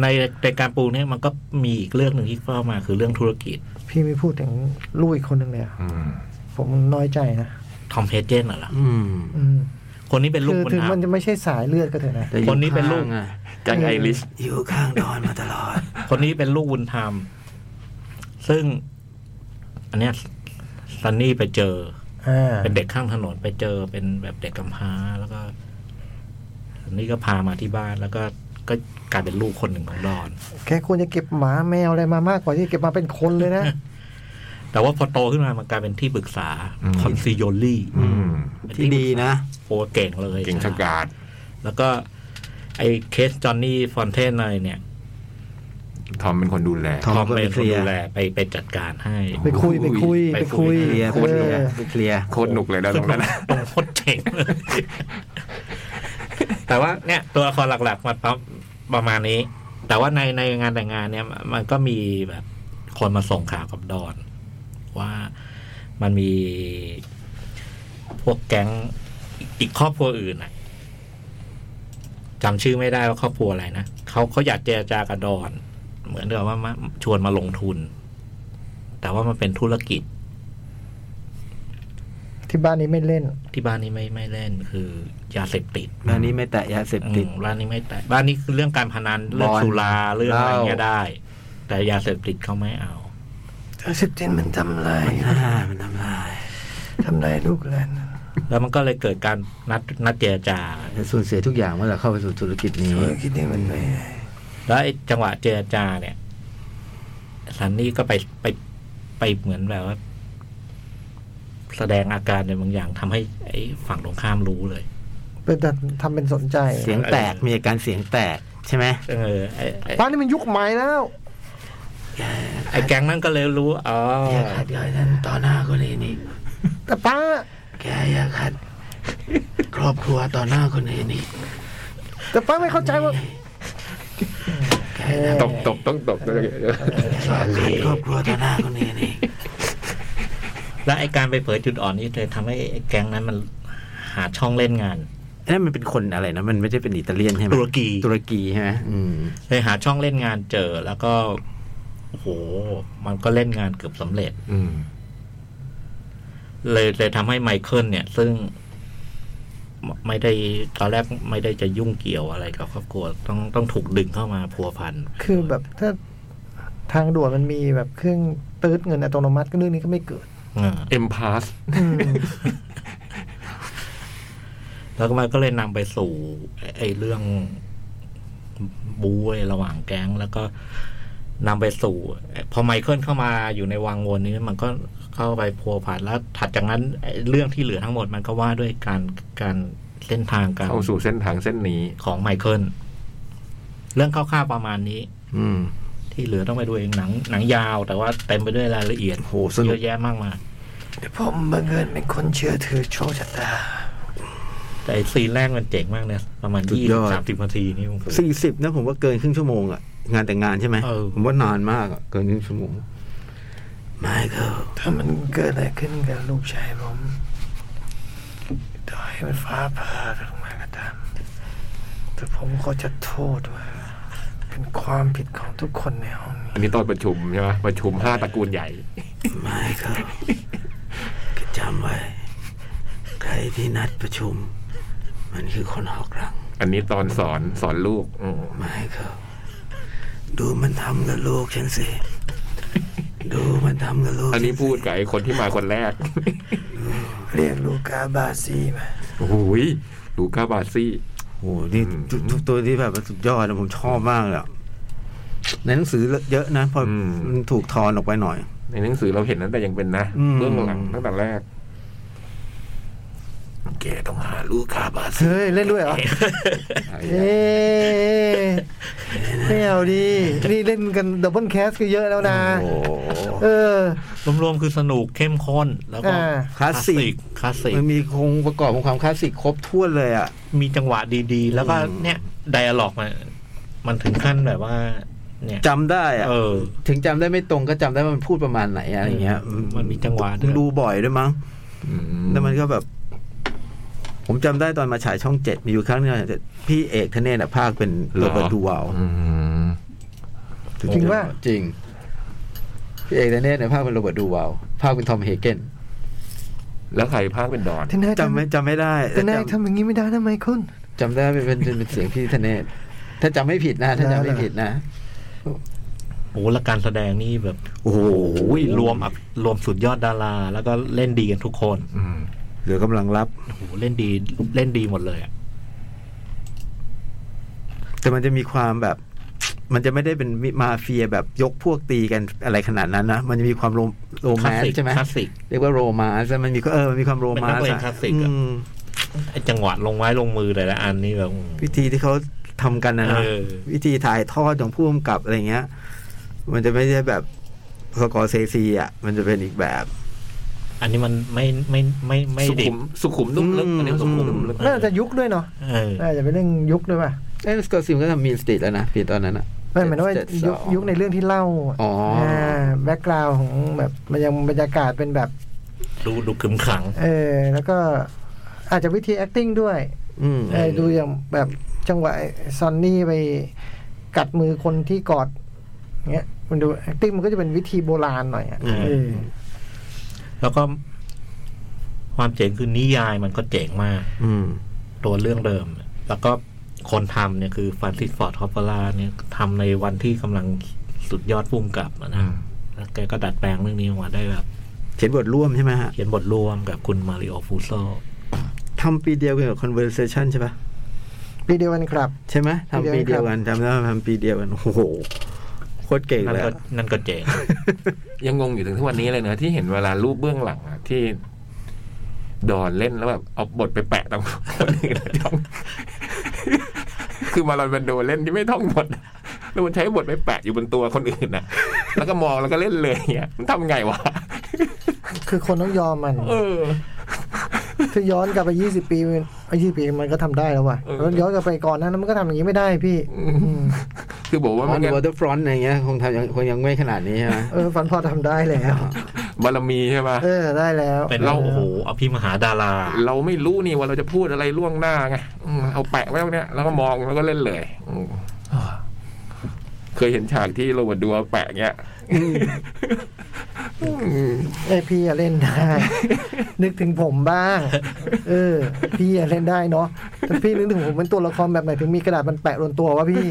Speaker 5: ในในการปูเนี่ยมันก็มีอีกเรื่องหนึ่งที่เข้ามาคือเรื่องธุรกิจ
Speaker 2: พี่ไม่พูดถึงลูกอีกคนหนึ่งเลยอะ
Speaker 3: อืม
Speaker 2: ผมน้อยใจนะ
Speaker 5: ทอมเพจเจนน่ะเหรอ
Speaker 1: อืม
Speaker 2: อืม
Speaker 5: คนนี้เป็นลูก
Speaker 2: คือ
Speaker 5: บุญ
Speaker 2: ถึง
Speaker 5: ธรร
Speaker 2: มั
Speaker 5: ม
Speaker 2: นจะไม่ใช่สายเลือดก็เถอะนะ
Speaker 1: แต่อยู่
Speaker 5: คนนี้เป็นลูก
Speaker 1: ข้างอะ
Speaker 3: แจ็คไอริช
Speaker 1: อยู่ข้างดอนมาตลอด
Speaker 5: คนนี้เป็นลูกบุญธรรม ซึ่ง อันเนี้ยซันนี่ไปเจอ
Speaker 2: อ่า
Speaker 5: เป็นเด็กข้างถนนไปเจอเป็นแบบเด็กกำพร้า แล้วก็ซันนี่ก็พามาที่บ้าน แล้วก็ก็กลายเป็นลูกคนหนึ่งของดอน
Speaker 2: แค่ควรจะเก็บหมาแมวอะไรมามากกว่าที่เก็บมาเป็นคนเลยนะ
Speaker 5: แต่ว่าพอโตขึ้นมามันกลายเป็นที่ปรึกษา
Speaker 3: อืม
Speaker 5: คอนซิโยลี่
Speaker 3: อืม
Speaker 1: ที่ดีนะ
Speaker 5: โอ้เก่งเลย
Speaker 3: เก่งชะกาด
Speaker 5: แล้วก็ไอ้เคสจอห์นนี่ฟอนเทนอะไรเนี่ย
Speaker 3: ทอมเป็นคนดูแล
Speaker 1: ทอม
Speaker 5: ทอมเป็นค
Speaker 1: ไปเคลี
Speaker 5: น
Speaker 1: ยร์
Speaker 5: ดูแลไปไปจัดการให้
Speaker 2: ไปคุยไปคุยไปคุย
Speaker 1: เคลียร์
Speaker 2: เอ
Speaker 1: ไปเคลีย
Speaker 2: อ
Speaker 1: ร์ไปเคลียร์
Speaker 3: โคตรหนุกเลยนะต
Speaker 5: ซึ่
Speaker 3: รง งนั้นนะ
Speaker 5: ตรงโคตรเจ๋งเลยแต่ว่าเนี่ย ตัวละครหลักๆมันประประมาณนี้ แต่ว่าในในงานแต่งงานเนี่ย มันก็มีแบบ คนมาส่งข่าวกับดอน ว่ามันมีพวกแก๊งอีกครอบครัวอื่นอะจำชื่อไม่ได้ว่าครอบครัวอะไรนะเขาเขาอยากเจรจากับดอน เหมือนกับว่ามาชวนมาลงทุน แต่ว่ามันเป็นธุรกิจ
Speaker 2: ที่บ้านนี้ไม่เล่น
Speaker 5: ที่บ้านนี้ไม่ไม่เล่นคือยาเสพติด
Speaker 1: บ้านนี้ไม่แตะยาเสพติด
Speaker 5: อืมบ้านนี้ไม่แต่บ้านนี้คือเรื่องการพนันเรื่อง
Speaker 1: บอล
Speaker 5: สุราเรื่องอะไร
Speaker 1: เหล้า
Speaker 5: เงี้ยได้ แต่ยาเสพติดเขาไม่เอา
Speaker 2: สิบเจนมันทำลาย
Speaker 1: อ่ามันทำลาย
Speaker 2: ทำลายลูกหลาน
Speaker 5: แล้วมันก็เลยเกิดการนัดนัดเจรจา
Speaker 1: จะสูญเสียทุกอย่างเมื่อเราเข้าไปสู่ธุรกิจนี้
Speaker 2: คิดนี้มันไม่
Speaker 5: แล้วไอ้จังหวะเจรจาเนี่ยซันนี่ก็ไปไปไปเหมือนแบบว่า แสดงอาการในบางอย่างทำให้ไอ้ฝั่งตรงข้ามรู้เลย
Speaker 2: เป็นแต่ทำเป็นสนใจ
Speaker 1: เสียงแตกมีอาการเสียงแตกใช่ไหม
Speaker 5: เออไอ้ไอ้
Speaker 2: บ้านนี้มันยุคใหม่แล้ว
Speaker 5: ไอ้แก๊งนั่นก็เลยรู้อ๋อ
Speaker 1: อย่าขัดย่อยนั้นต่อหน้าคนอื่นอีก
Speaker 2: แต่ป้า
Speaker 1: แกอย่าขัด ครอบครัวต่อหน้าคนอื่นอีก
Speaker 2: แต่ป้าไม่เข้าใจว่า
Speaker 3: ตบตบต้องตบ
Speaker 1: ครอบครัวต่อหน้าคนนี้นี่
Speaker 5: แล้วไอการไปเผยจุดอ่อนนี่เลยทำให้ไอ้แก๊งนั้นมันหาช่องเล่นงาน
Speaker 1: นั่นมันเป็นคนอะไรนะ มันไม่ใช่เป็นอิตาเลียนใช่ไหม
Speaker 5: ตุรกี
Speaker 1: ตุรกีใช่ไหมอืม
Speaker 5: เลยหาช่องเล่นงานเจอแล้วก็โอ้โห มันก็เล่นงานเกือบสำเร็จ
Speaker 1: อืม
Speaker 5: เลยเลยทำให้ไมเคิลเนี่ย ซึ่งไมไม่ได้ตอนแรกไม่ได้จะยุ่งเกี่ยวอะไรกับครอบครัว ต้องต้องถูกดึงเข้ามาพัวพัน
Speaker 2: คือแบบถ้าทางด่วนมันมีแบบเครื่องตืดเงินอัตโนมัติก็เรื่องนี้ก็ไม่เกิด
Speaker 5: อ่า
Speaker 3: เอ็มพาส
Speaker 5: แล้วก็มันก็เลยนำไปสู่ไอ้ไอ้เรื่องบู๊ไอ้ระหว่างแก๊ง แล้วก็นำไปสู่ พอไมเคิลเข้ามาอยู่ในวังวนนี้มันก็เข้าไปพัวพันแล้วถัดจากนั้นไอ้เรื่องที่เหลือทั้งหมดมันก็ว่าด้วยการการเส้นทางการ
Speaker 3: เข้าสู่เส้นทางเส้นนี้
Speaker 5: ของไมเคิลเรื่องคร่าวๆประมาณนี้
Speaker 1: อืม
Speaker 5: ที่เหลือต้องไปดูเองหนังหนังยาวแต่ว่าเต็มไปด้วยรายละเอียด
Speaker 1: โหสนุ
Speaker 5: เย
Speaker 1: ก
Speaker 5: อะแยะมากมาย
Speaker 2: ผมบังเอิญเป็นคนเชื่อถือโชคชะตา
Speaker 5: แต่ไอ้ซีนแรกมันเจ๋งมากเนี่ยประมาณ
Speaker 1: สุด
Speaker 5: ยี่
Speaker 1: ย
Speaker 5: สิ
Speaker 1: อด
Speaker 5: บสามสิบนาทีนี่ผม
Speaker 1: สี่สิบนะผมว่าเกินครึ่งชั่วโมงอะงานแต่งงานใช่ไหม
Speaker 5: เออ
Speaker 1: ผมว่านานมากอะเกินครึ่งชั่วโมงไม่เคิล
Speaker 2: ถ้ามันเกิดอะไรขึ้นกับลูกชายผมต่อให้มันฟ้าผ่าหรือมาก็ตาม แต่ผมก็จะโทษว่า เป็นความผิดของทุกคนในห้องนี้
Speaker 3: อันนี้ตอนประชุมใช่ไหมประชุมห้าตระกูลใหญ่
Speaker 1: ไม่เคิลก็จำไว้ ใครที่นัดประชุม มันคือคนหอกหลัง
Speaker 3: อันนี้ตอนสอนสอนลูกอืม
Speaker 1: ไมาเขาดูมันทำกับลูกฉันสิ ดูมันทำกับลูก
Speaker 3: อันนี้
Speaker 1: ฉัสิ
Speaker 3: พูดกับไอ้คนที่มาคนแรก
Speaker 2: เรียกลูกาบาซีมา
Speaker 3: โอ้โหยลูก้าบาซี่
Speaker 1: โอ้โหนี่ทุกทุกตัวที่แบบว่าสุดยอดนะผมชอบมากเลยอะในหนังสือเยอะนะพออ
Speaker 3: ม
Speaker 1: มันถูกทอนออกไปหน่อย
Speaker 3: ในหนังสือเราเห็นนั้นแต่ยังเป็นนะ
Speaker 1: อืม
Speaker 3: เบื้องหลังตั้งแต่แรกแกต้องหาลูกคาบาซี่
Speaker 2: เฮ้ย เล่นด้วยเหรอ เอ๊ะไม่เอาดี นี่เล่นกันดับเบิลแคสก็เยอะแล้วนะ
Speaker 1: โอ้โห
Speaker 2: เออ
Speaker 5: รวมๆคือสนุกเข้มข้นแล้วก็
Speaker 2: อ่า
Speaker 1: คลาสสิก
Speaker 5: คลาสสิก
Speaker 1: มันมีองค์ประกอบของความคลาสสิกครบถ้วนเลยอ่ะ
Speaker 5: มีจังหวะดีๆ แล้วก็
Speaker 1: อืม
Speaker 5: เนี่ยไดอะล็อกมันมันถึงขั้นแบบว่า เนี่ย
Speaker 1: จำได้อ่ะ
Speaker 5: เออ
Speaker 1: ถึงจำได้ไม่ตรงก็จำได้ว่ามันพูดประมาณไหนอะไรเงี้ย
Speaker 5: มันมีจังหวะด้วย
Speaker 1: ดูบ่อยด้วยมั้ง
Speaker 3: อื
Speaker 1: แล้วมันก็แบบ ผมจำได้ตอนมาฉายช่องเจ็ดมีอยู่ครั้งหนึงอะพี่เอกทเนศอะภาคเป็นโรเบิร์ตดูวาล
Speaker 3: อืม
Speaker 2: จริงป่ะ
Speaker 1: จริง พี่เอกเดนเนสในยภาคเป็นโรเบิร์ตดูวาลภาคเป็นทอมเฮเกน
Speaker 3: แล้วใครภาคเป็นดอน
Speaker 2: ท่านนาย
Speaker 1: จำไม่จำไม่ได้แต่
Speaker 2: ท่านนาย
Speaker 1: จ
Speaker 2: ทำอย่างนี้ไม่ได้นะไมเคิล
Speaker 1: ำจำได้เป็นเป็นเป็นเสียงพี่ธเนศถ้าจำไม่ผิดนะ ถ้าจำไม่ผิดนะ
Speaker 5: โอ้และการแสดงนี่แบบ
Speaker 1: โอ้โห
Speaker 5: รวมอ่ะรวมสุดยอดดารา แล้วก็เล่นดีกันทุกคน
Speaker 3: อืม
Speaker 1: เหลือกำลังรับ
Speaker 5: โอ้โหเล่นดีเล่นดีหมดเลยอ่ะ
Speaker 1: แต่มันจะมีความแบบ มันจะไม่ได้เป็นมาเฟียแบบยกพวกตีกันอะไรขนาดนั้นนะ มันจะมีความโรมโร
Speaker 5: ค
Speaker 1: แม
Speaker 5: ลาส
Speaker 1: น
Speaker 5: สิก
Speaker 1: ต์ใช่ไหม
Speaker 5: คลาสสิก
Speaker 1: เรียกว่าโรมาใช่มันมีก็เออมันมีความโรมา
Speaker 5: เป็นนักเลงคลาสสิกอะ
Speaker 1: อืม
Speaker 5: ไอ้จังหวะลงไม้ลงมือแต่ละอันนี่แบบ
Speaker 1: วิธีที่เขาทำกันนะนะ
Speaker 5: เออ
Speaker 1: วิธีถ่ายทอดของผู้กำกับอะไรเงี้ย มันจะไม่ใช่แบบสกอร์เซซีอ่ะ มันจะเป็นอีกแบบ
Speaker 5: อันนี้มันไม่ไม่ไม่ไม่
Speaker 3: สุ
Speaker 5: ดิ
Speaker 3: ขุ
Speaker 5: บ
Speaker 3: มสุขุมนุ่มลึกอันนี้สุขุมนุ่มลึก
Speaker 2: น่าจะยุคด้วยเนาะ
Speaker 5: เออ
Speaker 2: น่าจะเป็นเรื่องยุคด้วยป่ะ
Speaker 1: เอ้ยสกอร์ซีมก็ทำมีนสตรีทแล้วนะปีตอนนั้นอ่ะ
Speaker 2: ไม่หมายถึงว่า
Speaker 1: เจ็ดสอง
Speaker 2: ยุคยุคในเรื่องที่เล่าะ
Speaker 1: อ๋ออ่
Speaker 2: แบ็กกราวของแบบมันยังบรรยากาศเป็นแบบ
Speaker 5: ดูดูขึมขัง
Speaker 2: เออ แล้วก็อาจจะวิธี acting ด้วย
Speaker 1: อืม
Speaker 2: เออดูอย่างแบบจังหวะซอนนี่ไปกัดมือคนที่กอดเงี้ยมันดู acting มันก็จะเป็นวิธีโบราณหน่อยอะ
Speaker 1: อืม
Speaker 2: เออ
Speaker 5: แล้วก็ความเจ๋งคือนิยายมันก็เจ๋งมาก
Speaker 1: อืม
Speaker 5: ตัวเรื่องเดิม แล้วก็คนทำเนี่ยคือฟรานซิสฟอร์ดฮอปเปอราเนี่ยทำในวันที่กำลังสุดยอดพุ่มกับอะนะแล้วแกก็ดัดแปลงเรื่องนี้ออกมาได้แบบ
Speaker 1: เขียนบทร่วมใช่ไหมฮะ
Speaker 5: เขียนบทรวมกับคุณมาริโอฟูโซ
Speaker 1: ทำปีเดียวกันกับ conversation ใช่ปะ
Speaker 2: ปีเดียวกันครับ
Speaker 1: ใช่ไหมทำ
Speaker 2: ปี
Speaker 1: ปี
Speaker 2: เดี
Speaker 1: เดีย
Speaker 2: ยววกั
Speaker 1: กัน
Speaker 2: น
Speaker 1: จำได้ว่าทำปีเดียวกัน โอ้โห โคตรเก่ง
Speaker 5: นั่น
Speaker 1: เลย
Speaker 5: ก็
Speaker 1: อะ
Speaker 5: นั่นก็เจ๋ง
Speaker 3: ยังงงอยู่ถึงทุกวันนี้เลยเนอะที่เห็นเวลารูปเบื้องหลังอะที่ ดอนเล่นแล้วแบบเอาบทไปแปะตามคนอื่นอะจ้อง คือมาลอนแบนโดเล่นที่ไม่ท่องบทอะแล้วมันใช้บทไปแปะอยู่บนตัวคนอื่นนะ แล้วก็มองแล้วก็เล่นเลยอย่างเงี้ยมันทำไงวะ
Speaker 2: คือคนต้องยอมมัน
Speaker 3: เออ
Speaker 2: ถ้าย้อนกลับไป 20 ปีมัน20 ปีมันก็ทำได้แล้วว่ะ
Speaker 3: เออ
Speaker 2: แล้วย้อนกลับไปก่อนหนั้านมันก็ทำอย่างนี้ไม่ได้พี่อืม
Speaker 3: คือบอกว่า
Speaker 1: อ
Speaker 3: ไม่
Speaker 1: น
Speaker 3: งั้น
Speaker 1: วอเตอร์ฟรอนต์อะไรเงี้ยคงทำยังคงยังไม่ขนาดนี้ใช่ไหม
Speaker 2: เออ ฟันพอทำได้แล้ว
Speaker 3: บารมีใช่ป่ะ
Speaker 2: เออ ได้แล้ว
Speaker 5: เป็น
Speaker 3: เรา
Speaker 5: เล่าโอ้โหอภิมหาดารา
Speaker 3: เราไม่รู้นี่ว่าเราจะพูดอะไรล่วงหน้าไงอืมเอาแปะไว้ตรงเนี้ยแล้วก็มองแล้วก็เล่นเลยอืมเคยเห็นฉากที่โรเบิร์ตดูเอาแปะเงี้ยอืม
Speaker 2: ไอยพี่อะเล่นได้ นึกถึงผมบ้าง เออ พี่อะเล่นได้เนาะแต่พี่นึกถึงผมเป็นตัวละครแบบไหนถึงมีกระดาษมันแปะบนตัววะพี่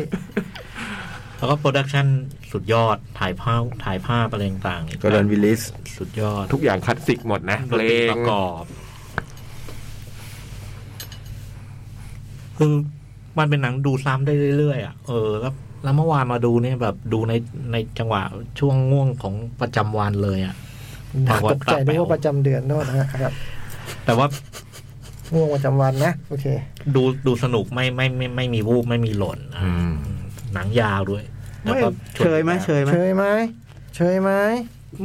Speaker 5: แล้วก็โปรดักชันสุดยอดถ่ายภาพถ่ายภาพอะไรต่างๆนี่
Speaker 1: กอร์ดอนวิลลิส
Speaker 5: สุดยอด
Speaker 3: ทุกอย่างคลาสสิกหมดนะ
Speaker 5: ด
Speaker 3: เพล
Speaker 5: นตรี
Speaker 3: ง
Speaker 5: ประกอบคือมันเป็นหนังดูซ้ำได้เรื่อยๆอ่ะเออแล้วแล้วเมื่อวานมาดูเนี่ยแบบดูในในจังหวะช่วงง่วงของประจำวันเลยอ่ะ ปรากฏ
Speaker 2: ตกใจนึกว่า
Speaker 5: แปะ
Speaker 2: ประจำเดือนโน่นนะครับ
Speaker 5: แต่ว่า
Speaker 2: ง่วงประจำวันนะ โอเค
Speaker 5: ดูดูสนุกไม่ไม่ไม่ไม่มีวูบไม่มีหล่นอ่ะ
Speaker 3: อืม
Speaker 5: หนังยาวด้วยแล้ว
Speaker 1: ไม่
Speaker 5: ก็
Speaker 1: เชยไหมเชยไหม
Speaker 2: เชยไหมเชยไหม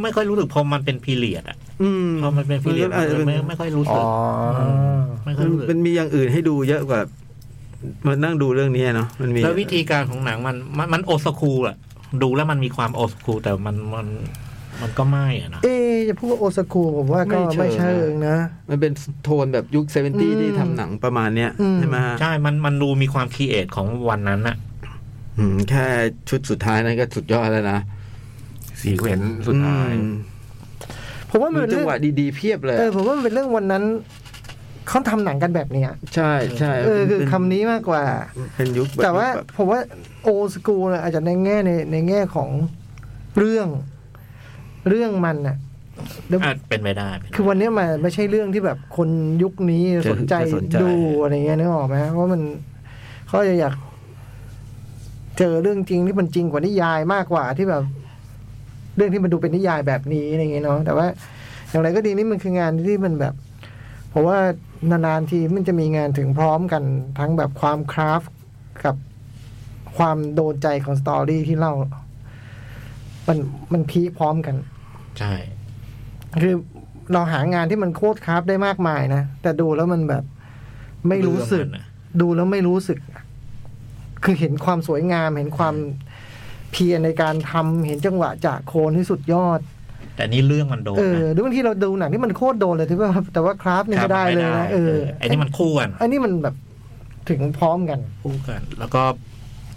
Speaker 5: ไม่ค่อยรู้สึกพอมันเป็นพีเรียดอ่ะ
Speaker 1: อืม
Speaker 5: พอมันเป็นพีเรียด
Speaker 1: อาจจะเป็น
Speaker 5: ไม่ไม่ค่อยรู้สึกมไม่ค่อยรู้สึก
Speaker 1: มันมีอย่างอื่นให้ดูเยอะกว่ามานั่งดูเรื่องนี้เนาะมันมี
Speaker 5: แล้ววิธีการของหนังมันมันมันโอสคูลอะดูแล้วมันมีความโอสคูลแต่มันมันมันก็ไม่อะนะ
Speaker 2: เอ๊ะจะพูดว่าโอซากุผมว่าก็ไม่เชิงนะ
Speaker 1: มันเป็นโทนแบบยุคเซเวนตี้
Speaker 2: อืม
Speaker 1: ที่ทำหนังประมาณเนี้ย
Speaker 2: อืม
Speaker 1: ใช่ไหม
Speaker 5: ใช่ มันมันดูมีความคีเอทของวันนั้นอะ
Speaker 1: อืมแค่ชุดสุดท้ายนั่นก็สุดยอดแล้วนะ
Speaker 3: สีเว้นสุดท้าย
Speaker 1: อืม
Speaker 2: ผมว่ามันเป็น
Speaker 1: จัง
Speaker 2: เรื่อง
Speaker 1: หวะดีๆเพียบเลย
Speaker 2: เออผมว่ามันเป็นเรื่องวันนั้นเขาทำหนังกันแบบเนี้ย
Speaker 1: ใช่ใช่
Speaker 2: เออคือ
Speaker 1: เป็น
Speaker 2: คำนี้มากกว่า
Speaker 1: เป็นยุคบบ
Speaker 2: แต่ว่า
Speaker 1: บบ
Speaker 2: ผมว่าโอสกูนะอาจจะในแง่ในในแง่ของเรื่อง เรื่องมันน่ะแล้ว
Speaker 5: อ่ะเป็นไปได้เป็นไปได้
Speaker 2: คือวันเนี้ยมันไม่ใช่เรื่องที่แบบคนยุคนี้สนใจดูอะไรเงี้ยนึกออกไหมว่ามันเขาจะอยาก เจอเรื่องจริงที่มันจริงกว่านิยายมากกว่าที่แบบ เรื่องที่มันดูเป็นนิยายแบบนี้อะไรเงี้ยเนาะแต่ว่า อย่างไรก็ดีนี่มันคืองานที่มันแบบเพราะว่านานๆทีมันจะมีงานถึงพร้อมกันทั้งแบบความคราฟต์กับความโดนใจของสตอรี่ที่เล่า มันมันพีคพร้อมกัน
Speaker 5: ใช่
Speaker 2: คือเราหางานที่มันโคตรคราฟต์ได้มากมายนะ แต่ดูแล้วมันแบบไม่รู้สึก
Speaker 5: เองนน่ะ
Speaker 2: ดูแล้วไม่รู้สึก คือเห็นความสวยงาม เห็นความเพียรในการทำเห็นจังหวะจากโคนที่สุดยอด
Speaker 5: แต่นี่เรื่องมันโดน
Speaker 2: เออ
Speaker 5: นะ
Speaker 2: หรือบางทีเราดูหนังที่มันโคตรโดนเลยที่ว่าแต่ว่าคราฟต์นี่ไม่ได้เลย
Speaker 5: ครับ
Speaker 2: นะเออ
Speaker 5: ไอ้นี่มันคู่กัน
Speaker 2: ไอันนี้มันแบบถึงพร้อมกัน
Speaker 5: คู่กัน แล้วก็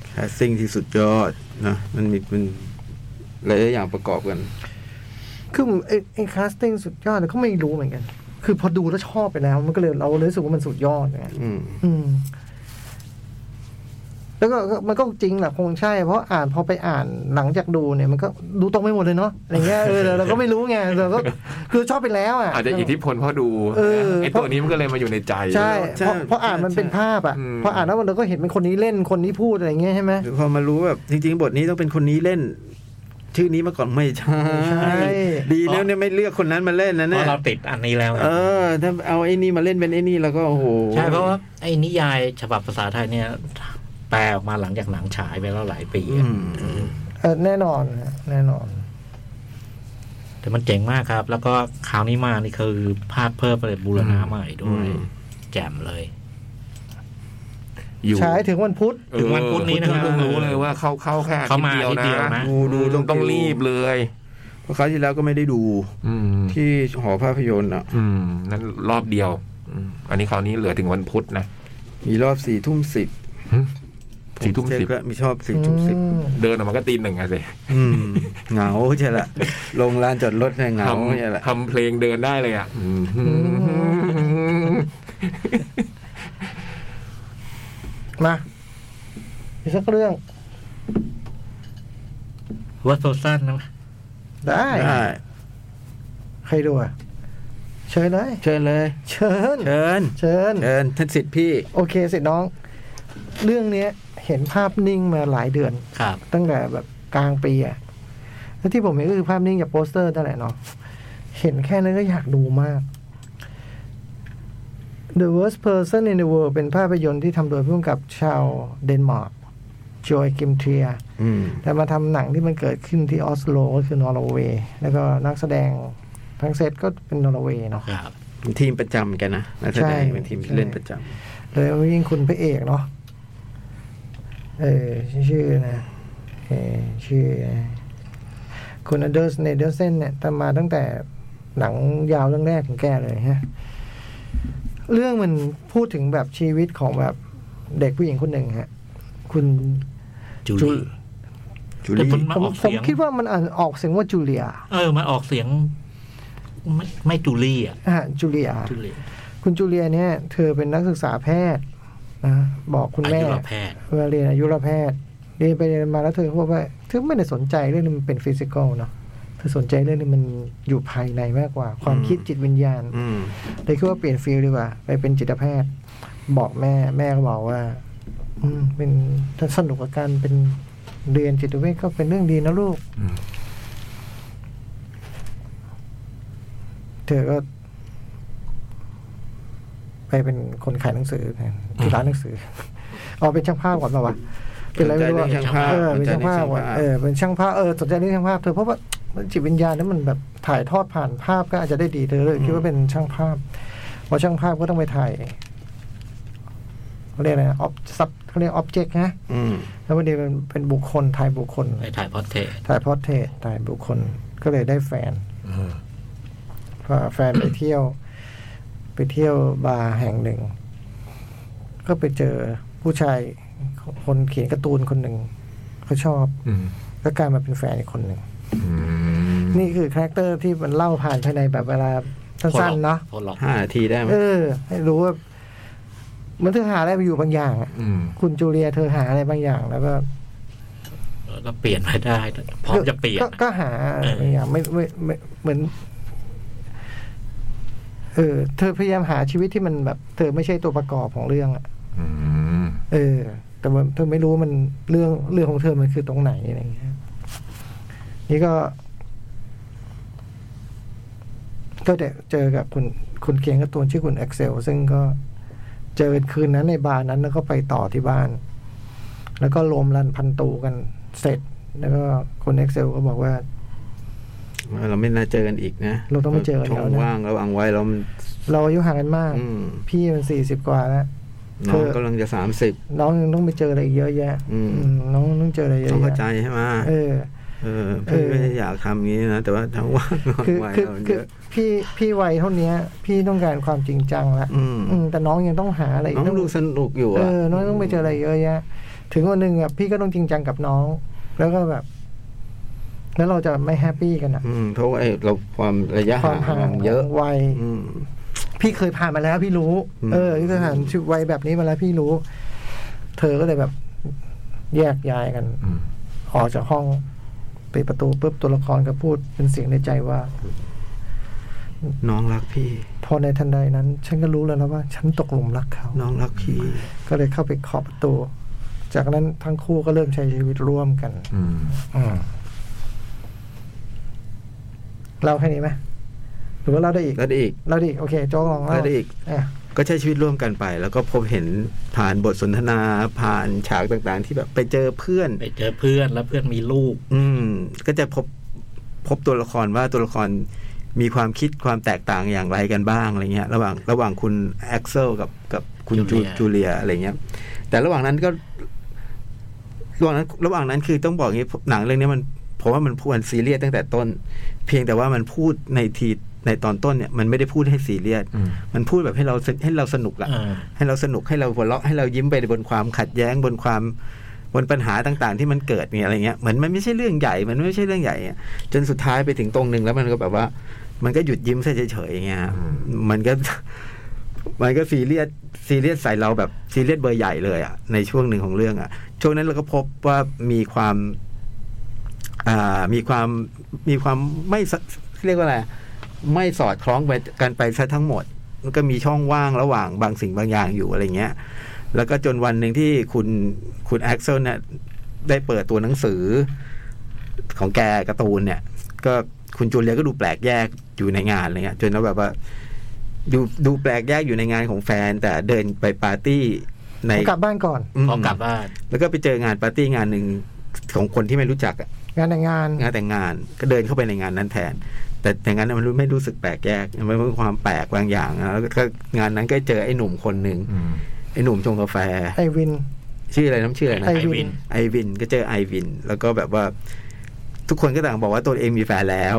Speaker 1: แคสซิ่งที่สุดยอดนะมันมีมันหลายๆอย่างประกอบกัน
Speaker 2: คือไอ้ไอ้คาสติ้งสุดยอดเนี่ยก็ไม่รู้เหมือนกัน คือพอดูแล้วชอบไปแล้ว มันก็เลยเราเลยรู้สึกว่ามันสุดยอดไง
Speaker 1: อืม
Speaker 2: อืม แล้วก็มันก็จริงแหละคงใช่ เพราะอ่านพอไปอ่านหลังจากดูเนี่ย มันก็ดูตรงไม่หมดเลยเนาะอะไรเงี้ยเออเราเราก็ไม่รู้ไงเราก็คือชอบไปแล้วอ่ะ
Speaker 3: อาจจะอิทธิพลเพราะดู
Speaker 2: เออ
Speaker 3: ไอ้ตัวนี้มันก็เลยมาอยู่ในใจ
Speaker 2: ใช่เพ
Speaker 1: ใช่
Speaker 2: ราะเพราะอ่านมัน
Speaker 1: ใช่
Speaker 2: เป็นภาพอ่ะ
Speaker 3: อืม
Speaker 2: พออ่านแล้วเราก็เห็นเป็นคนนี้เล่นคนนี้พูดอะไรเงี้ยใช่ไหม
Speaker 1: หรือพอมารู้แบบจริง ๆ บทนี้ต้องเป็นคนนี้เล่น ชื่อนี้มาก่อนไม่ใช่
Speaker 2: ไม่ใช่
Speaker 1: ดีแล้วเนี่ยไม่เลือกคนนั้นมาเล่นนะ
Speaker 5: เพ
Speaker 1: เนี่ย
Speaker 5: ราะเราติดอันนี้แล้วไง
Speaker 1: เออ ถ้าเอาไอ้นี่มาเล่นเป็นไอ้นี่แล้วก็โอ้โห
Speaker 5: ใช่เพราะว่าไอ้นิยายฉบับภาษาไทยเนี่ย แปลออกมาหลังจากหนังฉายไปแล้วหลายปี
Speaker 1: อื
Speaker 5: อะ
Speaker 1: ม
Speaker 2: เออแน่นอนฮะแน่นอน
Speaker 5: แต่มันเจ๋งมากครับ แล้วก็คราวนี้มานี่คือภาคเพิ่มไปเลยบูรณะใหม่ด้
Speaker 1: อื
Speaker 5: วย
Speaker 1: ม
Speaker 5: แจ่มเลย
Speaker 3: อยู่
Speaker 2: ฉายถึงวันพุธ
Speaker 3: เออ
Speaker 5: ถึงวันพุธนี้นะครับ
Speaker 3: เพิ่งรู้เลยว่าเข้าเข้าแค่
Speaker 5: เข้ามา
Speaker 3: อาทิตย์เดียว
Speaker 5: อาทิตย์เดียว
Speaker 3: นะ
Speaker 5: นะ
Speaker 1: ดูดู
Speaker 3: ต้องต้องรีบเลย
Speaker 1: เพราะคราวที่แล้วก็ไม่ได้ดู
Speaker 3: อืม
Speaker 1: ที่หอภาพยนตร์อ่ะ
Speaker 3: อืมนั้นรอบเดียวอืมอันนี้คราวนี้เหลือถึงวันพุธนะ
Speaker 1: มีรอบสี่ทุ่มสิบ
Speaker 3: สี่ทุ่มสิบ
Speaker 1: มีชอบสี่ทุ่มสิบ
Speaker 2: อืม
Speaker 3: เดินออกมาก็ตีหนึ่งอะสิ
Speaker 1: อืมเหงาใช่ละลงลานจอดรถเนี่ยเหงา
Speaker 3: ท
Speaker 1: ใช่ละ
Speaker 3: ำทำเพลงเดินได้เลยอ่ะอืม
Speaker 2: มาอีกสักเรื่อง
Speaker 5: ว่าโซซันนะ
Speaker 2: ได้
Speaker 1: ได้
Speaker 2: ใครดูอ่ะเชิญเลย
Speaker 1: เชิญเลย
Speaker 2: เชิญ
Speaker 1: เชิญ
Speaker 2: เชิญ
Speaker 1: เชิญท่านสิทธิ์พี่
Speaker 2: โอเคสิน้อง เรื่องเนี้ย เห็นภาพนิ่งมาหลายเดือน
Speaker 5: ครับ
Speaker 2: ตั้งแต่แบบกลางปีอะแล้วที่ผมเห็นก็คือภาพนิ่งจากโปสเตอร์นั่นแหละเนาะ เห็นแค่นั้นก็อยากดูมาก The Worst Person in the World เป็นภาพยนตร์ที่ทำโดยผู้กำกับชาวเดนมาร์กจอยกิมเทีย
Speaker 1: อืม
Speaker 2: แต่มาทำหนังที่มันเกิดขึ้นที่ออสโลก็คือนอร์เวย์ แล้วก็นักแสดงทั้งเซตก็เป็นนอร์เวย์เนาะ
Speaker 5: ครับ
Speaker 1: เป็นทีมประจำกันนะนักแสดง
Speaker 2: ใช่
Speaker 1: เป็นทีมที่
Speaker 2: ใช่
Speaker 1: เล่นประจำ
Speaker 2: แล้วยิ่งคุณพระเอกเนาะเออชื่อนะ เคชื่อคุณอเดอร์สเนเดอร์เซนเนี่ยตามมาตั้งแต่หนังยาวเรื่องแรกของแกเลยฮะ เรื่องมันพูดถึงแบบชีวิตของแบบเด็กผู้หญิงคนหนึ่งฮะ คุณ
Speaker 5: จู
Speaker 2: จู
Speaker 5: ลี
Speaker 1: จู
Speaker 5: แต่
Speaker 1: ลี่
Speaker 5: ผม น
Speaker 2: ผม
Speaker 5: ออก
Speaker 2: ผม
Speaker 5: เสียง
Speaker 2: คิดว่ามันอ่านออกเสียงว่าจูเลีย
Speaker 5: เออ มันออกเสียง ไม่ไม่จูลี่อ่ะ
Speaker 2: ฮะจูเลีย
Speaker 5: จูลี่
Speaker 2: คุณจูเลียเนี่ย เธอเป็นนักศึกษาแพทย์นะบอกคุณ
Speaker 5: อา
Speaker 2: แม่
Speaker 5: ยุรแพทย์
Speaker 2: เวลาเรียนอายุรแพทย์เรียนไปเรียนมาแล้วเธอก็บอกว่าเธอไม่ได้สนใจเรื่องนี้มันเป็นฟิสิกอลเนาะเธอสนใจเรื่องนี้มันอยู่ภายในมากกว่า ความคิดจิตวิญญาณ
Speaker 1: อืม
Speaker 2: เลยคิดว่าเปลี่ยนฟิลดีกว่า ไปเป็นจิตแพทย์ บอกแม่แม่ก็บอกว่า อืมเป็นถ้าสนุกกับการเป็นเรียนจิตเวชก็เป็นเรื่องดีนะลูก
Speaker 3: อืม
Speaker 2: เธอก็ ไปเป็นคนขายหนังสือนะที่ร้านหนังสืออ๋อเป็นช่างภาพก่อนป่าวะเป็นอะไร
Speaker 1: สนใจ
Speaker 2: ไม่รู้
Speaker 1: เรื่อ
Speaker 2: อะ
Speaker 1: งช่างภาพ
Speaker 2: เออเป็น
Speaker 1: ส
Speaker 2: ช่าง
Speaker 1: นใจ
Speaker 2: ภาพ
Speaker 1: เรื่
Speaker 2: ว่ะเอ
Speaker 1: องช่างภาพ
Speaker 2: อเป็นช่างภาพเออสนใจเรื่องช่างภาพเธอเพราะว่าจิตวิญญาณนั้นมันแบบถ่ายทอดผ่านภาพก็อาจจะได้ดีเธอเลยคิดว่าเป็นช่างภาพเพราะช่างภาพก็ต้องไปถ่ายเขาเรียกอะไรออบซับเขาเรียกออบเจกต์นะ
Speaker 1: อืม
Speaker 2: แล้ววันนี้เป็นเป็นบุคคลถ่ายบุคคล
Speaker 5: ไปถ่ายพอดเทส
Speaker 2: ถ่ายพอร์เทรตถ่ายบุคคลก็เลยได้แฟน
Speaker 3: เออ
Speaker 2: พาแฟนไปเที่ยว ไปเที่ยวบาร์แห่งหนึ่ง ก็ไปเจอผู้ชายคนเขียนการ์ตูนคนหนึ่งเขาชอบ
Speaker 3: อืม
Speaker 2: ก็กลายมาเป็นแฟนอีกคนหนึ่ง
Speaker 3: อืม
Speaker 2: นี่คือคาแรคเตอร์ที่มันเล่าผ่านภายในแบบเวลาสั้นๆเนาะ
Speaker 5: โพลอก
Speaker 1: ห้านาทีได้ไหม
Speaker 2: เออ ให้รู้ว่าเหมันเธอหาอะไรไปอยู่บางอย่างอะ
Speaker 3: อืม
Speaker 2: คุณจูเลียเธอหาอะไรบางอย่าง แล้วก็
Speaker 5: ก็เปลี่ยนไปได้พร้อมจะเปลี่ยน
Speaker 2: ก็ก็หาอะไรบางอย่างไม่ไม่ไม่เหมือนเออ เธอพยายามหาชีวิตที่มันแบบ เธอไม่ใช่ตัวประกอบของเรื่องอะ
Speaker 3: อืม
Speaker 2: เออ แต่ว่าเธอไม่รู้ว่ามันเรื่องเรื่องของเธอมันคือตรงไหนอะไรอย่างเงี้ยนี่ก็ ก็จะเจอกับคุณคุณเคียงการ์ตูนชื่อคุณเอ็กเซลซึ่งก็เจอกันคืนนั้นในบาร์นั้นแล้วก็ไปต่อที่บ้าน แล้วก็โลมรันพันตูกันเสร็จ แล้วก็คุณเอ็กเซลก็บอกว่า
Speaker 1: เราไม่น่าเจอกันอีกนะ
Speaker 2: เราต้องไม่เจอกัน
Speaker 1: ช่อ
Speaker 2: แล้ว
Speaker 1: ง
Speaker 2: นะ
Speaker 1: ว่างเราอังไว้แล้วมัน
Speaker 2: เราอายุห่างกันมาก
Speaker 1: อืม
Speaker 2: พี่มันสี่สิบกว่าแล้ว
Speaker 1: น้อง
Speaker 2: เธอ
Speaker 1: กำลังจะสามสิบ
Speaker 2: น้องยังต้องไปเจออะไรอีกเยอะแยะ
Speaker 1: อืม
Speaker 2: อืมน้องต้องเจออะไรเยอะ
Speaker 1: ต้องเข้าใจ
Speaker 2: แยะ
Speaker 1: ใช่ไหม
Speaker 2: เออ
Speaker 1: เออพี่
Speaker 2: เออ
Speaker 1: ไม่ได้อยากทำอย่างนี้นะ แต่ว่าช่องว่างเรา
Speaker 2: คือ
Speaker 1: ไว้
Speaker 2: คือ
Speaker 1: เรา
Speaker 2: คื
Speaker 1: เย
Speaker 2: อ
Speaker 1: อะ
Speaker 2: พี่พี่วัยเท่าเนี้ย พี่ต้องการความจริงจังละ
Speaker 1: อืม
Speaker 2: อืมแต่น้องยังต้องหาอะไรก
Speaker 1: น้องดูสนุกอยู่
Speaker 2: เอ
Speaker 1: อ่ะ
Speaker 2: อ น้องต้องไปเจออะไรเยอะแยะ ถึงวันหนึ่งอ่ะพี่ก็ต้องจริงจังกับน้อง แล้วก็แบบ แล้วเราจะไม่แฮปปี้กันอ่ะ
Speaker 1: มเพราะว่าไอ้เราความระยะ
Speaker 2: ความห่า
Speaker 1: ห่าง งเยอะ
Speaker 2: วัย
Speaker 1: อืม
Speaker 2: พี่เคยผ่านมาแล้วพี่รู้
Speaker 1: อืม
Speaker 2: เออพี่เคยผ่านชีวิตวัยแบบนี้มาแล้วพี่รู้ เธอก็เลยแบบ แยกย้ายกัน
Speaker 3: อืม
Speaker 2: ออกจากห้องปิดประตูปุ๊บตัวละครก็พูดเป็นเสียงในใจว่า
Speaker 1: น้องรักพี่
Speaker 2: พอในทันใดนั้น ฉันก็รู้แล้วนะว่า ฉันตกหลุมรักเขา
Speaker 1: น้องรักพี่
Speaker 2: ก็เลยเข้าไปขอบประตู จากนั้นทั้งคู่ก็เริ่มใช้ชีวิตร่วมกัน
Speaker 3: อืม
Speaker 2: อืมเล่าแค่นี้ไหมหรือว่าเล่าได้อีก
Speaker 1: แล้วได้อีก
Speaker 2: เล่าได้อีกโอเคโจ๊กลองเล่า
Speaker 1: เล่าได้อีก
Speaker 2: ะ
Speaker 1: ก็ใช้ชีวิตร่วมกันไป แล้วก็พบเห็นผ่านบทสนทนาผ่านฉากต่างๆ ที่แบบไปเจอเพื่อน
Speaker 5: ไปเจอเพื่อนแล้วเพื่อนมีลูก
Speaker 1: อืม ก็จะพบพบตัวละครว่าตัวละครมีความคิดความแตกต่างอย่างไรกันบ้างอะไรเงี้ย ระหว่างระหว่างคุณแอ็กเซลกับกับคุณ
Speaker 5: จู
Speaker 1: จู
Speaker 5: เลีย
Speaker 1: จูเลียอะไรเงี้ย แต่ระหว่างนั้นก็ ระหว่างนั้นระหว่างนั้นคือต้องบอกอย่างงี้หนังเรื่องนี้มันผมว่ามันพูดมันซีเรียสตั้งแต่ต้น เพียงแต่ว่ามันพูดในทีในตอนต้นเนี่ย มันไม่ได้พูดให้ซีเรียส
Speaker 3: อืม
Speaker 1: มันพูดแบบให้เราสนให้เราสนุกละ
Speaker 5: อ่า
Speaker 1: ให้เราสนุกให้เราหัวเราะให้เรายิ้มไปบนความขัดแย้งบนความบนปัญหาต่างๆ ที่มันเกิดเนี่ยอะไรเงี้ยเหมือนมันไม่ใช่เรื่องใหญ่มันไม่ใช่เรื่องใหญ่อะจนสุดท้ายไปถึงตรงหนึ่งแล้วมันก็แบบว่า มันก็หยุดยิ้มซะเฉยๆอย่างเงี้ยฮะมันก็ มันก็ซีเรียสซีเรียสใส่เราแบบซีเรียสเบอร์ใหญ่เลยอะในช่วงหนึ่งของเรื่องอะช่วงนั้นเราก็พบว่ามีความ อ่ามีความมีความไม่สเรียกว่าอะไรไม่สอดคล้องไปกันไปซะทั้งหมด มันก็มีช่องว่างระหว่างบางสิ่งบางอย่างอยู่อะไรเงี้ย แล้วก็จนวันหนึ่งที่คุณคุณแอ็กเซลเนี่ยได้เปิดตัวหนังสือของแกการ์ตูนเนี่ย ก็คุณจูเลียก็ดูแปลกแยกอยู่ในงานอะไรเงี้ยจนแล้วแบบว่า ดูดูแปลกแยกอยู่ในงานของแฟน แต่เดินไปปาร์ตี้ใน
Speaker 2: ผมกลับบ้านก่อน
Speaker 1: ม
Speaker 5: พอกลับบ้าน
Speaker 1: แล้วก็ไปเจองานปาร์ตี้งานหนึ่งของคนที่ไม่รู้จักอะ
Speaker 2: งานแต่งงาน
Speaker 1: งานแต่งงานก็เดินเข้าไปในงานนั้นแทน แต่แต่งานนั้นมันรู้ไม่รู้สึกแปลกแยกมันเป็นความแปลกบางอย่างนะแล้วก็งานนั้นก็เจอไอ้หนุ่มคนหนึ่ง
Speaker 3: อืม
Speaker 1: ไอ้หนุ่มชงกาแฟ
Speaker 2: ไอวิน
Speaker 1: ชื่ออะไรน้ำชื่ออะไรนะ
Speaker 2: ไอวิน
Speaker 1: ไอวินก็เจอไอวิน แล้วก็แบบว่า ทุกคนก็ต่างบอกว่าตัวเองมีแฟนแล้ว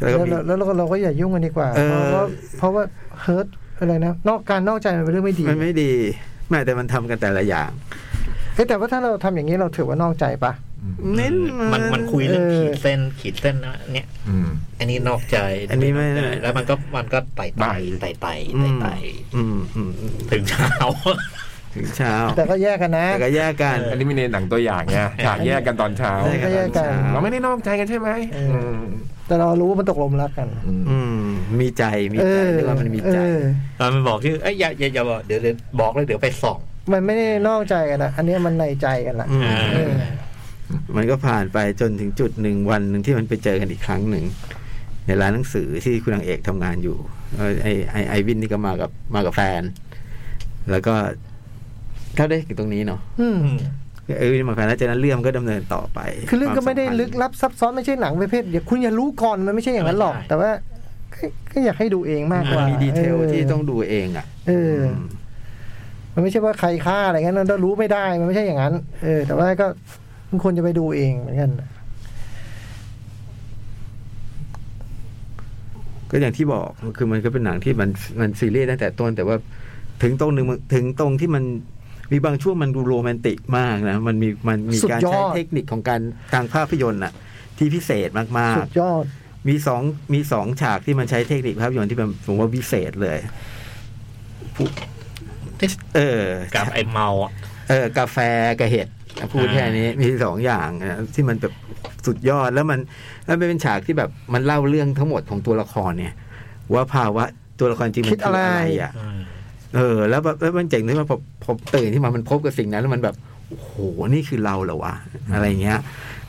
Speaker 1: แล้วก็มี
Speaker 2: แล้วแล้วแล้วเราก็อย่ายุ่งกันดีกว่า
Speaker 1: เออ
Speaker 2: เพราะว่าเพราะว่าเฮิร์ตอะไรนะ นอกการนอกใจมันเป็นเรื่องไม่ดี
Speaker 1: มันไม่ดีแม่แต่มันทำกันแต่ละอย่าง
Speaker 2: เอ้ยแต่ว่าถ้าเราทำอย่างนี้เราถือว่านอกใจปะ
Speaker 1: เน้น
Speaker 5: มันมันคุยเรื่อง
Speaker 2: เออ
Speaker 5: ขีดเส้นขีดเส้นนะเนี่ย
Speaker 3: อืม
Speaker 5: อันนี้นอกใจ
Speaker 1: อันนี้ไม่
Speaker 5: แล้วมันก็มันก็ไต่ไต่ไต่ไต่ไต่ไต่
Speaker 1: อืมอืมอืม
Speaker 5: ถึงเช้า
Speaker 1: ถึงเช้า
Speaker 2: แต่ก็แยกกันนะ
Speaker 1: แต่ก็แยกกัน
Speaker 3: อันนี้มีในหนังตัวอย่างไงฉากแยกกันตอนเช้า
Speaker 1: ใช่ครับ
Speaker 2: ก็แยกกัน
Speaker 3: เราไม่ได้นอกใจกันใช่ไหม
Speaker 2: เอออื
Speaker 3: ม
Speaker 2: แต่เรารู้ว่ามันตกหลมรักกัน
Speaker 3: อืม
Speaker 1: อืมมีใจมีใจ
Speaker 2: อ
Speaker 1: เรียกว่ามันมีใจ
Speaker 2: เออ
Speaker 5: ตอนมันบอกชื่อเอ้ยอย่าอย่าอย่าบอกเดี๋ยวเดี๋ยวบอกเลยเดี๋ยวไปส่อง
Speaker 2: มันไม่ได้นอกใจกันนะอันเนี้ยมันในใจกันละ
Speaker 1: อืม
Speaker 2: เออ
Speaker 1: มันก็ผ่านไปจนถึงจุดหนึ่งวันหนึ่งที่มันไปเจอกันอีกครั้งหนึ่ง ในร้านหนังสือที่คุณนางเอกทำงานอยู่เอ่อไอไอไอวินนี่ก็มากับมากับแฟน แล้วก็เข้าได้ถึงตรงนี้เนาะ
Speaker 2: อืม
Speaker 1: เออนี่มาแฟนแล้วจากนั้นเรื่องมันก็ดำเนินต่อไป
Speaker 2: คือเรื่องก็ไม่ได้
Speaker 1: ควาสัพันธ์
Speaker 2: ลึกลับซับซ้อนไม่ใช่หนังประเภทเดี๋ยวคุณอย่ารู้ก่อนมันไม่ใช่อย่างนั้นหรอก แต่ว่าก็ก็อยากให้ดูเองมากก
Speaker 1: มั
Speaker 2: ว่าน
Speaker 1: มี
Speaker 2: มี
Speaker 1: ดีเทลที่ต้องดูเองอ่ะ
Speaker 2: เออ มันไม่ใช่ว่าใครฆ่าอะไรงั้นเรารู้ไม่ได้ มันไม่ใช่อย่างนั้น เออ แต่ว่าก็มันควรจะไปดูเองเหมือนกัน
Speaker 1: ก็อย่างที่บอกคือมันก็เป็นหนังที่มันมันซีเรียสตั้งแต่ต้น แต่ว่าถึงตรงหนึ่งมันถึงตรงที่มันมีบางช่วงมันดูโรแมนติกมากนะมันมีมันมี
Speaker 2: สุด
Speaker 1: การ
Speaker 2: ยอด
Speaker 1: ใช้เทคนิคของการทางภาพยนตร์อ่ะ ที่พิเศษมาก
Speaker 2: สุ
Speaker 1: ๆ
Speaker 2: ดยอด
Speaker 1: มีสองมีสองฉากที่มันใช้เทคนิคภาพยนตร์ที่มันผมว่าวิเศษเลยผู้เออ
Speaker 5: กับไอ้เมาอ่ะ
Speaker 1: เออกาแฟกับเห็ดพูดแค่นี้มีสองอย่างนะที่มันแบบสุดยอดแล้วมันแล้วมันเป็นฉากที่แบบมันเล่าเรื่องทั้งหมดของตัวละครเนี่ย ว่าภาวะตัวละครจริงมัน
Speaker 2: คิดอะไร
Speaker 1: คืออะไรอ่ะ เออแล้วแบบแล้วมันเจ๋งที่มันพอพอตื่นที่มามันพบกับสิ่งนั้นแล้วมันแบบโอ้โหนี่คือเราเหรอวะอะไรเงี้ย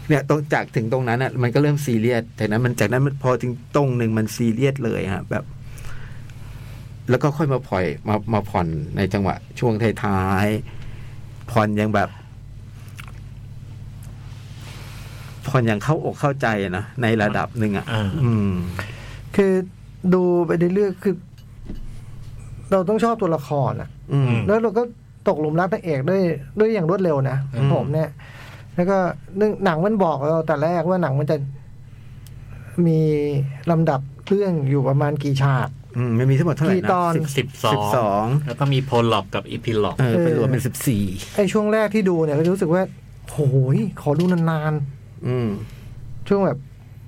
Speaker 1: เนี่ยตรงจากถึงตรงนั้นอ่ะมันก็เริ่มซีเรียสจากนั้นมันจากนั้นมันพอถึงตรงหนึ่งมันซีเรียสเลยฮะแบบ แล้วก็ค่อยมาผ่อยมามาผ่อนในจังหวะ ช่วงท้ายๆผ่อนยังแบบ ผ่อนอย่างเข้าอกเข้าใจนะในระดับหนึ่งอ่ะ
Speaker 5: อ่า
Speaker 1: อืม
Speaker 2: คือดูไปเรื่อยๆคือ เราต้องชอบตัวละครอ่ะ
Speaker 1: อืม
Speaker 2: แล้วเราก็ตกหลุมรักนางเอกด้วยด้วยอย่างรวดเร็วนะ
Speaker 1: อืม
Speaker 2: ผมเนี่ย แล้วก็เรื่องหนังมันบอกเราแต่แรกว่าหนังมันจะมีลำดับเรื่องอยู่ประมาณกี่ฉาก
Speaker 1: อืมมันมีทั้งหมดเท่าไหร่
Speaker 2: กี่
Speaker 1: นะ
Speaker 2: ตอน
Speaker 5: สิบสอ
Speaker 1: สิบสอง ง
Speaker 5: แล้วก็มีโพลล็อกกับอีพิล็อก
Speaker 1: เออเป็นรวมเป็นสิบสี่
Speaker 2: ไอ้ช่วงแรกที่ดูเนี่ยก็จะรู้สึกว่าโหยขอดูนาน
Speaker 1: อืม
Speaker 2: ๆช่วงแบบ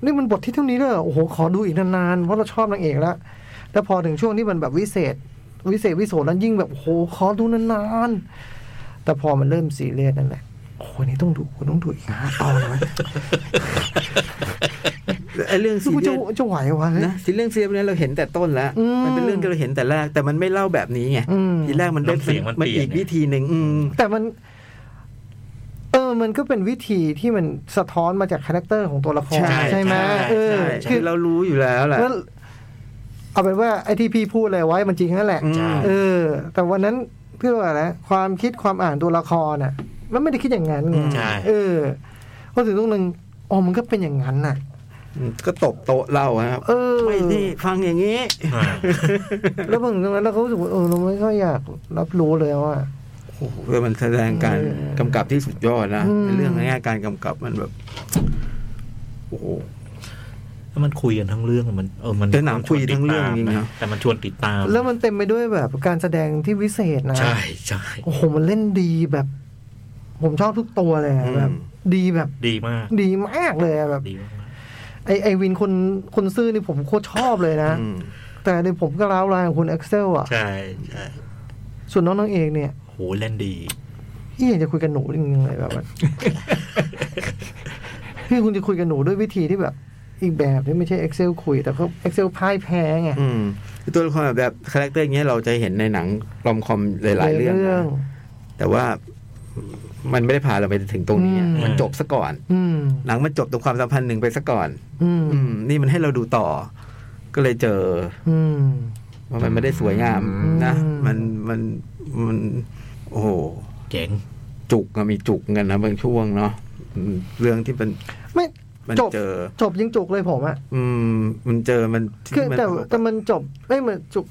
Speaker 2: นี่มันบทที่เท่านี้เลยโอ้โหขอดูอีกนานๆเพราะเราชอบนางเอกแล้วแล้วพอถึงช่วงที่มันแบบวิเศษ วิเศษวิโสนั้นยิ่งแบบโอ้โหขอดูนานๆแต่พอมันเริ่มซีเรียสนั่นแหละโอ้โหนี่ต้องดูกูต้องดูอีกห้าตอนเลย
Speaker 1: ไอ้เรื่อง
Speaker 2: ซึ่
Speaker 1: ซี
Speaker 2: งกู
Speaker 1: เรี
Speaker 2: จะ
Speaker 1: ยส
Speaker 2: จะไหววะ
Speaker 1: นะซีเรื่องซีเรียสเนี่ยเราเห็นแต่ต้นแล้ว
Speaker 2: อืม
Speaker 1: มันเป็นเรื่องที่เราเห็นแต่แรกแต่มันไม่เล่าแบบนี้ไง
Speaker 2: อืม
Speaker 1: ทีแรกมันได้
Speaker 5: ำเสียงมัน
Speaker 1: มัน
Speaker 5: เปลี่ยน
Speaker 1: อีกวิธีหนึ่งอืม
Speaker 2: แต่มัน เออ มันก็เป็นวิธีที่มันสะท้อนมาจากคาแรคเตอร์ของตัวละครใช่ไหมเออ
Speaker 1: คื
Speaker 2: คือ อ
Speaker 1: เรารู้อยู่แล้วแหละ
Speaker 2: แล้วเอาเป็นว่าไอที่พี่พูดอะไรไว้มันจริงนั่นแหละ
Speaker 1: ใช่
Speaker 2: เออ แต่วันนั้นเพื่ออะไรนะความคิดความอ่านตัวละครน่ะ มันไม่ได้คิดอย่างนั้นไง
Speaker 5: ใช่
Speaker 2: เออพอถึงตรงนึงอ๋อมันก็เป็นอย่างนั้นน่ะ
Speaker 1: ก็ตบโต๊ะเล่าครับ
Speaker 2: เออ
Speaker 1: ไม่นี่ฟังอย่างนี้
Speaker 5: อ่า
Speaker 2: แล้วพอถึงตรงนั้นเราก็รู้สึกว่าเออเราไม่ค่อยอยากรับรู้เลยว่า
Speaker 1: โอ้โหมันแสดงการกำกับที่สุดยอดนะ
Speaker 2: อืม
Speaker 1: เรื่องง่ายการกำกับมันแบบโอ้โห
Speaker 5: แล้วมันคุยกันทั้งเรื่องมันเออมัน
Speaker 1: แต่หนังคุยทั้งเรื่องจริงๆนะ
Speaker 5: แต่มันชวนติดตาม
Speaker 2: แล้วมันเต็มไปด้วยแบบการแสดงที่วิเศษนะ
Speaker 5: ใช่ใช่
Speaker 2: โอ้โห มันเล่นดีแบบ ผมชอบทุกตัวเลยอะ
Speaker 1: อืม
Speaker 2: แบบ ดีแบบ
Speaker 5: ดีมาก
Speaker 2: ดีมากเลยอะแบบ
Speaker 5: ดีมาก
Speaker 2: ไอไอวินคนคนซื่อนี่ผมโคตรชอบเลยนะ
Speaker 1: อืม
Speaker 2: แต่ในผมก็ร้าวรานของคุณเอ็กเซลอ่ะ
Speaker 5: ใช่ใช่
Speaker 2: ส่วนน้องนางเอกเนี่ย
Speaker 5: โหเล่นดี
Speaker 2: พี่อยากจะคุยกับหนูจริงๆเลยแบบว่า พี่คุณจะคุยกับหนูด้วยวิธีที่แบบ อีกแบบที่ไม่ใช่ Excel คุยแต่ก็ Excel พ่ายแพ้ไง
Speaker 1: อืมตัวละครแบบคาแรคเตอร์อย่างเงี้ยเราจะเห็นในหนังรอมคอมหลาย ๆ เรื่อง
Speaker 2: ใน
Speaker 1: นะแต่ว่ามันไม่ได้พาเราไปถึงตรงนี้อะ
Speaker 2: อืม
Speaker 1: มันจบซะก่อน
Speaker 2: อืม
Speaker 1: หนังมันจบตรงความสัมพันธ์หนึ่งไปซะก่อน
Speaker 2: อืม
Speaker 1: อืม นี่มันให้เราดูต่อ ก็เลยเจอ
Speaker 2: อืม
Speaker 1: ว่ามันไม่ได้สวยงามนะ
Speaker 2: อืม
Speaker 1: มันมันมัน โอ้โห
Speaker 5: เจ๋ง
Speaker 1: จุกอะมีจุกกันนะบางช่วงเนาะอืมเรื่องที่มัน
Speaker 2: ไม่
Speaker 1: มัน
Speaker 2: จบ
Speaker 1: เจอ
Speaker 2: จบยังจุกเลยผมอะ
Speaker 1: อืม มันเจอมัน
Speaker 2: คือ
Speaker 1: มัน
Speaker 2: แต่แต่มันจบไม่เหมือนจุก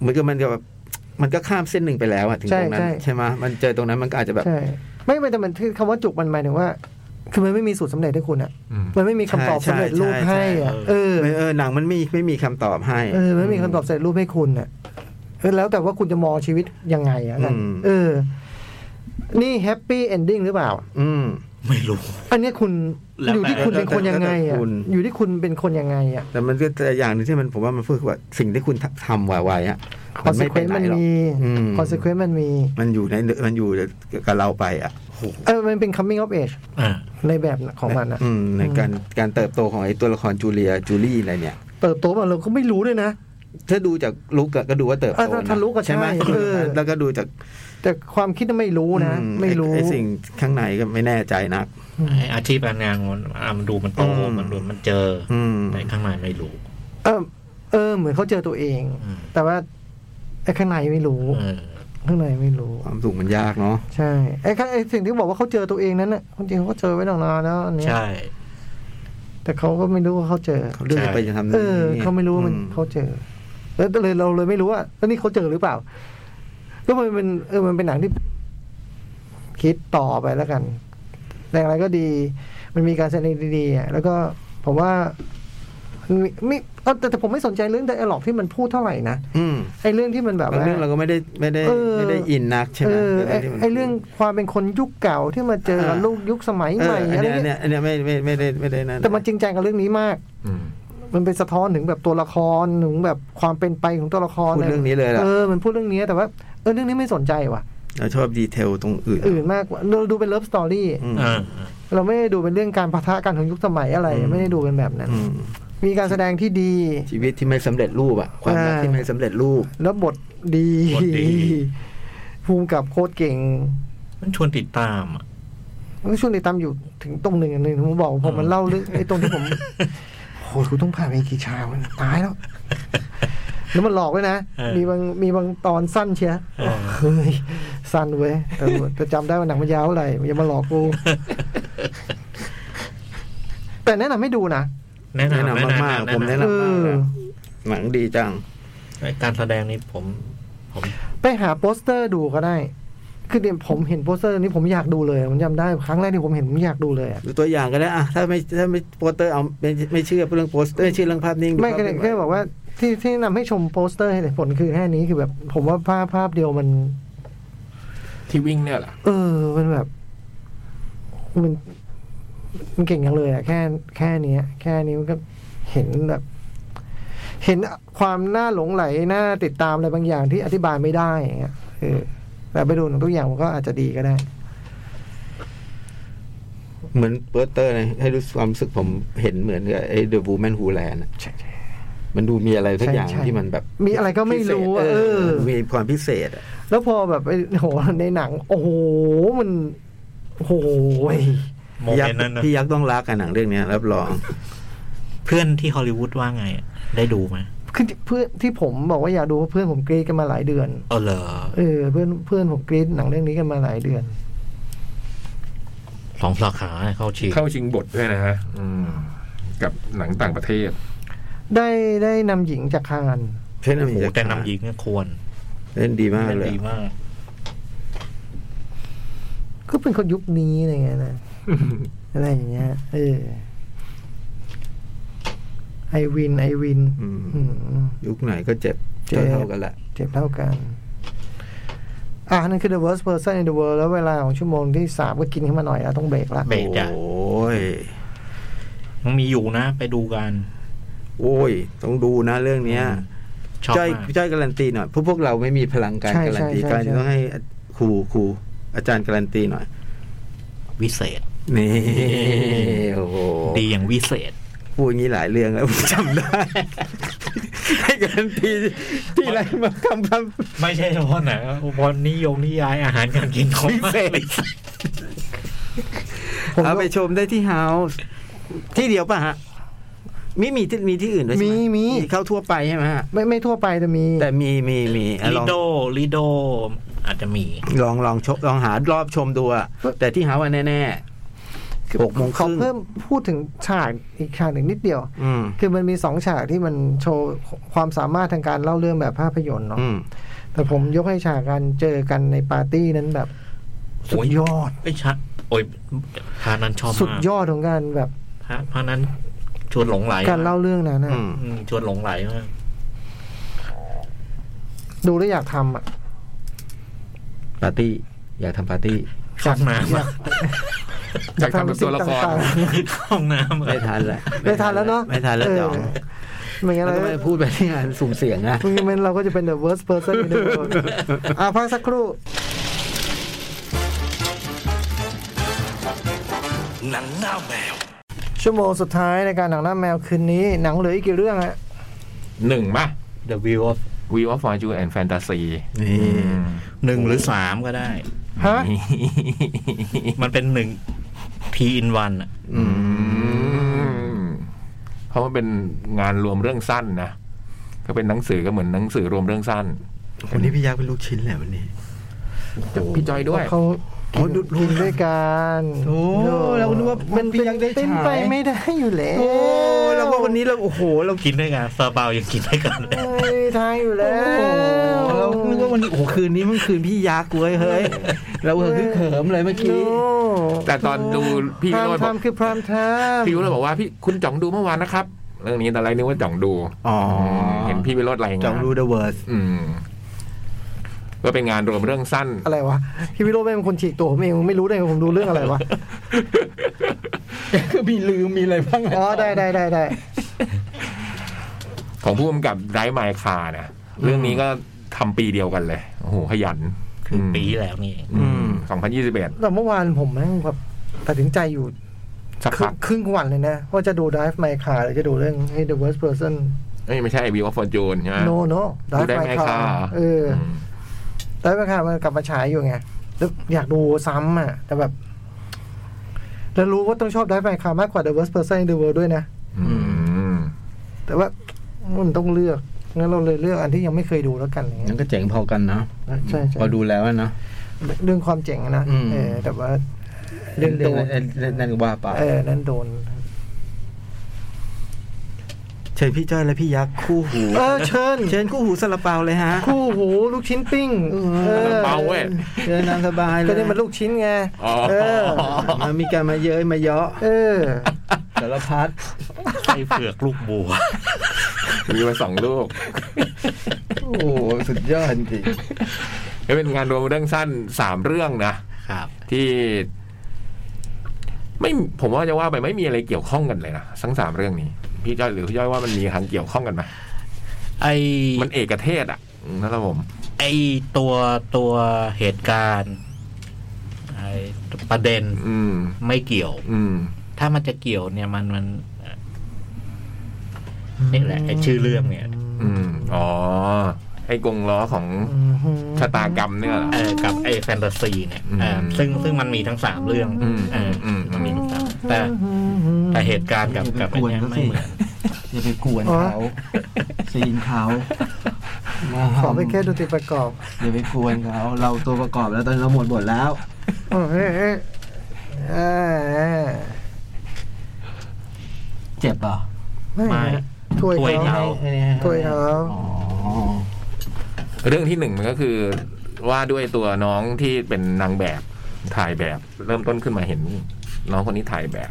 Speaker 1: เหมือนกับมันกับแบบ มันก็ข้ามเส้นหนึ่งไปแล้วอะถึงตรงนั้น
Speaker 2: ใช่ใช่
Speaker 1: ใช่ไหมมันเจอตรงนั้นมันก็อาจจะแบบ
Speaker 2: ใช่ไม่ไม่แต่มันคือคำว่าจุกมันหมายถึงว่า คือมันไม่มีสูตรสำเร็จให้คุณอ่ะ
Speaker 3: อืม
Speaker 2: มันไม่มีคำตอบ
Speaker 1: ใช่
Speaker 2: สำเร็จรูป
Speaker 1: ใช่ใช่
Speaker 2: ให้อ่ะเออ
Speaker 1: เออเออหนังมันไม่ไม่มีคำตอบให้
Speaker 2: เออไม่มีคำตอบเสร็จรูปให้คุณอ่ะเออแล้วแต่ว่าคุณจะมองชีวิตยังไงอ่ะกัน
Speaker 1: อืม
Speaker 2: เออ นี่แฮปปี้เอนดิ้งหรือเปล่า
Speaker 1: อืม
Speaker 5: ไม่รู้
Speaker 2: อันเนี้ยคุณ
Speaker 5: แล้ว
Speaker 2: อ
Speaker 5: แต่
Speaker 2: ยู่ที่คุณเป็นคนยังไง
Speaker 1: แล้วแต่
Speaker 2: อ่ะ
Speaker 1: คุณ
Speaker 2: อยู่ที่คุณเป็นคนยังไงอ่ะ
Speaker 1: แต่มันก็แต่อย่างหนึงที่มันผมว่ามันพูดคือว่าสิ่งที่คุณทำทำไว้อะ
Speaker 2: ค
Speaker 1: มั
Speaker 2: อนซ
Speaker 1: นไม่
Speaker 2: เค
Speaker 1: ไป
Speaker 2: วน
Speaker 1: ไหน
Speaker 2: มัน
Speaker 1: หรอก
Speaker 2: มี
Speaker 1: อืม
Speaker 2: คอนซเควนมันมี
Speaker 1: มันอยู่ในมันอยู่กับเราไปอ่ะ
Speaker 2: เออมันเป็น coming of age
Speaker 5: อ่า
Speaker 2: ในแบบของมันอ่ะ
Speaker 1: อืมในการการเติบโตของไอ้ตัวละครจูเลียจูลี่อะไรเนี่ย
Speaker 2: เติบโตมาเราก็ไม่รู้ด้วยนะ ถ้า
Speaker 1: ถ้าดูจากลุกอะก็ดูว่าเติบ
Speaker 2: เออ
Speaker 1: โต
Speaker 2: ถ้า
Speaker 1: นะ
Speaker 2: ถ้าลุคอะใช่
Speaker 1: ไหม
Speaker 2: เออ
Speaker 1: แล้วก็ดูจาก
Speaker 2: แต่ความคิดน่ะไม่รู้นะ
Speaker 1: อื
Speaker 2: ไม่รู้
Speaker 1: อ้อ้สิ่งข้างในก็ไม่แน่ใจนัก
Speaker 5: ไอ้อาชีพการงานมันอ่ะมันดูมันโต
Speaker 1: อืม
Speaker 5: มันดูมันเจออ
Speaker 1: อืม
Speaker 5: แต่ข้างในไม่รู้
Speaker 2: เออเออ เหมือนเขาเจอตัวเอง
Speaker 5: อืม
Speaker 2: แต่ว่าไอ้ข้างในไม่รู้
Speaker 5: เออ
Speaker 2: ข้างในไม่รู้
Speaker 1: ความสุขมันยากเนาะ
Speaker 2: ใช่ไอ้ข้างไอ้สิ่งที่บอกว่าเขาเจอตัวเองนั้นน่ะคนจริงเขาก็เจอไว้ตั้งนานแล้วอันเนี้ย
Speaker 5: ใช่
Speaker 2: แต่เขาก็ไม่รู้ว่าเขาเจอ
Speaker 1: เขาเลือกจะไปจะทำ
Speaker 2: เอ
Speaker 1: นั่น
Speaker 2: อ
Speaker 1: นี่
Speaker 2: เขาไม่รู้ว่ามัน
Speaker 1: อื
Speaker 2: เขาเจอแล้วเลยเราเลยไม่รู้ว่าแล้วนี่เขาเจอหรือเปล่า ก็มันเป็นเออมันเป็นหนังที่ คิดต่อไปแล้วกันแต่อย่างไรก็ดี มันมีการแสดงดีๆอ่ะแล้วก็ผมว่ามันมีไม่เอ้าแต่แต่ผมไม่สนใจเรื่องไดอะล็อกที่มันพูดเท่าไหร่นะ
Speaker 1: อืม
Speaker 2: ไอ้เรื่องที่มันแบบ
Speaker 1: บาง
Speaker 2: ว่า
Speaker 1: เรื่องเราก็ไม่ได้ไม่ได้
Speaker 2: เออ
Speaker 1: ไม่ได้อินนักใช่ไหม
Speaker 2: เออไอ้
Speaker 1: ที่มัน
Speaker 2: ไอ้เรื่องความเป็นคนยุคเก่าที่มาเจอกับลูกยุคสมัย
Speaker 1: เอ
Speaker 2: ให
Speaker 1: อ
Speaker 2: ม่
Speaker 1: อัน
Speaker 2: อะไร
Speaker 1: เนี้ยอัน
Speaker 2: เงี้ย
Speaker 1: เนี้ยอันเนี้ยไม่ไม่ไม่ได้ไม่ได้นั่น
Speaker 2: แต่มันจริงจังกับเรื่องนี้มาก
Speaker 3: อืม
Speaker 2: มันเป็นสะท้อนถึงแบบตัวละครถึงแบบความเป็นไปของตัวละคร
Speaker 1: พูดเรื่องนี้เลยล่ะ
Speaker 2: เออมันพูดเรื่องนี้แต่ว่าเออเรื่องนี้ไม่สนใจว่ะ
Speaker 1: เราชอบดีเทลตรงอื่น
Speaker 2: อื่นมากกว่าเราดูเป็นเลิฟสตอรี่
Speaker 1: อืม
Speaker 5: เออ
Speaker 2: เราไม่ได้ดูเป็นเรื่องการปะทะกันของยุคสมัยอะไร ไม่ได้ดูกันแบบนั้น
Speaker 1: อืม
Speaker 2: มีการแสดงที่ดี
Speaker 1: ชีวิตที่ไม่สำเร็จรูปอะความรัก
Speaker 2: อ่า
Speaker 1: ที่ไม่สำเร็จรูป
Speaker 2: แล้วบทดี
Speaker 5: บทดี
Speaker 2: ภูมิกับโคตรเก่ง
Speaker 5: มันชวนติดตามอ่ะ
Speaker 2: ก็ช่วงในตามอยู่ถึงตรงหนึ่งอันหนึ่งผมบอกว่าผมมันเล่าเรื่องไอ้ตรงที่ผม โหกูต้องผ่านไปกี่ฉากวะตายแล้ว แล้วมันหลอกด้วยนะ
Speaker 5: เออ
Speaker 2: มีบางมีบางตอนสั้นเชีย
Speaker 5: เออ
Speaker 2: เฮ้ย สั้นเว้ยแต่แต่จำได้ว่าหนังมันยาวเท่าไหร่อย่ามาหลอกกู แต่แนะนำให้ดูนะ
Speaker 5: แนะนำ
Speaker 1: แนะนำมากๆผมแนะน
Speaker 2: เออ
Speaker 1: หนังดีจัง
Speaker 5: ไอ้การแสดงนี้ผม ผม
Speaker 2: ไปหาโปสเตอร์ดูก็ได้ คือเดี๋ยวผมเห็นโปสเตอร์นี้ผมอยากดูเลยผมจำได้ครั้งแรกที่ผมเห็นผมอยากดูเลยอะ
Speaker 1: ดูตัวอย่างก็ได้อะถ้าไม่ถ้าไม่โปสเตอร์เอาไม่ไม่เชื่อเรื่องโปสเตอร์ไม่เชื่อเรื่องภาพนิ่ง
Speaker 2: ไม่ก็
Speaker 1: ดูภาพ
Speaker 2: แค่บอกว่าที่ที่แนะนำให้ชมโปสเตอร์ให้เหตุผลคือแค่นี้คือแบบ ผมว่าภาพภาพเดียวมัน
Speaker 3: ที่วิ่งเนี่ยเหรอ
Speaker 2: เออ มันแบบ มัน มันเก่งอย่างเลยอะแค่แค่เนี้ย แค่นี้มันก็เห็นแบบ เห็นความน่าหลงไหลน่าติดตามอะไรบางอย่างที่อธิบายไม่ได้อย่างเงี้ยเออแต่ไปดูหนังตัวอย่างมันก็อาจจะดีก็ได้
Speaker 1: เหมือนโปสเตอร์นะให้รู้ความรู้สึกผมเห็นเหมือนกับไอ้ The Woman Who Ran อะมันดูมีอะไรสัก
Speaker 2: ใช่
Speaker 1: อย่าง
Speaker 2: ใช่
Speaker 1: ที่มันแบบ
Speaker 2: มีอะไรก็ไม่รู้
Speaker 1: พิเศษเออ
Speaker 2: เออ
Speaker 1: มีความพิเศษอะ
Speaker 2: แล้วพอแบบไอ้โหในหนัง โอ้โหมันโอ้โหย
Speaker 5: โม
Speaker 1: พี่
Speaker 5: เม
Speaker 1: ยัก
Speaker 5: น
Speaker 1: ษ์
Speaker 5: ต์นั้นนะ
Speaker 1: พี่ยักษ์ต้องรักกันหนังเรื่องเนี้ยรับรอง
Speaker 5: เพื่อนที่ฮอลลีวูดว่าไงอะได้ดูไหม
Speaker 2: คือเพื่อนที่ผมบอกว่าอยากดูเพราะเพื่อนผมกรีดกันมาหลายเดือน
Speaker 5: เออเหรอ
Speaker 2: เออ เพื่อนเพื่อนผมกรีดหนังเรื่องนี้กันมาหลายเดือน
Speaker 5: สองสาขาเข้าชิง
Speaker 3: เข้าชิงบทด้วยนะฮะอืม กับหนังต่างประเทศ
Speaker 2: ได้ได้นำหญิงจากคาน
Speaker 1: เช่น
Speaker 5: โอ้โห
Speaker 1: มี
Speaker 5: แต่นำหญิงเนี่ยควร
Speaker 1: เล่นดีมาก
Speaker 5: เล่น
Speaker 1: เลย
Speaker 5: ดีมาก
Speaker 2: ก็เป็นคนยุคนี้อะไรเงี้ยนะ อะไรอย่างเงี้ย เออ ไอวินไอวิน
Speaker 1: อืม
Speaker 2: อืม
Speaker 1: ยุคไหนก็เจ็บ
Speaker 2: เจ็บ
Speaker 1: เท่าๆกันแหละ
Speaker 2: เจ็บเท่ากัน อ่ะนั่นคือ the worst person in the world แล้วเวลาของชั่วโมงที่สามก็กินขึ้นมาหน่อยแล้วต้องเบรกละ
Speaker 5: เบรก จ้ะ
Speaker 1: โอ้ย
Speaker 5: มันมีอยู่นะไปดูกัน
Speaker 1: โอ้ยต้องดูนะเรื่องเนี้ย
Speaker 5: ชอบ
Speaker 1: จ้อย
Speaker 5: มาก
Speaker 1: จ้อยการันตีหน่อยพวกพวกเราไม่มีพลังการ
Speaker 2: ใช่
Speaker 1: การัน
Speaker 2: ใช่
Speaker 1: ตี
Speaker 2: ใช่
Speaker 1: การันตี
Speaker 2: ใช่
Speaker 1: ต้องให้ครูครูอาจารย์การันตีหน่อย
Speaker 5: วิเศษ
Speaker 1: นี่โอ้โห
Speaker 5: ดีอย่างวิเศษ
Speaker 1: พูดอย่างนี้หลายเรื่องแล้วผมจำได้ ให้การันตีที่อะไรมาคำค
Speaker 5: ไม่ใช่เฉพาะหนังบอลนิยมนิยายอาหารการกินของวิเศษ
Speaker 2: ผม
Speaker 1: ำเอาไป
Speaker 2: ก็
Speaker 1: ชมได้ที่เฮาส์ที่เดียวป่ะฮะมีมีที่มีที่อื่นด้วยใช่
Speaker 2: มี
Speaker 1: ไหม
Speaker 2: มี
Speaker 1: เข้าทั่วไปใช่ไหมฮะ
Speaker 2: ไม่ไม่ทั่วไปแต่มี
Speaker 1: แต่มีมีมีอ่ะล
Speaker 5: ลิ
Speaker 1: อง
Speaker 5: โดลิโดอาจจะมี
Speaker 1: ลองลองชมลองหารอบชมดูอะแต่ที่เฮาส์อะแน่ๆหกโมงค
Speaker 2: เขา
Speaker 1: รึ่ง
Speaker 2: เพิ่มพูดถึงฉากอีกฉากหนึ่งนิดเดียว
Speaker 1: อืม
Speaker 2: คือมันมีสองฉากที่มันโชว์ความสามารถทางการเล่าเรื่องแบบภาพยนตร์เนาะ
Speaker 1: อืม
Speaker 2: แต่ผมยกให้ฉากการเจอกันในปาร์ตี้นั้นแบบ สุดยอด
Speaker 5: ไอ้ชะโอ้ยพานั้นชอบมาก
Speaker 2: สุดยอดของการแบบ
Speaker 5: พาพานั้นชวนหลงไหล
Speaker 2: การเล่าเรื่องนั้นนะ
Speaker 1: อืม
Speaker 5: อืมชวนหลงไหลมาก
Speaker 2: ดูแล้วอยากทำอ่ะ
Speaker 1: ปาร์ตี้ อยากทำปาร์ ตี้
Speaker 5: ห้องน้ำอะ
Speaker 3: อยากทำเป็นตัวละคร
Speaker 2: อยากทำสิ่งต่างๆ
Speaker 5: ห้องน้ำอะ
Speaker 1: ไม่ทันแล้ว
Speaker 2: ไม่ทันแล้วเนอะ
Speaker 1: ไม่ทันแล้ว
Speaker 2: เออ
Speaker 1: จอง
Speaker 2: ไม่งั้น
Speaker 1: แล้ว
Speaker 2: เรา
Speaker 1: ก็ไม่พูดไปที่งานสุ่มเสี่ยงนะ
Speaker 2: ไม่งั้นเราก็จะเป็น the worst person in the world อ่ะพักสักครู่ ชั่วโมงสุดท้ายในการหนังหน้าแมวคืนนี้ หนังเหลืออีกกี่เรื่องฮะ
Speaker 3: หนึ่งป่ะ
Speaker 5: เดอะวิว
Speaker 3: View of Fortune and Fantasy
Speaker 1: นี่
Speaker 3: อืม
Speaker 5: หนึ่งหรือสามก็ได้
Speaker 2: ฮะ
Speaker 5: มันเป็นหนึ่งทีอินวันอะ
Speaker 1: อืม
Speaker 3: อืมเพราะมันเป็นงานรวมเรื่องสั้นนะก็เป็นหนังสือก็เหมือนหนังสือรวมเรื่องสั้น
Speaker 1: วันนี้พี่ยักษ์เป็นลูกชิ้นแหละวันนี้
Speaker 3: พี่จอยด้วย
Speaker 2: เขา
Speaker 1: โอ้ดูดู
Speaker 2: กินด้วยกัน
Speaker 1: โอ้เราก็นึกว่ามั
Speaker 2: มัน น
Speaker 1: เพี
Speaker 2: เป็น
Speaker 1: ยงได้
Speaker 2: เป็น
Speaker 1: ฉาย
Speaker 2: ไปไม่ได้อยู่แล้ว
Speaker 1: โอ้เราว่าวันนี้เราโอ้โหเรา
Speaker 5: กินด้วยกันซาเปายังกินด้วยกันเลย
Speaker 2: ไม่มีทางอยู่แล้
Speaker 1: โอ้โห
Speaker 2: ว
Speaker 1: เราคิดว่าวันนี้โอ้โหคืนนี้มันคืนพี่ยักษ์เว้ยเฮ้ย เราเฮึกเหิมเลยเมื่อกี้
Speaker 3: แต่ตอนดูพี่
Speaker 2: พรา
Speaker 3: โร
Speaker 2: ม
Speaker 3: ยบอก
Speaker 2: ทำคือพรามทำ
Speaker 3: พี่โรยบอกว่าพี่คุณจ่องดูเมื่อวานนะครับ เรื่องนี้ตอนแรกนึกว่าจ่องดู
Speaker 1: อ๋อ
Speaker 3: เห็นพี่วิโรจน์รายงาน
Speaker 1: จองรูเดอะเวิร์ส
Speaker 3: อืมก็เป็นงานรวมเรื่องสั้น
Speaker 2: อะไรวะพี่วิโรจน์เป็นคนฉีกตัวผมเองไม่รู้ได้ไงผมดูเรื่องอะไรวะ
Speaker 1: ก็มีลืมมีอะไรบ้าง
Speaker 2: อ๋อได้ได้ได้ได้
Speaker 3: ของผู้กำกับไรไมคานะเรื่องนี้ก็ทำปีเดียวกันเลยโอ้โหขยัน
Speaker 5: คือปีแล้วนี่เอง
Speaker 3: สองพันยี่สิบเอ็ด
Speaker 2: แต่เมื่อวานผมแม่งแบบตัดสินใจอยู่
Speaker 3: สัก
Speaker 2: ครึ่
Speaker 3: พั
Speaker 2: ง
Speaker 3: ก
Speaker 2: ครึ่งวันเลยนะว่าจะดู Drive My Car หรือจะดูเรื่อง Hey the Worst Person
Speaker 3: เอ้ยไม่ใช่วิวออฟฟอร์จูนใช่ไหม
Speaker 2: No No
Speaker 3: ดู
Speaker 2: Drive
Speaker 3: ได้
Speaker 2: My
Speaker 3: ไหม
Speaker 2: Car
Speaker 3: ค่ะ
Speaker 2: เออ
Speaker 3: ม
Speaker 2: Drive My Car มันกลับมาฉายอยู่ไงแล้วอยากดูซ้ำอ่ะ แต่แบบ แล้วรู้ว่าต้องชอบ Drive My Car มากกว่า The Worst Person in the World ด้วยนะ
Speaker 3: อืม
Speaker 2: แต่ว่ามันต้องเลือกงั้นเราเลยเลือกอันที่ยังไม่เคยดูแล้วกันอย่างเงี้ย
Speaker 1: นั่นก็เจ๋งพอกันนะ
Speaker 2: ใช่ใช่
Speaker 1: พอดูแล้วนะ
Speaker 2: เรื่องความเจ๋งอะนะ
Speaker 1: อืม
Speaker 2: เออ แต่ว่า
Speaker 1: เล่
Speaker 2: เล่
Speaker 1: น
Speaker 2: นโด
Speaker 1: เล่น
Speaker 2: น
Speaker 1: เล่นว่าไป
Speaker 2: เออนั่นโดน
Speaker 1: เชิญพี่จ้อยและพี่ยักษ์คู่หู
Speaker 2: เออเชิญ
Speaker 1: เชิญคู่หูซาลาเปาเลยฮะ
Speaker 2: คู่หูลูกชิ้นปิ้ง
Speaker 1: เออ
Speaker 2: ออ
Speaker 3: เบาเว้ย
Speaker 1: เชิญนางสบายเลย
Speaker 2: ก็ได้มันลูกชิ้นไง
Speaker 3: อ๋อ
Speaker 2: เออ
Speaker 1: มันมีการมาเย้ยมาเยาะ
Speaker 2: เออ
Speaker 1: สารพัด
Speaker 5: ไส้เผือกลูกบัว
Speaker 3: มีมาสองลูก
Speaker 1: โอ้โหสุดยอดจริง
Speaker 3: ก็เป็นงานรวมเรื่องสั้นสามเรื่องนะ
Speaker 5: ครับ
Speaker 3: ที่ ไม่ผมว่าจะว่าไปไม่มีอะไรเกี่ยวข้องกันเลยนะทั้งสามเรื่องนี้ พี่จ้อยหรือพี่จ้อยว่ามันมีทางเกี่ยวข้องกันไหม
Speaker 5: ไอ
Speaker 3: มันเอกเทศอ่ะอืมนะครับผม
Speaker 5: ไอตัวตัวเหตุการณ์ไอประเด็น
Speaker 3: อืม
Speaker 5: ไม่เกี่ยว
Speaker 3: อืม
Speaker 5: ถ้ามันจะเกี่ยวเนี่ยมันมันนี่แหละไอชื่อเรื่องเนี่ย
Speaker 3: อืม อ๋อ ไอ้กงล้อของชะตากรรมเนี่ยเหรอ
Speaker 5: เออกับไอแฟนตาซีเนี่ยเออ
Speaker 3: อืม
Speaker 5: ซึ่งซึ่งมันมีทั้งสามเรื่อง
Speaker 3: อืม
Speaker 5: เอ
Speaker 3: อืม
Speaker 5: อ
Speaker 3: อืม
Speaker 5: มันมีทั้งสามแต่แต่เหตุการณ์กับกับไอเนี่ยไม่เหมือน
Speaker 1: อย่าไปกวนเขาซีนเขา
Speaker 2: ขอไปแค่ดนตรีประกอบ
Speaker 1: อย่าไปกวนเขาเราตัวประกอบแล้วตอนนเราหมดบทแล้ว
Speaker 2: เออเออเออเออ
Speaker 1: เจ็บเหรอ
Speaker 5: ไม่
Speaker 2: นะถ้วย
Speaker 5: ถ้วย
Speaker 2: เขา
Speaker 5: เขา
Speaker 2: ถ้วยเขา
Speaker 1: อ๋อ
Speaker 3: เรื่องที่หนึ่งมันก็คือว่าด้วยตัวน้องที่เป็นนางแบบถ่ายแบบ เริ่มต้นขึ้นมาเห็น น้องคนนี้ถ่ายแบบ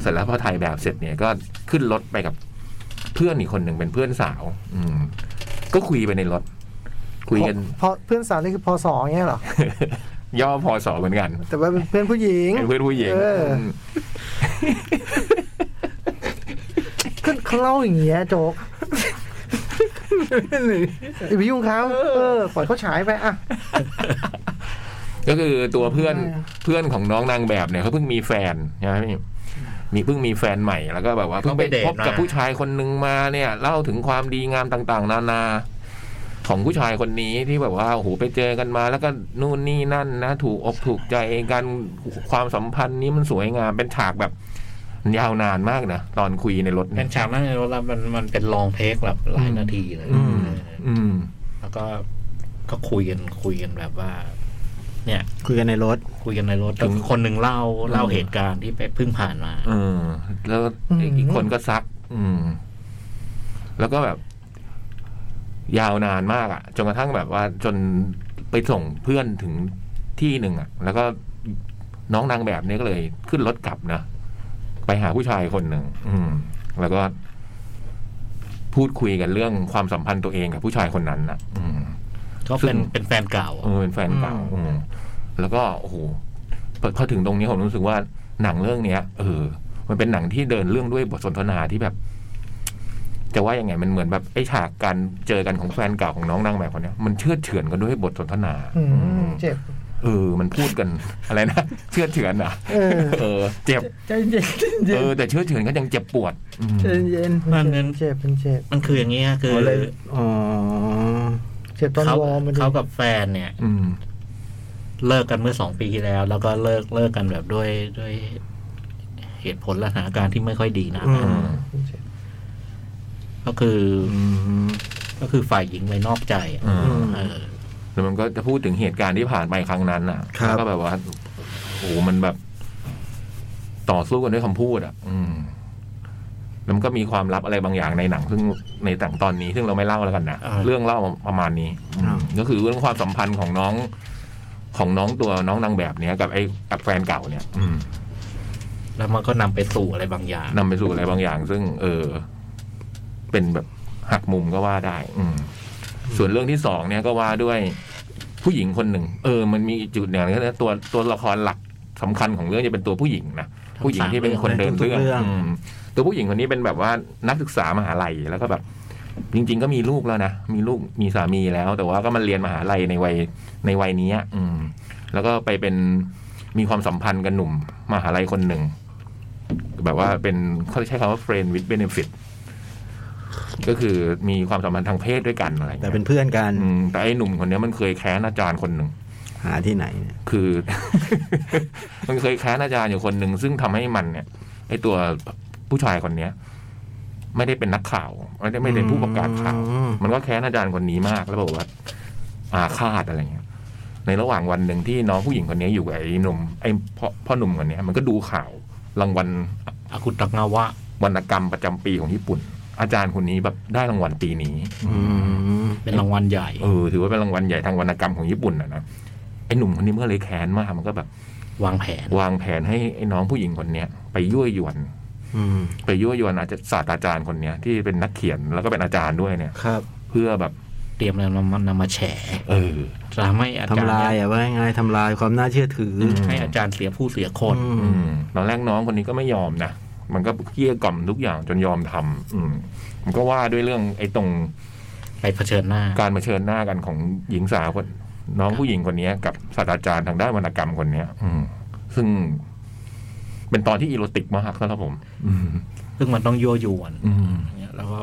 Speaker 3: เสร็จแล้วพอถ่ายแบบเสร็จเนี่ยก็ขึ้นรถไปกับเพื่อนอีกคนหนึ่งเป็นเพื่อนสาว อืม ก็คุยไปในรถ คุยกัน
Speaker 2: เพราะเพื่อนสาวนี่คือพอสองเงี้ยเหรอ
Speaker 3: ย่อพอสอเหมือนกัน
Speaker 2: แต่ว่าเป็นเพื่อนผู้หญิง
Speaker 3: เป็นเพื่อนผู้หญิง
Speaker 2: เออ
Speaker 3: ม
Speaker 2: ก็เขาเล่าอย่างเงี้ยโจ๊กอย่าไปยุ่งเขาเออปล่อยเขาฉายไปอ่ะ
Speaker 3: ก็คือตัวเพื่อนเพื่อนของน้องนางแบบเนี่ยเขาเพิ่งมีแฟนใช่ไหมพี่มีเพิ่งมีแฟนใหม่แล้วก็แบบว่า
Speaker 5: เพิ่
Speaker 3: เพิ่ง
Speaker 5: ง
Speaker 3: ไป
Speaker 5: ไปเดท
Speaker 3: พบกับ
Speaker 5: มา
Speaker 3: ผู้ชายคนหนึ่งมาเนี่ยเล่าถึงความดีงามต่างๆ นานา ของผู้ชายคนนี้ที่แบบว่าโอ้โหไปเจอกันมา แล้วก็นู่นนี่นั่นนะถูกอกถูกใจกันความสัมพันธ์นี้มันสวยงามเป็นฉากแบบยาวนานมากนะตอนคุยในรถ
Speaker 5: เป็
Speaker 3: เนี่ย
Speaker 5: นฉากนั่งในรถแล้วมันมันเป็นลองเทคแบบหลายนาทีเลย
Speaker 3: อืม
Speaker 5: เออ
Speaker 3: อืม
Speaker 5: แล้วก็ก็คุยกันคุยกันแบบว่า เนี่ย
Speaker 1: คุยกันในรถ
Speaker 5: คุยกันในรถ
Speaker 3: ถึง
Speaker 5: แล้วคนหนึ่งเล่าเล่าเหตุการณ์ที่ไปเพิ่งผ่านมา
Speaker 3: เออแล้ว
Speaker 2: อืม
Speaker 3: อีกคนก็ซัก อืม แล้วก็แบบ ยาวนานมากอะ่ะจนกระทั่งแบบว่าจนไปส่งเพื่อนถึงที่หนึ่งอะ่ะ แล้วก็น้องนางแบบเนี้ก็เลยขึ้นรถกลับนะไปหาผู้ชายคนหนึ่งอืม แล้วก็ พูดคุยกันเรื่องความสัมพันธ์ตัวเองกับผู้ชายคนนั้นนะอืม
Speaker 5: ก็เป็น
Speaker 3: ซึ่ง
Speaker 5: เป็นแฟนเก่า
Speaker 3: เออเป็นแฟนเก่าอืมแล้วก็โอ้โหพอพอถึงตรงนี้ผมรู้สึกว่าหนังเรื่องเนี้ย เออ มันเป็นหนังที่เดินเรื่องด้วยบทสนทนาที่แบบ จะว่ายังไงมันเหมือนแบบไอ้ฉากการเจอกันของแฟนเก่าของน้องนางแบบคนเนี้ยมันเชื่อดเฉือนกันด้วยบทสนทนา
Speaker 2: อื
Speaker 3: อื
Speaker 2: ม
Speaker 3: ม
Speaker 2: เจ็บ
Speaker 3: เออ มันพูดกัน อะไรนะเชื่อดเฉือนอ่ะ
Speaker 2: เออ
Speaker 3: เออ เจ็บ
Speaker 2: ใจเย็ นใจ
Speaker 3: เอ
Speaker 2: เย็น
Speaker 3: อแต่เชื่อดเฉือนก็ยังเจ็บปวดอืม
Speaker 2: ใจเย็น
Speaker 5: บ้านนั้น
Speaker 2: เจ็บเป็นเจ็บ
Speaker 5: มันคืออย่างนี้ฮะคือ
Speaker 1: เลยอ๋อ
Speaker 2: เจ็บตอน
Speaker 5: เขา
Speaker 2: วอร์มมัน
Speaker 5: เขากับแฟนเนี่ย
Speaker 3: อืม
Speaker 5: เลิกกันเมื่อสองปีที่แล้ว แล้วก็เลิกเลิกกันแบบด้วยด้วยเหตุผลและสถานการณ์ที่ไม่ค่อยดีนะ
Speaker 1: อืม
Speaker 3: อืม
Speaker 2: เจ็บ
Speaker 5: ก็คือ
Speaker 3: อืม
Speaker 5: ก็คือฝ่ายหญิงไปนอกใจอะ
Speaker 3: อืม
Speaker 5: เออ
Speaker 3: แล้วมันก็จะพูดถึงเหตุการณ์ที่ผ่านไปครั้งนั้นน่ะ
Speaker 1: ครับ
Speaker 3: แล้วก็แบบว่าโอ้โหมันแบบ ต่อสู้กันด้วยคำพูดอ่ะ อืมแล้วมันก็มีความลับอะไรบางอย่างในหนังซึ่งในต่างตอนนี้ ซึ่งเราไม่เล่าแล้วกันนะ
Speaker 5: อ่า
Speaker 3: เรื่องเล่าประมาณนี้อืมก็คือเรื่องความสัมพันธ์ของน้อง ของน้องตัวน้องนางแบบเนี้ยกับไอ้กับแฟนเก่าเนี่ย อืม
Speaker 5: แล้วมันก็นำไปสู่อะไรบางอย่าง
Speaker 3: นำไปสู่อะไรบางอย่าง ซึ่ง เออ เป็นแบบหักมุมก็ว่าได้ อืม ส่วนเรื่องที่สองเนี่ยก็ว่าด้วยผู้หญิงคนหนึ่ง เออ มันมีจุดเนี่ยนะตัวตัวละครหลักสำคัญของเรื่องจะเป็นตัวผู้หญิงนะ
Speaker 5: ทั้ง
Speaker 3: ผู้หญิงที่เป็นคนเดิน
Speaker 1: สามเรื่อง
Speaker 3: เรื่อง
Speaker 1: เลยทุกๆเรื่อง
Speaker 3: อืมตัวผู้หญิงคนนี้เป็นแบบว่านักศึกษามหาลัยแล้วก็แบบ จริง ๆ ก็มีลูกแล้วนะมีลูกมีสามีแล้ว แต่ว่าก็มาเรียนมหาลัยในวัยในวัยนี้อะอืม แล้วก็ไปเป็นมีความสัมพันธ์กับหนุ่มมหาลัยคนหนึ่ง แบบว่าเป็นเขาใช้คำว่า friend with benefit ก็คือมีความสัมพันธ์ทางเพศด้วยกันอะไรอย่าง
Speaker 1: แต่
Speaker 3: เงี้ย
Speaker 1: เป็นเพื่อนกัน
Speaker 3: อืมแต่ไอ้หนุ่มคนเนี้ยมันเคยแค้นอาจารย์คนหนึ่ง
Speaker 1: หาที่ไหนเนี่ย
Speaker 3: คือ มันเคยแค้นอาจารย์อยู่คนหนึ่งซึ่งทำให้มันเนี่ยไอ้ตัวผู้ชายคนเนี้ย ไม่ได้เป็นนักข่าว ไม่ได้ไม่ได้เป็นผู้ประกาศข่าว
Speaker 1: อืม
Speaker 3: มันก็แค้นอาจารย์คนนี้มากแล้วบอกว่า อาฆาตอะไรเงี้ย ในระหว่างวันหนึ่งที่น้องผู้หญิงคนเนี้ยอยู่กับไอ้หนุ่มไอ้พ่อพ่อหนุ่มคนเนี้ยมันก็ดูข่าวรางวัล
Speaker 5: อากุตักงาวะ
Speaker 3: วรรณกรรมประจำปีของญี่ปุ่น อาจารย์คนนี้แบบได้รางวัลปีนี้
Speaker 1: อืม
Speaker 5: เป็นรางวัลใหญ่
Speaker 3: เออถือว่าเป็นรางวัลใหญ่ทางวรรณกรรมของญี่ปุ่นนะนะไอ้หนุ่มคนนี้เมื่อเลยแค้นมากมันก็แบบ
Speaker 5: วางแผน
Speaker 3: วางแผนให้ไอ้น้องผู้หญิงคนเนี้ยไปยั่วยวน
Speaker 1: อืม
Speaker 3: ไปยั่วยวนอาจจะศาสตราจารย์คนเนี้ยที่เป็นนักเขียนแล้วก็เป็นอาจารย์ด้วยเนี่ย
Speaker 1: ครับ
Speaker 3: เพื่อแบบ
Speaker 5: เตรียมแล้วนำมานำมาแฉ
Speaker 3: เออ
Speaker 5: จะทำให้อาจาร
Speaker 1: ทำ
Speaker 5: ย์
Speaker 1: ลาย
Speaker 5: เนี่ย
Speaker 1: อ่ะว่าง่ายๆทำลายความน่าเชื่อถือ
Speaker 3: ม
Speaker 5: ให้อาจารย์เสียผู้เสียค
Speaker 1: อน อื
Speaker 3: อื
Speaker 1: ม
Speaker 3: มตอนแรกน้องคนนี้ก็ไม่ยอมนะมันก็เกลี้ยกล่อมทุกอย่างจนยอมทำอืมมันก็ว่าด้วยเรื่องไอ้ตรง
Speaker 5: ไปเผชิญหน้า
Speaker 3: การเผชิญหน้ากันของหญิงสาวคนน้องผู้หญิงคนเนี้ย กับศาสตราจารย์ทางด้านวรรณกรรมคนเนี้ย อืม ซึ่ง เป็นตอนที่อีโรติกมากสำหรับผม อืม
Speaker 5: ซึ่งมันต้องยั่วยวน
Speaker 3: อืม
Speaker 5: เนี่ยแล้วก็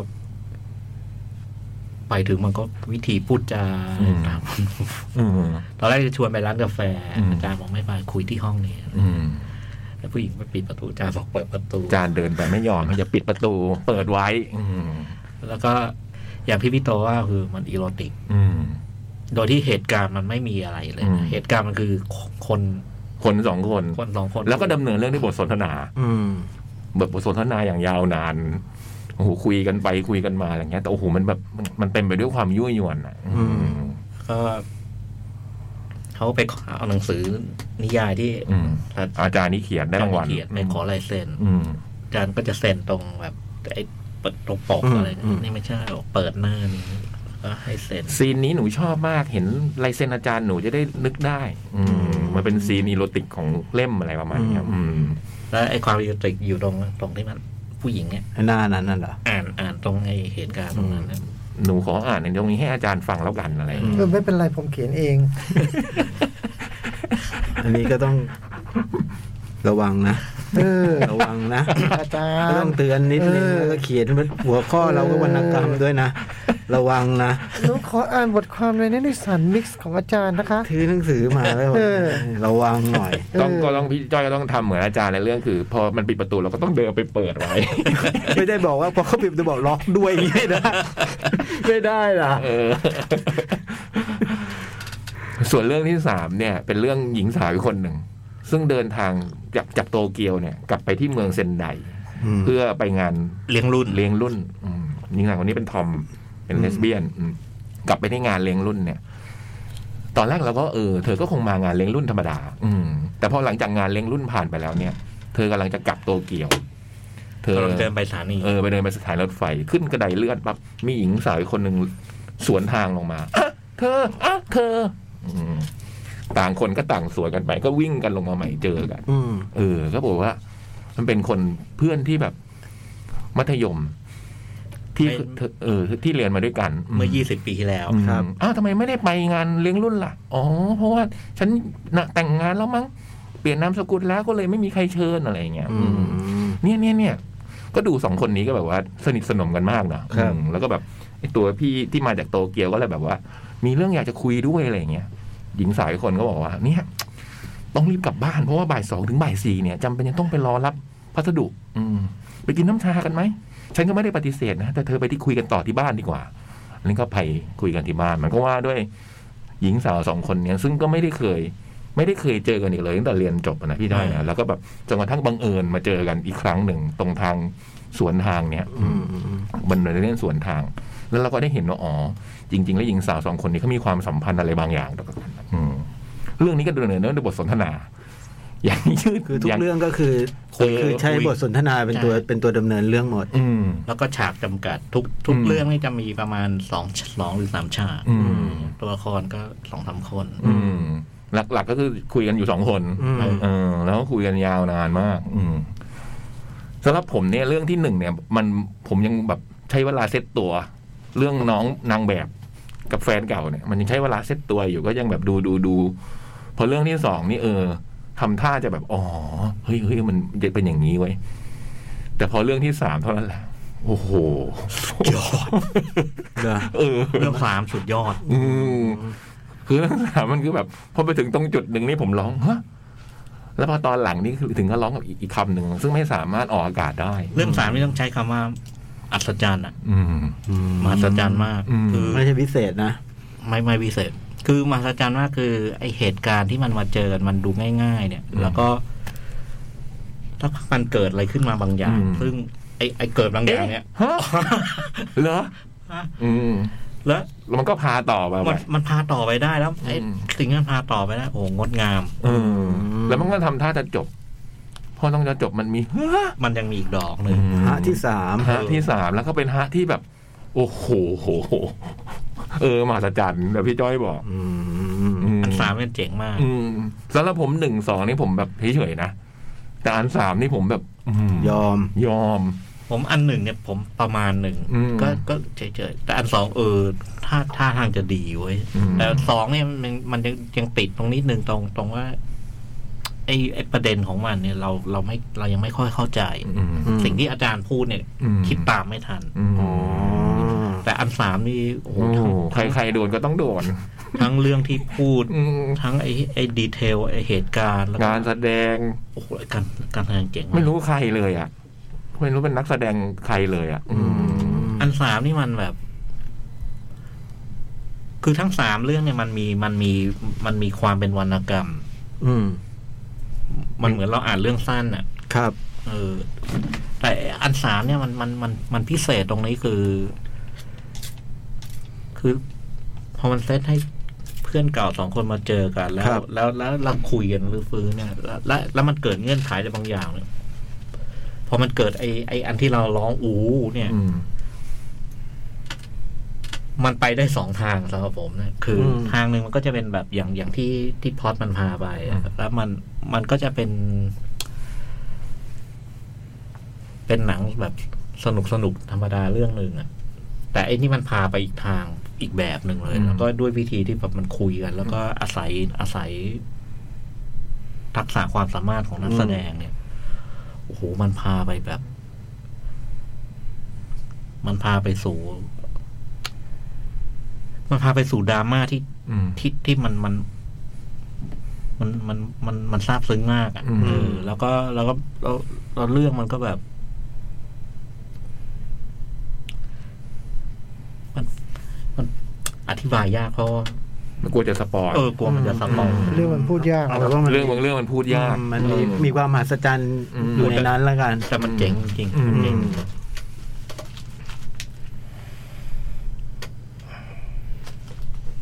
Speaker 5: ไปถึงมันก็วิธีพูดจา
Speaker 3: อืม
Speaker 5: ตาม
Speaker 3: อืม
Speaker 5: ตอนแรกจะชวนไปร้านกาแฟ
Speaker 3: อืม
Speaker 5: อาจารย์บอกไม่ไปคุยที่ห้องนี้
Speaker 3: อืม
Speaker 5: แต่ผู้หญิงไปปิดประตูอาจารย์บอกเปิดประตู
Speaker 3: จานเดินไปไม่ยอมจะปิดประตู เปิดไว้ อืม
Speaker 5: แล้วก็อย่างพี่พี่โตว่าคือมันอีโรติก
Speaker 3: อืม
Speaker 5: โดยที่เหตุการณ์มันไม่มีอะไรเลย
Speaker 3: อืม
Speaker 5: นะเหตุการณ์มันคือคน
Speaker 3: คนสองคน
Speaker 5: คนสองคน
Speaker 3: แล้วก็ดำเนินเรื่องด้วยบทสนทนา
Speaker 1: อืม
Speaker 3: แบบบทสนทนาอย่างยาวนานโอ้โหคุยกันไปคุยกันมาอย่างเงี้ยแต่โอ้โหมันแบบมันมันเต็มไปด้วยความยั่วยวนอ่ะ อืม
Speaker 5: ก็เขาไปขอเอาหนังสือนิยายที่
Speaker 3: อืม อาจารย์นี่เขียนได้รางวัล
Speaker 5: เขียนไปขอลายเซ็น
Speaker 3: อืม
Speaker 5: อาจารย์ก็จะเซ็นตรงแบบไอ้เปิดตรงปกอะไร นี่ไม่ใช่หรอกเปิดหน้านี้แล้วก็ให้เซ็น
Speaker 3: ซีนนี้หนูชอบมากเห็นลายเซ็นอาจารย์หนูจะได้นึกได้ อืม มันเป็นซีนอีโรติกของเล่มอะไรประมาณเนี้ยอืม
Speaker 5: แล้วไอ้ความอีโรติกอยู่ตรงตรงที่มันผู้หญิงเนี่ย
Speaker 1: หน้านั้นนั่นเหรอ
Speaker 5: อ่านอ่านตรงไอ้เหตุการณ์ตรงนั้นนะ
Speaker 3: หนูขออ่านในตรงนี้ให้อาจารย์ฟังแล้วกันอะไรอย่างเงี้ย
Speaker 2: เออไม่เป็นไรผมเขียนเอง
Speaker 1: อันนี้ก็ต้อง ระวังนะ
Speaker 2: เออ
Speaker 1: ระวังนะ
Speaker 2: อาจา
Speaker 1: ก็
Speaker 2: ร
Speaker 1: ต้อ
Speaker 2: ย์
Speaker 1: งเตือนนิดนึง
Speaker 2: เออ
Speaker 1: แล้วก็เขียนเป็นหัวข้อเราก็วรรณกรรมด้วย นะ ระวังนะ
Speaker 2: น้องขออ่านบทความในนิสสันมิกซ์ของอาจารย์นะคะ
Speaker 1: ถือหนังสือมาแล้ว
Speaker 2: เออ
Speaker 1: ระวังห น่อย
Speaker 3: ต้อง
Speaker 2: เออ
Speaker 3: ก็ต้องพี่จ้อยก็ต้องทำเหมือนอาจารย์ในเรื่องคือ พอมันปิดประตูเราก็ต้องเดินไปเปิดไว้
Speaker 1: ไม่ได้บอกว่าพอเขาปิดจะบอกล็อกด้วยอย่างนี้นะ ไม่ได้ล่ะ
Speaker 3: เออ ส่วนเรื่องที่สามเนี่ย เป็นเรื่องหญิงสาวอีกคนหนึ่ง ซึ่งเดินทางจากจากโตเกียวเนี่ย กลับไปที่เมืองเซนได
Speaker 1: อืม
Speaker 3: เพื่อไปงาน
Speaker 5: เลี้ยงรุ่น
Speaker 3: เลี้ยงรุ่นอืมหญิงสาวคนนี้เป็นทอม เป็นเลสเบี้ยนอืม กลับไปที่งานเลี้ยงรุ่นเนี่ย ตอนแรกเราก็เออเธอก็คงมางานเลี้ยงรุ่นธรรมดา อืม แต่พอหลังจากงานเลี้ยงรุ่นผ่านไปแล้วเนี่ย เธอกำลังจะกลับโตเกียว เธอ
Speaker 5: กำลังเดินไปสถานี
Speaker 3: เออไปเดินไปสถานรถไฟขึ้นกระไดเลื่อนปั๊บมีหญิงสาวอีกคนหนึ่งสวนทางลงมาอะเธออะเธออืมต่างคนก็ต่างสวนกันไป ก็วิ่งกันลงมาใหม่เจอกัน
Speaker 1: อืม
Speaker 3: เออ ก็บอกว่า มันเป็นคนเพื่อนที่แบบมัธยม ที่เธอเออที่เรียนมาด้วยกัน
Speaker 5: เมื่อ 20 ปีที่แล้ว
Speaker 3: อืม
Speaker 1: ครับ
Speaker 3: อ้าวทำไมไม่ได้ไปงานเลี้ยงรุ่นล่ะ อ๋อ เพราะว่าฉันน่ะแต่งงานแล้วมั้งเปลี่ยนนามสกุลแล้วก็เลยไม่มีใครเชิญอะไรอย่างเงี้ย
Speaker 1: อื
Speaker 3: อื
Speaker 1: ม
Speaker 3: ม เนี่ยเนี่ยเนี่ยก็ดูสองคนนี้ก็แบบว่า สนิทสนมกันมากนะครับ อืมแล้วก็แบบไอ้ตัวพี่ที่มาจากโตเกียวก็เลยแบบว่า มีเรื่องอยากจะคุยด้วยอะไรอย่างเงี้ยหญิงสาวอีกคนก็บอกว่า เนี่ย ต้องรีบกลับบ้านเพราะว่าบ่ายสองถึงบ่ายสี่เนี่ยจำเป็นจะต้องไปรอรับพัสดุ อืม ไปกินน้ำชากันไหมฉันก็ไม่ได้ปฏิเสธนะแต่เธอไปที่คุยกันต่อที่บ้านดีกว่าอันนี้ก็ไปคุยกันที่บ้าน มันก็ว่าด้วย หญิงสาวสองคนเนี่ยซึ่งก็ไม่ได้เคย ไม่ได้เคยเจอกันอีกเลยตั้งแต่เรียนจบอะนะพี่ได้อยนะแล้วก็แบบจนกระทั่งบังเอิญมาเจอกันอีกครั้งหนึ่งตรงทางสวนทางเนี่ย
Speaker 1: อืมอืม
Speaker 3: บนเรื่องสวนทาง แล้วเราก็ได้เห็นว่าอ๋อจริง ๆ แล้วหญิงสาวสองคนนี้เขามีความสัมพันธ์อะไรบางอย่างต่อกันอืมเรื่องนี้ก็ดำเนินเนื่องด้วยบทสนทนา อย่างยืด
Speaker 1: คือทุก
Speaker 3: ย่า
Speaker 1: เรื่องก็คือ
Speaker 5: คุย
Speaker 1: คือใช้
Speaker 5: คุย
Speaker 1: บทสนทนาเป็นตัวเป็นตัวดำเนินเรื่องหมด
Speaker 3: อืม
Speaker 5: แล้วก็ฉากจำกัดทุกทุก
Speaker 3: อืม
Speaker 5: เรื่องนี่จะมีประมาณสองสองหรือสามฉาก
Speaker 3: อืม
Speaker 5: ตัวละครก็สองสามคน
Speaker 3: อืม หลัก ๆ ก็คือคุยกันอยู่สองคน
Speaker 1: อืม
Speaker 3: เออแล้วก็คุยกันยาวนานมาก อืมสำหรับผมเนี่ยเรื่องที่หนึ่งเนี่ย มันผมยังแบบใช้เวลาเซตตัว เรื่องน้องนางแบบกับแฟนเก่าเนี่ย มันยังใช้เวลาเซตตัวอยู่ก็ยังแบบดูดูดูพอเรื่องที่สองนี่เออทำท่าจะแบบอ๋อเฮ้ยเฮ้ยมันจะเป็นอย่างนี้ไว้ยแต่พอเรื่องที่สามเท่านั้นแหละโอ้โห
Speaker 1: เหรอ
Speaker 3: เออ
Speaker 5: เรื่องสามสุดยอด
Speaker 3: อืมคือลักษณะมันคือแบบพอไปถึงตรงจุดหนึ่งนี่ผมร้องฮะแล้วพอตอนหลังนี่คือถึงก็ร้องกับอีกอีกคำหนึ่งซึ่งไม่สามารถออกอากาศได้
Speaker 5: เรื่องสามนี่ต้องใช้คำว่า อัศจรรย์อ่ะ
Speaker 3: อืม
Speaker 5: มหัศจรรย์มาก
Speaker 3: อืม
Speaker 5: คือ
Speaker 1: ไม่ใช่พิเศษนะ
Speaker 5: ไม่ไม่วิเศษ คือมหัศจรรย์มากคือไอเหตุการณ์ที่มันมาเจอกันมันดูง่าย ๆ เนี่ย
Speaker 3: อืม
Speaker 5: แล้วก็ถ้ามันเกิดอะไรขึ้นมาบางอย่าง
Speaker 3: อืม
Speaker 5: ซึ่งไอไอเกิดบางอย่างเนี่ย
Speaker 3: ฮะเหรอ
Speaker 5: ฮะ
Speaker 3: อืม
Speaker 5: แล้ว
Speaker 3: แล้วมันก็พาต่อมา
Speaker 5: มัน
Speaker 3: ว่ะ
Speaker 5: มันพาต่อไปได้แล้วไอ
Speaker 3: อืม
Speaker 5: สิ่งที่มันพาต่อไปได้โอ้โหงดงาม
Speaker 3: เออแล้วมันก็ทำท่าจะจบ พอต้องจะจบมันมีฮะ
Speaker 5: มันยังมีอีกดอกห
Speaker 3: อื
Speaker 5: นึ่ง
Speaker 3: ม
Speaker 1: ฮะที่สาม
Speaker 3: ฮะที่สามแล้วก็เป็นฮะที่แบบ โอ้โหเออมหัศจรรย์แบบพี่จ้อยบอก
Speaker 1: อืม
Speaker 3: ม
Speaker 5: อันสามเป็นยเจ๋งมาก
Speaker 3: อืมสำหรับผมหนึ่งสองนี่ผมแบบเฉยๆนะ แต่อันสามนี่ผมแบบม
Speaker 1: ยอม
Speaker 3: ยอม
Speaker 5: ผมอันหนึ่งเนี่ย ผมประมาณหนึ่ง
Speaker 3: อืม
Speaker 5: ก็ก็เฉยๆแต่อันสองเออท่าท่าทางจะดีเว้ย
Speaker 3: อืม
Speaker 5: แต่สองเนี่ยมันมันยังยังติดตรงนิดนึงตรงตรงว่าไอไอประเด็นของมันเนี่ยเราเราไม่เรายังไม่ค่อยเข้าใจ
Speaker 3: อืม
Speaker 1: ม
Speaker 5: สิ่งที่อาจารย์พูดเนี่ย
Speaker 3: อืม
Speaker 5: คิดตามไม่ทัน
Speaker 3: อืม
Speaker 1: อ๋อ
Speaker 5: แต่อันสามนี่โอ้โห
Speaker 3: โอ้โห
Speaker 5: ทั้ง
Speaker 3: ใครๆโดนก็ต้องโดน
Speaker 5: ทั้งเรื่องที่พูด
Speaker 3: อืม
Speaker 5: ทั้งไอไอดีเทลไอเหตุการณ์แล้วก็
Speaker 3: งานแสดง
Speaker 5: โอ้โหการการแสดงเจ๋งาก
Speaker 3: ไม่รู้ใครเลยอ่ะ ไม่รู้เป็นนักแสดงใครเลยอ่ะ อืม
Speaker 5: อันสามนี่มันแบบ คือทั้งสามเรื่องเนี่ยมันมีมันมีมันมีความเป็นวรรณกรรม
Speaker 1: อืม
Speaker 5: มันเหมือนเราอ่านเรื่องสั้นอ่ะ
Speaker 1: ครับ
Speaker 5: เออ แต่อันสามเนี่ยมันมันมันมันพิเศษตรงนี้คือ คือพอมันเซตให้เพื่อนเก่าสองคนมาเจอกัน แล้
Speaker 1: ครั
Speaker 5: ว
Speaker 1: บ
Speaker 5: แล้วแล้วเราคุยกันรื้อฟื้นเนี่ยแล้วแล้วแล้วมันเกิดเงื่อนไขอะไรบางอย่างเนี่ยพอมันเกิดไอไออันที่เราร้องอู้เนี่ย
Speaker 3: อืม
Speaker 5: มันไปได้สองทางสำหรับผมนะคืออ
Speaker 1: ม
Speaker 5: ทางหนึ่งมันก็จะเป็นแบบอย่างอย่างที่ที่พล็อดมันพาไปอะแล้วมันมันก็จะเป็น เป็นหนังแบบสนุกสนุกธรรมดาเรื่องหนึ่งอะแต่ไอ้นี่มันพาไปอีกทางอีกแบบหนึ่งเลย
Speaker 3: อืม
Speaker 5: แล้วก็ด้วยวิธีที่แบบมันคุยกัน แล้วก็อาศัยอาศัย ทักษะความสามารถของนักแสดงเนี่ยโอ้โหมันพาไปแบบ มันพาไปสู่ มันพาไปสู่ดราม่าที่
Speaker 3: อืม
Speaker 5: ที่ที่มันมัน มันมันมันมันซาบซึ้งมากอ่ะ
Speaker 3: อืม
Speaker 5: เออแล้วก็แล้วก็แล้วแล้วเรื่องมันก็แบบ มันมันอธิบายยากเพราะว่า
Speaker 3: มันกลัวจะสปอย
Speaker 5: เออกลัวมันจะสมอง
Speaker 2: เรื่องมันพูดยาก
Speaker 1: เอาแบบว่ามัน
Speaker 3: เรื่องบางเรื่องมันพูดยาก
Speaker 1: มันมีมีความมหัศจรรย์
Speaker 3: อืม
Speaker 1: อยู่ในนั้นละกัน
Speaker 5: แต่มันเจ๋งจริงๆ
Speaker 3: อืม
Speaker 5: มันเจ๋ง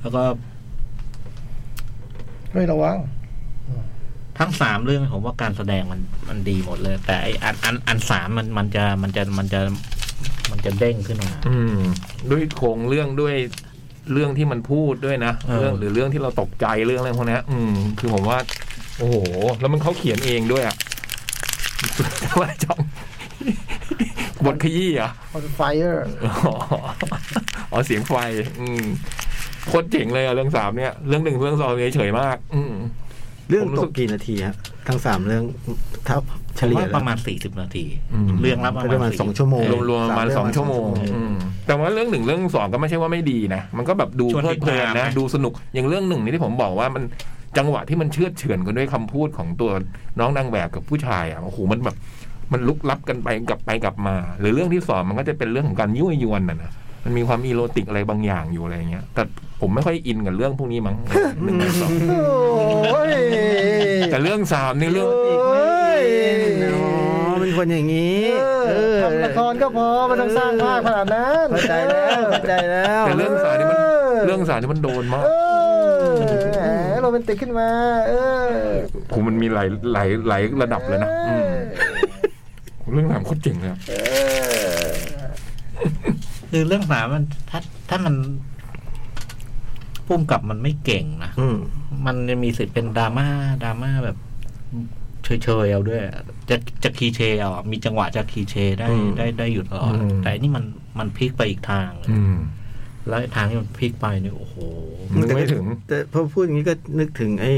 Speaker 5: แล้วก็
Speaker 2: ไม่ระวัง
Speaker 5: ทั้งสามเรื่องผมว่าการแสดงมันมันดีหมดเลย แต่ไออันอันอันสามมันมันจะมันจะมันจะมันจะเด้งขึ้นมา
Speaker 3: อืม ด้วยโครงเรื่องด้วยเรื่องที่มันพูดด้วยนะ
Speaker 5: เออ
Speaker 3: เรื่องหรือเรื่องที่เราตกใจเรื่องอะไรพวกเนี้ยอืม คือผมว่า โอ้โห แล้วมันเขาเขียนเองด้วยอะ ว่าจอง บทขยี้เหรอ่ะ
Speaker 2: on fire
Speaker 3: อ๋ออ๋อเสียงไฟ อืมโคตรเจ๋งเลยอะเรื่องสามเนี่ย เรื่องหนึ่งเรื่องสองเนี่ยเฉยมาก อืม
Speaker 1: เรื่อง
Speaker 3: ผมรู้
Speaker 1: ต
Speaker 3: สึ
Speaker 1: ก
Speaker 3: ก
Speaker 1: กี่นาทีฮะทั้งสามเรื่องเทับเฉ
Speaker 5: ผม
Speaker 1: ลี่ย
Speaker 5: ว่าป
Speaker 1: แล้ว
Speaker 5: ระมาณสี่สิบนาที
Speaker 3: อืม
Speaker 5: เรื่องละประมาณ
Speaker 1: ประมาณ
Speaker 5: 40
Speaker 1: สองชั่วโมง
Speaker 5: เออ
Speaker 3: รวมๆประมาณส
Speaker 1: สา
Speaker 3: อ
Speaker 1: ม
Speaker 3: ง
Speaker 1: เรื่อง
Speaker 3: ชั่วโมง
Speaker 1: สองชั่วโมง
Speaker 3: อืม แต่ว่าเรื่องหนึ่งเรื่องสองก็ไม่ใช่ว่าไม่ดีนะ มันก็แบบดู
Speaker 5: ชวน
Speaker 3: เพลิดเพลิน
Speaker 5: ติดตาม
Speaker 3: นะ
Speaker 5: นะ
Speaker 3: ดูสนุก อย่างเรื่องหนึ่งนี่ที่ผมบอกว่ามันจังหวะที่มันเชื่อดเฉือนกันด้วยคำพูดของตัวน้องนางแบบกับผู้ชายอ่ะ โอ้โห มันแบบ มันลุกลับกันไปกลับไปกลับมา หรือเรื่องที่สองมันก็จะเป็นเรื่องของการยั่วยวนน่ะนะ มันมีความอีโรติกอะไรบางอย่างอยู่อะไรเงี้ย แต่ผมไม่ค่อยอินกับเรื่องพวกนี้มั้งหนึ่งกับสอง
Speaker 2: โอ้ย
Speaker 3: แต่เรื่องสามนี่เรื่อง
Speaker 2: โอ้ย
Speaker 1: อ๋อเป็นคนอย่างนี้
Speaker 2: เออทำละครก็พอไมันต้องสร้างภาพขนาดนั้น
Speaker 1: เข้าใจแล้วเข้าใจแล้ว
Speaker 3: แต่เรื่องสามนี่มันเรื่องสามนี่มันโดนมาก
Speaker 2: เออแหมโรแมนติกขึ้นมา เออ
Speaker 3: ผมมันมีหลายหลายหลายระดับเลยนะอืมเรื่องสามโคตรเจ๋งเลยอะ
Speaker 2: เออ
Speaker 5: คือเรื่องสามมันถ้าถ้ามันพุ่มกับมันไม่เก่งนะ
Speaker 1: อืม
Speaker 5: มันจะมีสิทธิ์เป็นดราม่าดราม่าแบบเฉยๆเอาด้วยอะจะจะคีเชเอาอะมีจังหวะจะคีเชได้
Speaker 1: อืม
Speaker 5: ได้ได้อยู่ตลอด
Speaker 3: อืม
Speaker 5: แต่อันนี่มันมันพลิกไปอีกทางเลย
Speaker 3: อืม
Speaker 5: แล้วไอ้ทางที่มันพลิกไปเนี่ยโอ้โห
Speaker 3: นึกไม่ถึง
Speaker 1: แต่พอพูดอย่างนี้ก็นึกถึงไอ้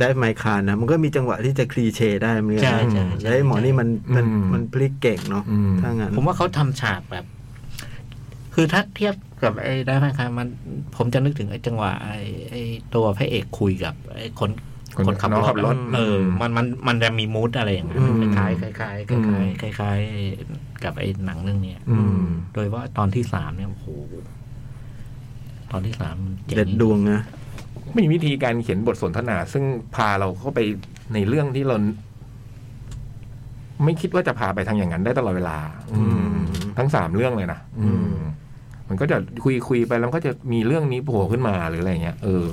Speaker 1: ได้ไมค์คานนะมันก็มีจังหวะที่จะคลีเช่ได้เหมือนกั
Speaker 5: ใช่
Speaker 1: น
Speaker 5: ใช่
Speaker 1: นะ
Speaker 5: ใช่
Speaker 1: แล้วไอ้หมอนี่มันมัน
Speaker 3: อืม
Speaker 1: มันพลิกเก่งเนาะ
Speaker 3: อืม
Speaker 1: ถ้างั้น
Speaker 5: ผมว่าเขาทำฉากแบบ คือถ้าเทียบกับไอ้ได้ไหมครับมัน ผมจะนึกถึงไอ้จังหวะไอ้ไอ้ตัวพระเอกคุยกับ ไอ้คน คนขับ
Speaker 3: น้อง
Speaker 5: รถอะ
Speaker 3: ม
Speaker 5: เออ มันมันมันจะมีมูดอะไรอย่างเงี้ย
Speaker 3: อืม
Speaker 5: คล้ายๆคล้ายๆค
Speaker 3: อืม
Speaker 5: ล้ายๆคล้ายๆกับไอ้หนังเรื่องเนี้ย
Speaker 3: อืม
Speaker 5: โดยว่าตอนที่สามเนี่ยโอ้โหตอนที่สามมันจ๋ง
Speaker 1: เด็ดดวงนะ
Speaker 3: มีวิธีการเขียนบทสนทนา ซึ่งพาเราเข้าไปในเรื่องที่เรา ไม่คิดว่าจะพาไปทางอย่างนั้นได้ตลอดเวลา อืม
Speaker 1: อืม
Speaker 3: ทั้งสามเรื่องเลยนะอืม
Speaker 1: อืม
Speaker 3: มันก็จะคุยคุยไปแล้วมันก็จะมีเรื่องนี้โผล่ขึ้นมาหรืออะไรเงี้ยเออ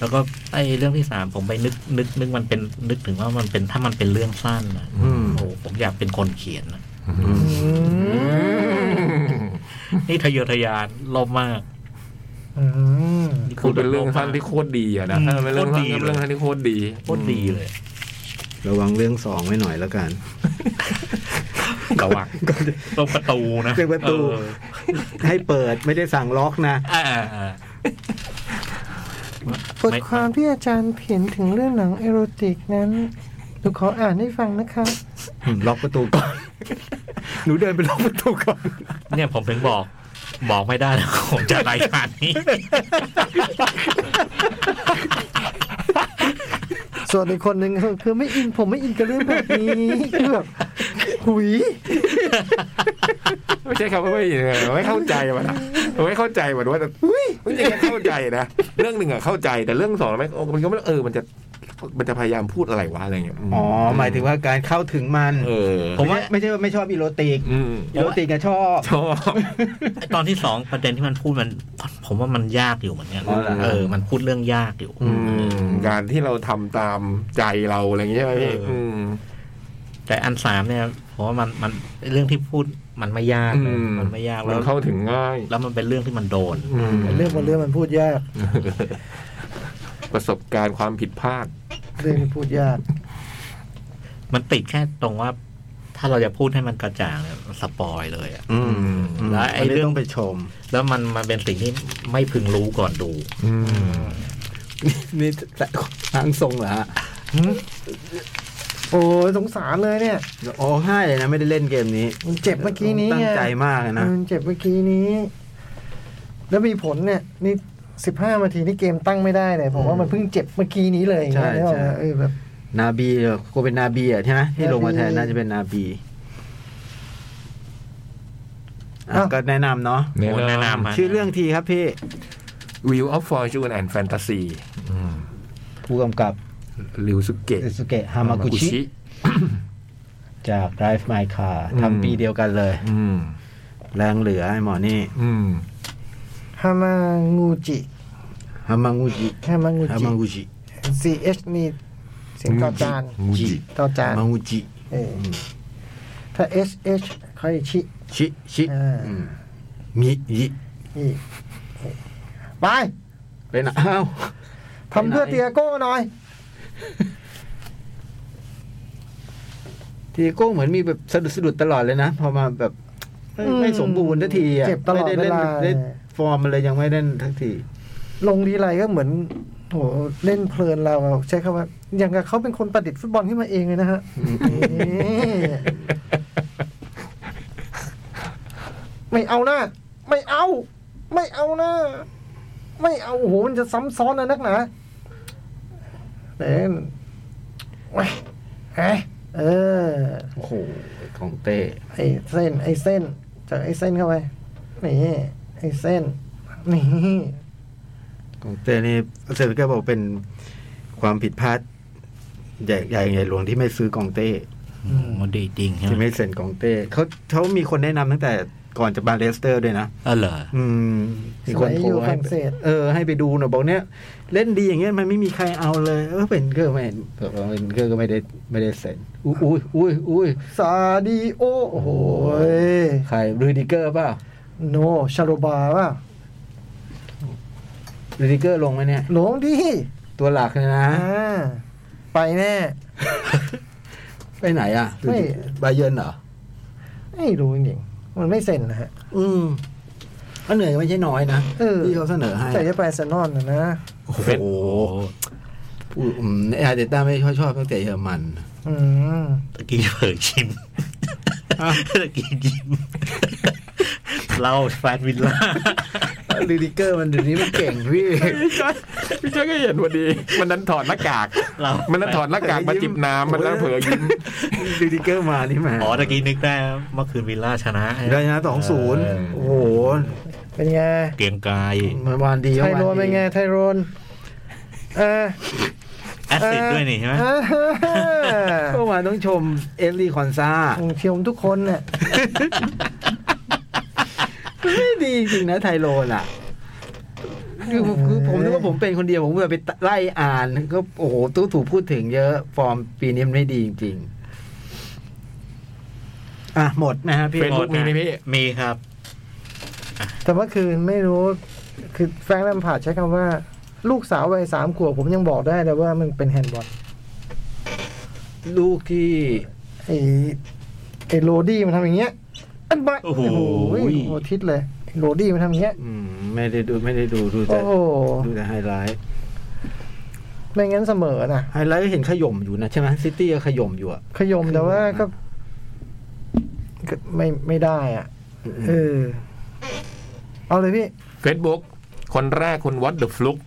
Speaker 5: แล้วก็ไอ้เรื่องที่สามผมไปนึกนึกนึกมันเป็นนึกถึงว่ามันเป็นถ้ามันเป็นเรื่องสั้นนะ
Speaker 1: อืม
Speaker 5: โอ้โหผมอยากเป็นคนเขียนนะ
Speaker 2: อื
Speaker 3: ม
Speaker 5: นี่ทะเยอทะยานโลภมาก
Speaker 2: ม
Speaker 3: คือเป็นเรื่องสั้นที่โคตรดีอะนะ
Speaker 5: อืม
Speaker 3: ถ้ามันเป็นเรื่องสั้น
Speaker 5: โคตรดี
Speaker 3: ก็เป็น
Speaker 5: เล
Speaker 3: เรื่อง
Speaker 5: ย
Speaker 3: สั้นที่โคตรดี
Speaker 5: โคตรดีเลย
Speaker 1: ระวังเรื่องสองไว้หน่อยแล้วกัน
Speaker 5: ระวังตรงประตูนะ
Speaker 1: เรื่องประตู
Speaker 5: เออ
Speaker 1: ให้เปิดไม่ได้สั่งล็อกนะ
Speaker 5: อ่าอ่า
Speaker 2: บทความที่อาจารย์เขียนถึงเรื่องหนังเอโรติกนั้นหนูขออ่านให้ฟังนะคะ
Speaker 1: ล็อกประตูก่อน หนูเดินไปล็อกประตูก่อน
Speaker 5: เนี่ยผมถึงบอก บอกไม่ได้นะผมจะรายการนี้
Speaker 2: ส่วนอีกคนหนึ่งคือคือไม่อินผมไม่อินกับเรื่องแบบนี้คือแบบหุย
Speaker 3: ไม่ใช่ครับว่าไม่ไม่เข้าใจมันอะไม่เข้าใจมันว่าแต่ไม่ใช่แค่เข้าใจนะเรื่องหนึ่งอะเข้าใจแต่เรื่องสองไม่มันก็ไม่เออมันจะมันจะพยายามพูดอะไรวะอะไรเงี้ยม
Speaker 1: อ๋อ หมายถึงว่าการเข้าถึงมัน
Speaker 3: เออ
Speaker 5: ผมว่า
Speaker 1: ไม่ใช่ว่าไม่ชอบอีโรติก
Speaker 3: อืม
Speaker 1: อีโรติกก็ชอบ
Speaker 3: ชอบ
Speaker 5: ไอ้ตอนที่สองประเด็นที่มันพูดมัน ผมว่ามันยากอยู่เหมือนกัน
Speaker 1: อ๋อเหรอ
Speaker 5: เออ มันพูดเรื่องยากอยู่
Speaker 3: อืมการที่เราทำตามใจเราอะไรอย่างเงี้ยใช่ไหมพี่
Speaker 5: เอออื
Speaker 3: อืม
Speaker 5: แต่อันสามเนี่ยผมว่ามันมันเรื่องที่พูดมันไม่ยาก
Speaker 3: อืม
Speaker 5: มันไม่ยากแล้
Speaker 3: มัน
Speaker 5: ว
Speaker 3: เข้าถึงง่าย
Speaker 5: แล้วมันเป็นเรื่องที่มันโดน
Speaker 3: อืม
Speaker 2: เรื่องบนเรื่องมันพูดยาก
Speaker 3: ประสบการณ์ความผิดพลาด
Speaker 2: เรื่องนี้พูดยาก
Speaker 5: มันติดแค่ตรงว่า ถ้าเราจะพูดให้มันกระจ่างเนี่ยมันสปอยเลยอะ
Speaker 1: อืม
Speaker 5: แล้วไอ้
Speaker 1: นนี้
Speaker 5: เรื่อง
Speaker 1: ต้องไปชม
Speaker 5: แล้วมันมันเป็นสิ่งที่ไม่พึงรู้ก่อนดู
Speaker 3: อืม
Speaker 1: นี่แต่ทางทรงเหรอฮะ
Speaker 2: โอ้ยสงสารเลยเนี่ย
Speaker 1: โอ้ให้เลยนะไม่ได้เล่นเกมนี้
Speaker 2: มันเจ็บเมื่อกี้นี้
Speaker 1: ตั้ง
Speaker 2: ไง
Speaker 1: ใจมากเลยนะ
Speaker 2: มันเจ็บเมื่อกี้นี้ แล้วมีผลเนี่ย นี่สิบห้านาทีนี่เกมตั้งไม่ได้เลยผมว่ามันเพิ่งเจ็บเมื่อกี้นี้เลย
Speaker 1: ใช่
Speaker 2: เนี่ย
Speaker 1: ใช่
Speaker 2: เออแบบ
Speaker 1: นาบีเหรอกูเป็นนาบีอ่ะใช่ไหมที่ลงมาแทน
Speaker 2: นาบี
Speaker 1: น่าจะเป็นนาบีอ่ะ
Speaker 2: อ้าว
Speaker 1: ก็แนะนำเนาะ
Speaker 5: แนะนำฮะ
Speaker 1: ชื่อเรื่องทีครับพี่
Speaker 3: Wheel of Fortune and Fantasy
Speaker 1: ผู้กำกับ
Speaker 3: ริวสุเกะ
Speaker 1: อิสุเกะฮามากุชิ จาก Drive My Car ทำปีเดียวกันเลย
Speaker 3: อืม
Speaker 1: แรงเหลือไอ้หมอนี่
Speaker 3: อืม
Speaker 2: ฮามางูจิ
Speaker 1: ฮามางูจิ
Speaker 2: แค่มังงู
Speaker 1: ฮา
Speaker 2: จิ
Speaker 1: มางูจิ
Speaker 2: CH นี่เสียงต่อจาน
Speaker 3: งูจิ
Speaker 2: ต่อจาน
Speaker 1: ฮามางูจิ
Speaker 2: เออถ้า SH ค่อยชิ
Speaker 1: ชิชิ
Speaker 2: อ่า
Speaker 1: อืมมิยิ
Speaker 2: อีกไป
Speaker 1: ไปไหนอ้าว
Speaker 2: ทำเพื่อเตียโก้หน่อย
Speaker 1: ทีโก้เหมือนมีแบบสะดุดสะดุดตลอดเลยนะ พอมาแบบไม่
Speaker 2: อืม
Speaker 1: ไม่สมบูรณ์ทักทีอ่ะ
Speaker 2: เจ็บตลอด
Speaker 1: ไม่ไเล่น
Speaker 2: เวลา
Speaker 1: ได้ฟอร์มอะไรยังไม่ได้ทักที
Speaker 2: ลงทีไรก็เหมือนโหเล่นเพลินเราอะใช้คำว่า อย่างกับเขาเป็นคนประดิษฐ์ฟุตบอลขึ้นมาเองเลยนะฮะนี่ไม่เอานะไม่เอา ไม่เอานะไม่เอาโอ้โหมันจะซ้ำซ้อนนะนักหนาเด่นเว้ยเอ้ยเออ
Speaker 1: โอ้โห ของเต้
Speaker 2: ไอ้เส้น ไอ้เส้นจากไอ้เส้นเข้าไปนี่ไอ้เส้นนี่
Speaker 1: ของเต้นี่เซอร์ก็บอกเป็นความผิดพลาดใหญ่ใหญ่ใหญ่หลวงที่ไม่ซื้อกองเต้
Speaker 5: อืมมันดีจริงใช่
Speaker 1: ที่
Speaker 5: ไหม
Speaker 1: ไม่เซ็นกองเต้เขาเขามีคนแนะนำตั้งแต่ก่อนจะบาเลสเตอร์ด้วยนะ
Speaker 5: เออเหรอ
Speaker 1: อืมมีคน
Speaker 2: สยอ
Speaker 1: โทร
Speaker 2: ยู่ฝ
Speaker 1: ให้
Speaker 2: รั่ง
Speaker 1: ไป
Speaker 2: เศส
Speaker 1: เออ ให้ไปดูหน่อยบอกเนี้ยเล่นดีอย่างเงี้ยมันไม่มีใครเอาเลย เออเป็นเกอร์ไม่เห็นเออเป็นเกอร์ก็ไม่ได้ไม่ได้เซ็นอุ้ยอุ้ยอุ้ยอุ้ย
Speaker 2: ซาดิโอ โอ้โห
Speaker 1: ใครรูดิเกอร์เปล่า
Speaker 2: โนชาโรบาว่า
Speaker 1: รูดิเกอร์ลงไหมเนี่ย
Speaker 2: หลงดี
Speaker 1: ตัวหลักเลย นะ
Speaker 2: อ่าไปแน่
Speaker 1: ไปไหนอ่ะ Rüdiger บาเยิร์นเหรอ
Speaker 2: ไม่รู้จริงๆมันไม่เซ็นนะฮะ
Speaker 1: อืมก็เหนื่อยไม่ใช่น้อยนะ
Speaker 2: เออ
Speaker 1: ที่เขาเสนอให้
Speaker 2: แต่จะไปอาร์เซนอนนะนะ
Speaker 1: โอ้โห
Speaker 3: เป็น
Speaker 1: พูดอืมอาร์เตต้าไม่ค่อยชอบตั้งแต่เยอรมัน
Speaker 2: อืม
Speaker 5: ตะกี้เผลอชิม
Speaker 1: อ้าว
Speaker 5: ตะกี้ยิ้มเล่าแฟนวิลล่า
Speaker 1: ลูดิเกอร์มันเดี๋ยวนี้มันเก่งพี่
Speaker 3: พี่จ้อยพี่จ้อยก็เห็นพอดี มันนั้นถอดหน้ากาก
Speaker 5: เรา
Speaker 3: มันนั้นถอดหน้ากากมาจิบน้ำมันแล้วเผลอยิ้ม
Speaker 1: ลูดิเกอร์มานี่แหมา
Speaker 5: อ๋อตะกี้นึกได้เมื่อคืนวิลล่าชนะ
Speaker 1: ได้นะสองศูนย์
Speaker 3: เออ
Speaker 1: โอ้โห
Speaker 2: เป็นไง
Speaker 5: เกรียงไกาย
Speaker 1: เมื่อวานดี
Speaker 2: ไท
Speaker 1: เมื่อ
Speaker 2: โร
Speaker 1: วาน น
Speaker 2: เป็นไง
Speaker 1: ดี
Speaker 2: ไทโรนอ่า
Speaker 5: แอสซิดด้วยนี่ใช่ไหม
Speaker 2: อ่า
Speaker 1: เมื่อวานต้องชมเอลลี่คอนซา
Speaker 2: เชียมทุกคนเนี่ย
Speaker 1: ไม่ดีจริงนะไทโรนอ่ะคือคือผมนึกว่าผมเป็นคนเดียว ผมแบบไปไล่อ่านก็โอ้โหตู้ถูกพูดถึงเยอะ ฟอร์มปีนี้มันไม่ดีจริงๆ อ่ะ หมดนะฮะพี่
Speaker 3: เป็น Facebook มีไหมพี่
Speaker 5: มีครับ
Speaker 2: แต่เมื่อคืนไม่รู้ คือแฟรงค์แลมพาร์ดใช้คำว่า ลูกสาววัยสามขวบผมยังบอกได้เลยว่ามันเป็นแฮนด์บอล
Speaker 1: ลูกที่
Speaker 2: ไอ้ไอ้โรดี้มันทำอย่างเงี้ยอันบ้า
Speaker 5: โอ้โห
Speaker 2: โหทิศเลยไอ้โรดี้มันทำอย่างเงี้ย
Speaker 1: อืม ไม่ได้ดูไม่ได้ดูดู
Speaker 2: โอ้
Speaker 1: แต่
Speaker 2: โห
Speaker 1: ดูแต่ไฮไลท์
Speaker 2: ไม่งั้นเสมอนะ
Speaker 1: ไฮไลท์ก็เห็นขย่มอยู่นะ ใช่ไหมซิตี้ก็ขย่มอยู่อ่ะ
Speaker 2: ขยมแต่ว่าก็ก็ไม่ไม่ได้อ่ะเออเอาเลยพี่
Speaker 3: Facebook คนแรกคุณวัดเดอะฟลุก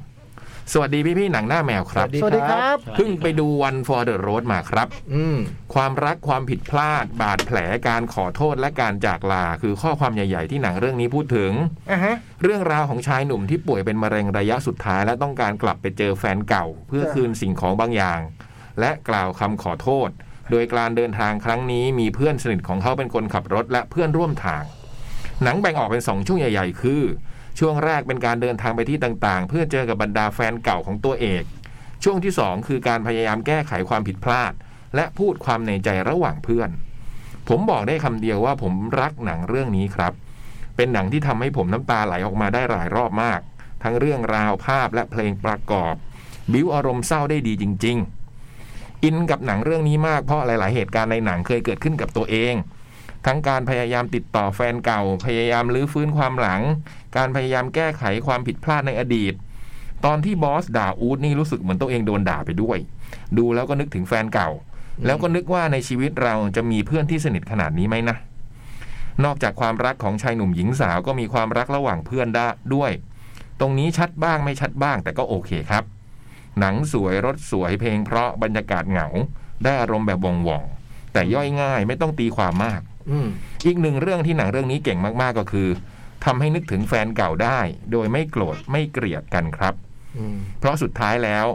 Speaker 3: สวัสดีพี่พี่ๆหนังหน้าแมวครับ
Speaker 1: สวัสดี
Speaker 2: สวัสดีครับ
Speaker 3: เพิ่งไปดูวัน for the road มาครับ
Speaker 1: อืม
Speaker 3: ความรักความผิดพลาด บาดแผลการขอโทษและการจากลา คือข้อความใหญ่ ๆ ที่หนังเรื่องนี้พูดถึง
Speaker 2: อ่ะฮะ
Speaker 3: เรื่องราวของชายหนุ่มที่ป่วยเป็นมะเร็งระยะสุดท้าย และต้องการกลับไปเจอแฟนเก่า เพื่อ
Speaker 2: จ้ะ
Speaker 3: คืนสิ่งของบางอย่าง และกล่าวคำขอโทษ โดยการเดินทางครั้งนี้มีเพื่อนสนิทของเขาเป็นคนขับรถและเพื่อนร่วมทาง หนังแบ่งออกเป็นสองช่วงใหญ่ ๆ คือ ช่วงแรกเป็นการเดินทางไปที่ต่างๆ เพื่อเจอกับบรรดาแฟนเก่าของตัวเอก ช่วงที่สองคือการพยายามแก้ไขความผิดพลาด และพูดความในใจระหว่างเพื่อน ผมบอกได้คำเดียวว่าผมรักหนังเรื่องนี้ครับ เป็นหนังที่ทำให้ผมน้ำตาไหลออกมาได้หลายรอบมาก ทั้งเรื่องราวภาพและเพลงประกอบ บิวอารมณ์เศร้าได้ดีจริง ๆ อินกับหนังเรื่องนี้มากเพราะหลาย ๆ เหตุการณ์ในหนังเคยเกิดขึ้นกับตัวเอง ทั้งการพยายามติดต่อแฟนเก่า พยายามลื้อฟื้นความหลัง การพยายามแก้ไขความผิดพลาดในอดีต ตอนที่บอสด่าอูดนี่รู้สึกเหมือนตัวเองโดนด่าไปด้วย ดูแล้วก็นึกถึงแฟนเก่า แล้วก็นึกว่าในชีวิตเราจะมีเพื่อนที่สนิทขนาดนี้ไหมนะ นอกจากความรักของชายหนุ่มหญิงสาวก็มีความรักระหว่างเพื่อนได้ด้วย ตรงนี้ชัดบ้างไม่ชัดบ้างแต่ก็โอเคครับ หนังสวยรสสวยเพลงเพราะบรรยากาศเหงา ได้อารมณ์แบบวงว่องๆแต่ย่อยง่ายไม่ต้องตีความมาก
Speaker 1: อืม
Speaker 3: อีกหนึ่งเรื่องที่หนังเรื่องนี้เก่งมากๆก็คือทำให้นึกถึงแฟนเก่าได้ โดยไม่โกรธไม่เกลียดกันครับ
Speaker 1: อืม
Speaker 3: เพราะสุดท้ายแล้ว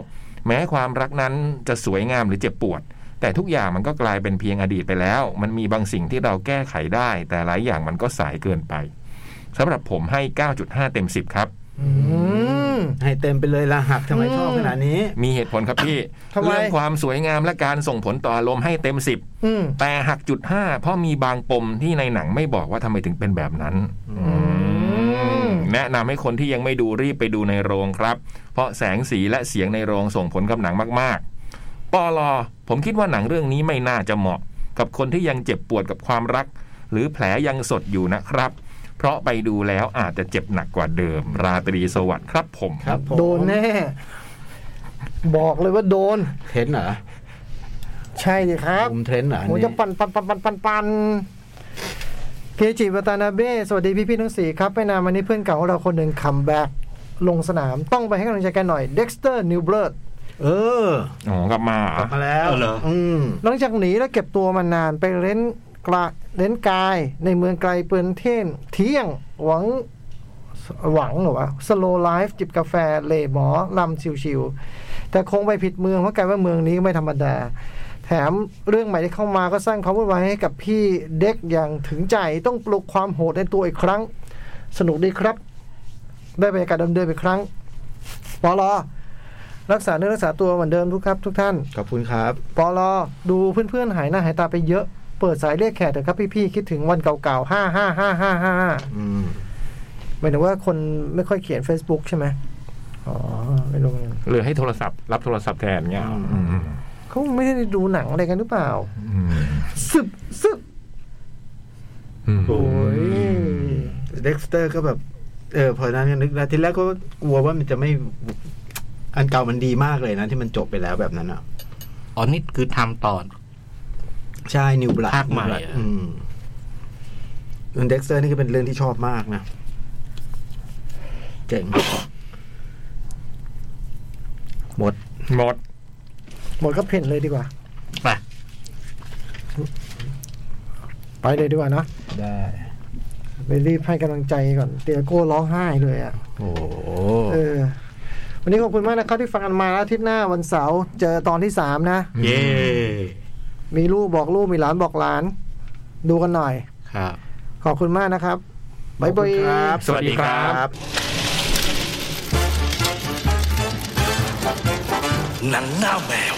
Speaker 3: แม้ความรักนั้นจะสวยงามหรือเจ็บปวด แต่ทุกอย่างมันก็กลายเป็นเพียงอดีตไปแล้ว มันมีบางสิ่งที่เราแก้ไขได้ แต่หลายอย่างมันก็สายเกินไปสำหรับผมให้ 9.5 เต็ม 10 ครับ
Speaker 2: อืม
Speaker 1: ให้เต็มไปเลยละหักทำไมชอบขนาดนี้
Speaker 3: มีเหตุผลครับพี่
Speaker 2: ทำไม
Speaker 3: เรื่องความสวยงามและการส่งผลต่ออารมณ์ให้เต็มสิบ
Speaker 2: อืม
Speaker 3: แต่หักจุดห้าเพราะมีบางปมที่ในหนังไม่บอกว่าทำไมถึงเป็นแบบนั้น
Speaker 2: ม
Speaker 3: แนะนำให้คนที่ยังไม่ดูรีบไปดูในโรงครับ เพราะแสงสีและเสียงในโรงส่งผลกับหนังมากๆปอลอผมคิดว่าหนังเรื่องนี้ไม่น่าจะเหมาะ กับคนที่ยังเจ็บปวดกับความรัก หรือแผลยังสดอยู่นะครับ เพราะไปดูแล้วอาจจะเจ็บหนักกว่าเดิม ราตรีสวัสดิ์ครับผม
Speaker 1: ครับผม
Speaker 2: โดนแน่ บอกเลยว่าโดน
Speaker 1: เทรนด์เหรอ
Speaker 2: ใช่เลยครับ
Speaker 1: ผมเทรนด์เหรออัน
Speaker 2: ผ
Speaker 1: นี้
Speaker 2: มจะปั่นปั่นปั่นปั่นปั่นปั่นเคจิวัตานาเบ้สวัสดีพี่พี่ๆทั้งสี่ครับไม่นานมานี้เพื่อนเก่าของเราคนหนึ่งคัมแบ็กลงสนามต้องไปให้กำลังใจกันหน่อยเด็กสเตอร์นิวเบิร์ด
Speaker 1: เออ
Speaker 3: อ๋อกลับมาเหร
Speaker 1: กลั
Speaker 3: อบ
Speaker 1: มาแล้ว
Speaker 4: เอาเหรอ
Speaker 1: อืม
Speaker 2: หลังจากหนีและเก็บตัวมานานไปเล่นกลาเล่นกายในเมืองไกลเปืนเท่นเที่ยงหวังหวังเหรอวะสโลไลฟ์จิบกาแฟเหล่หมอลำชิวๆแต่คงไปผิดเมืองเพราะกลายว่าเมืองนี้ไม่ธรรมดา แถมเรื่องใหม่ที่เข้ามาก็สร้างความวุ่นวายให้กับพี่เด็กอย่างถึงใจต้องปลุกความโหดในตัวอีกครั้ง สนุกดีครับ ได้บรรยากาศเดิมๆอีกครั้งปอลอรักษาเนื้อรักษาตัวเหมือนเดิมทุกครับ ทุกท่าน
Speaker 1: ขอบคุณครับ
Speaker 2: ปอลอดูเพื่อนๆหายหน้าหายตาไปเยอะ เปิดสายเรียกแขกเถอะครับพี่ๆคิดถึงวันเก่าๆห้าห้าห้าห้าห้า
Speaker 1: อืม
Speaker 2: หมายถึงว่าคนไม่ค่อยเขียน Facebook ใช่ไหมอ๋อไม่รู้เหมือนกัน
Speaker 3: หรือให้โทรศัพท์ รับโทรศัพท์แทนเงี้ยอืม
Speaker 2: เขาไม่ได้ดูหนังอะไรกันหรือเปล่า
Speaker 3: อืม
Speaker 2: ซึบซึบ
Speaker 3: อืม
Speaker 2: โอ้ย
Speaker 1: เด็กสเตอร์ก็แบบ เออพอนั้นก็นึกได้ทีแรกก็กลัวว่ามันจะไม่ อันเก่ามันดีมากเลยนะที่มันจบไปแล้วแบบนั้นอ่ะ
Speaker 5: อ๋อนี่คือทำตอน
Speaker 1: ใช่ นิวบลัด
Speaker 5: ภาคใหม่อะ
Speaker 1: อืมเด็กเซอร์นี่ก็เป็นเรื่องที่ชอบมากนะ เจ๋ง หมด
Speaker 3: หมด
Speaker 2: หมดก็เพ่นเลยดีกว่า
Speaker 5: ไป
Speaker 2: ไปเลยดีกว่านะ
Speaker 1: ได้
Speaker 2: ไปรีบให้กำลังใจก่อน เตียโก้ร้องไห้เลยอ่ะ
Speaker 1: โอ้โห
Speaker 2: เออ วันนี้ขอบคุณมากนะครับที่ฟังกันมาแล้วอาทิตย์หน้าวันเสาร์เจอตอนที่สามนะ
Speaker 5: เย้
Speaker 2: มีลูกบอกลูกมีหลานบอกหลาน ดูกันหน่อย
Speaker 5: ครับ
Speaker 2: ขอบคุณมากนะครับบ๊ายบาย
Speaker 1: ขอณครับ
Speaker 3: สวัสดีครับ
Speaker 6: หนังหน้าแมว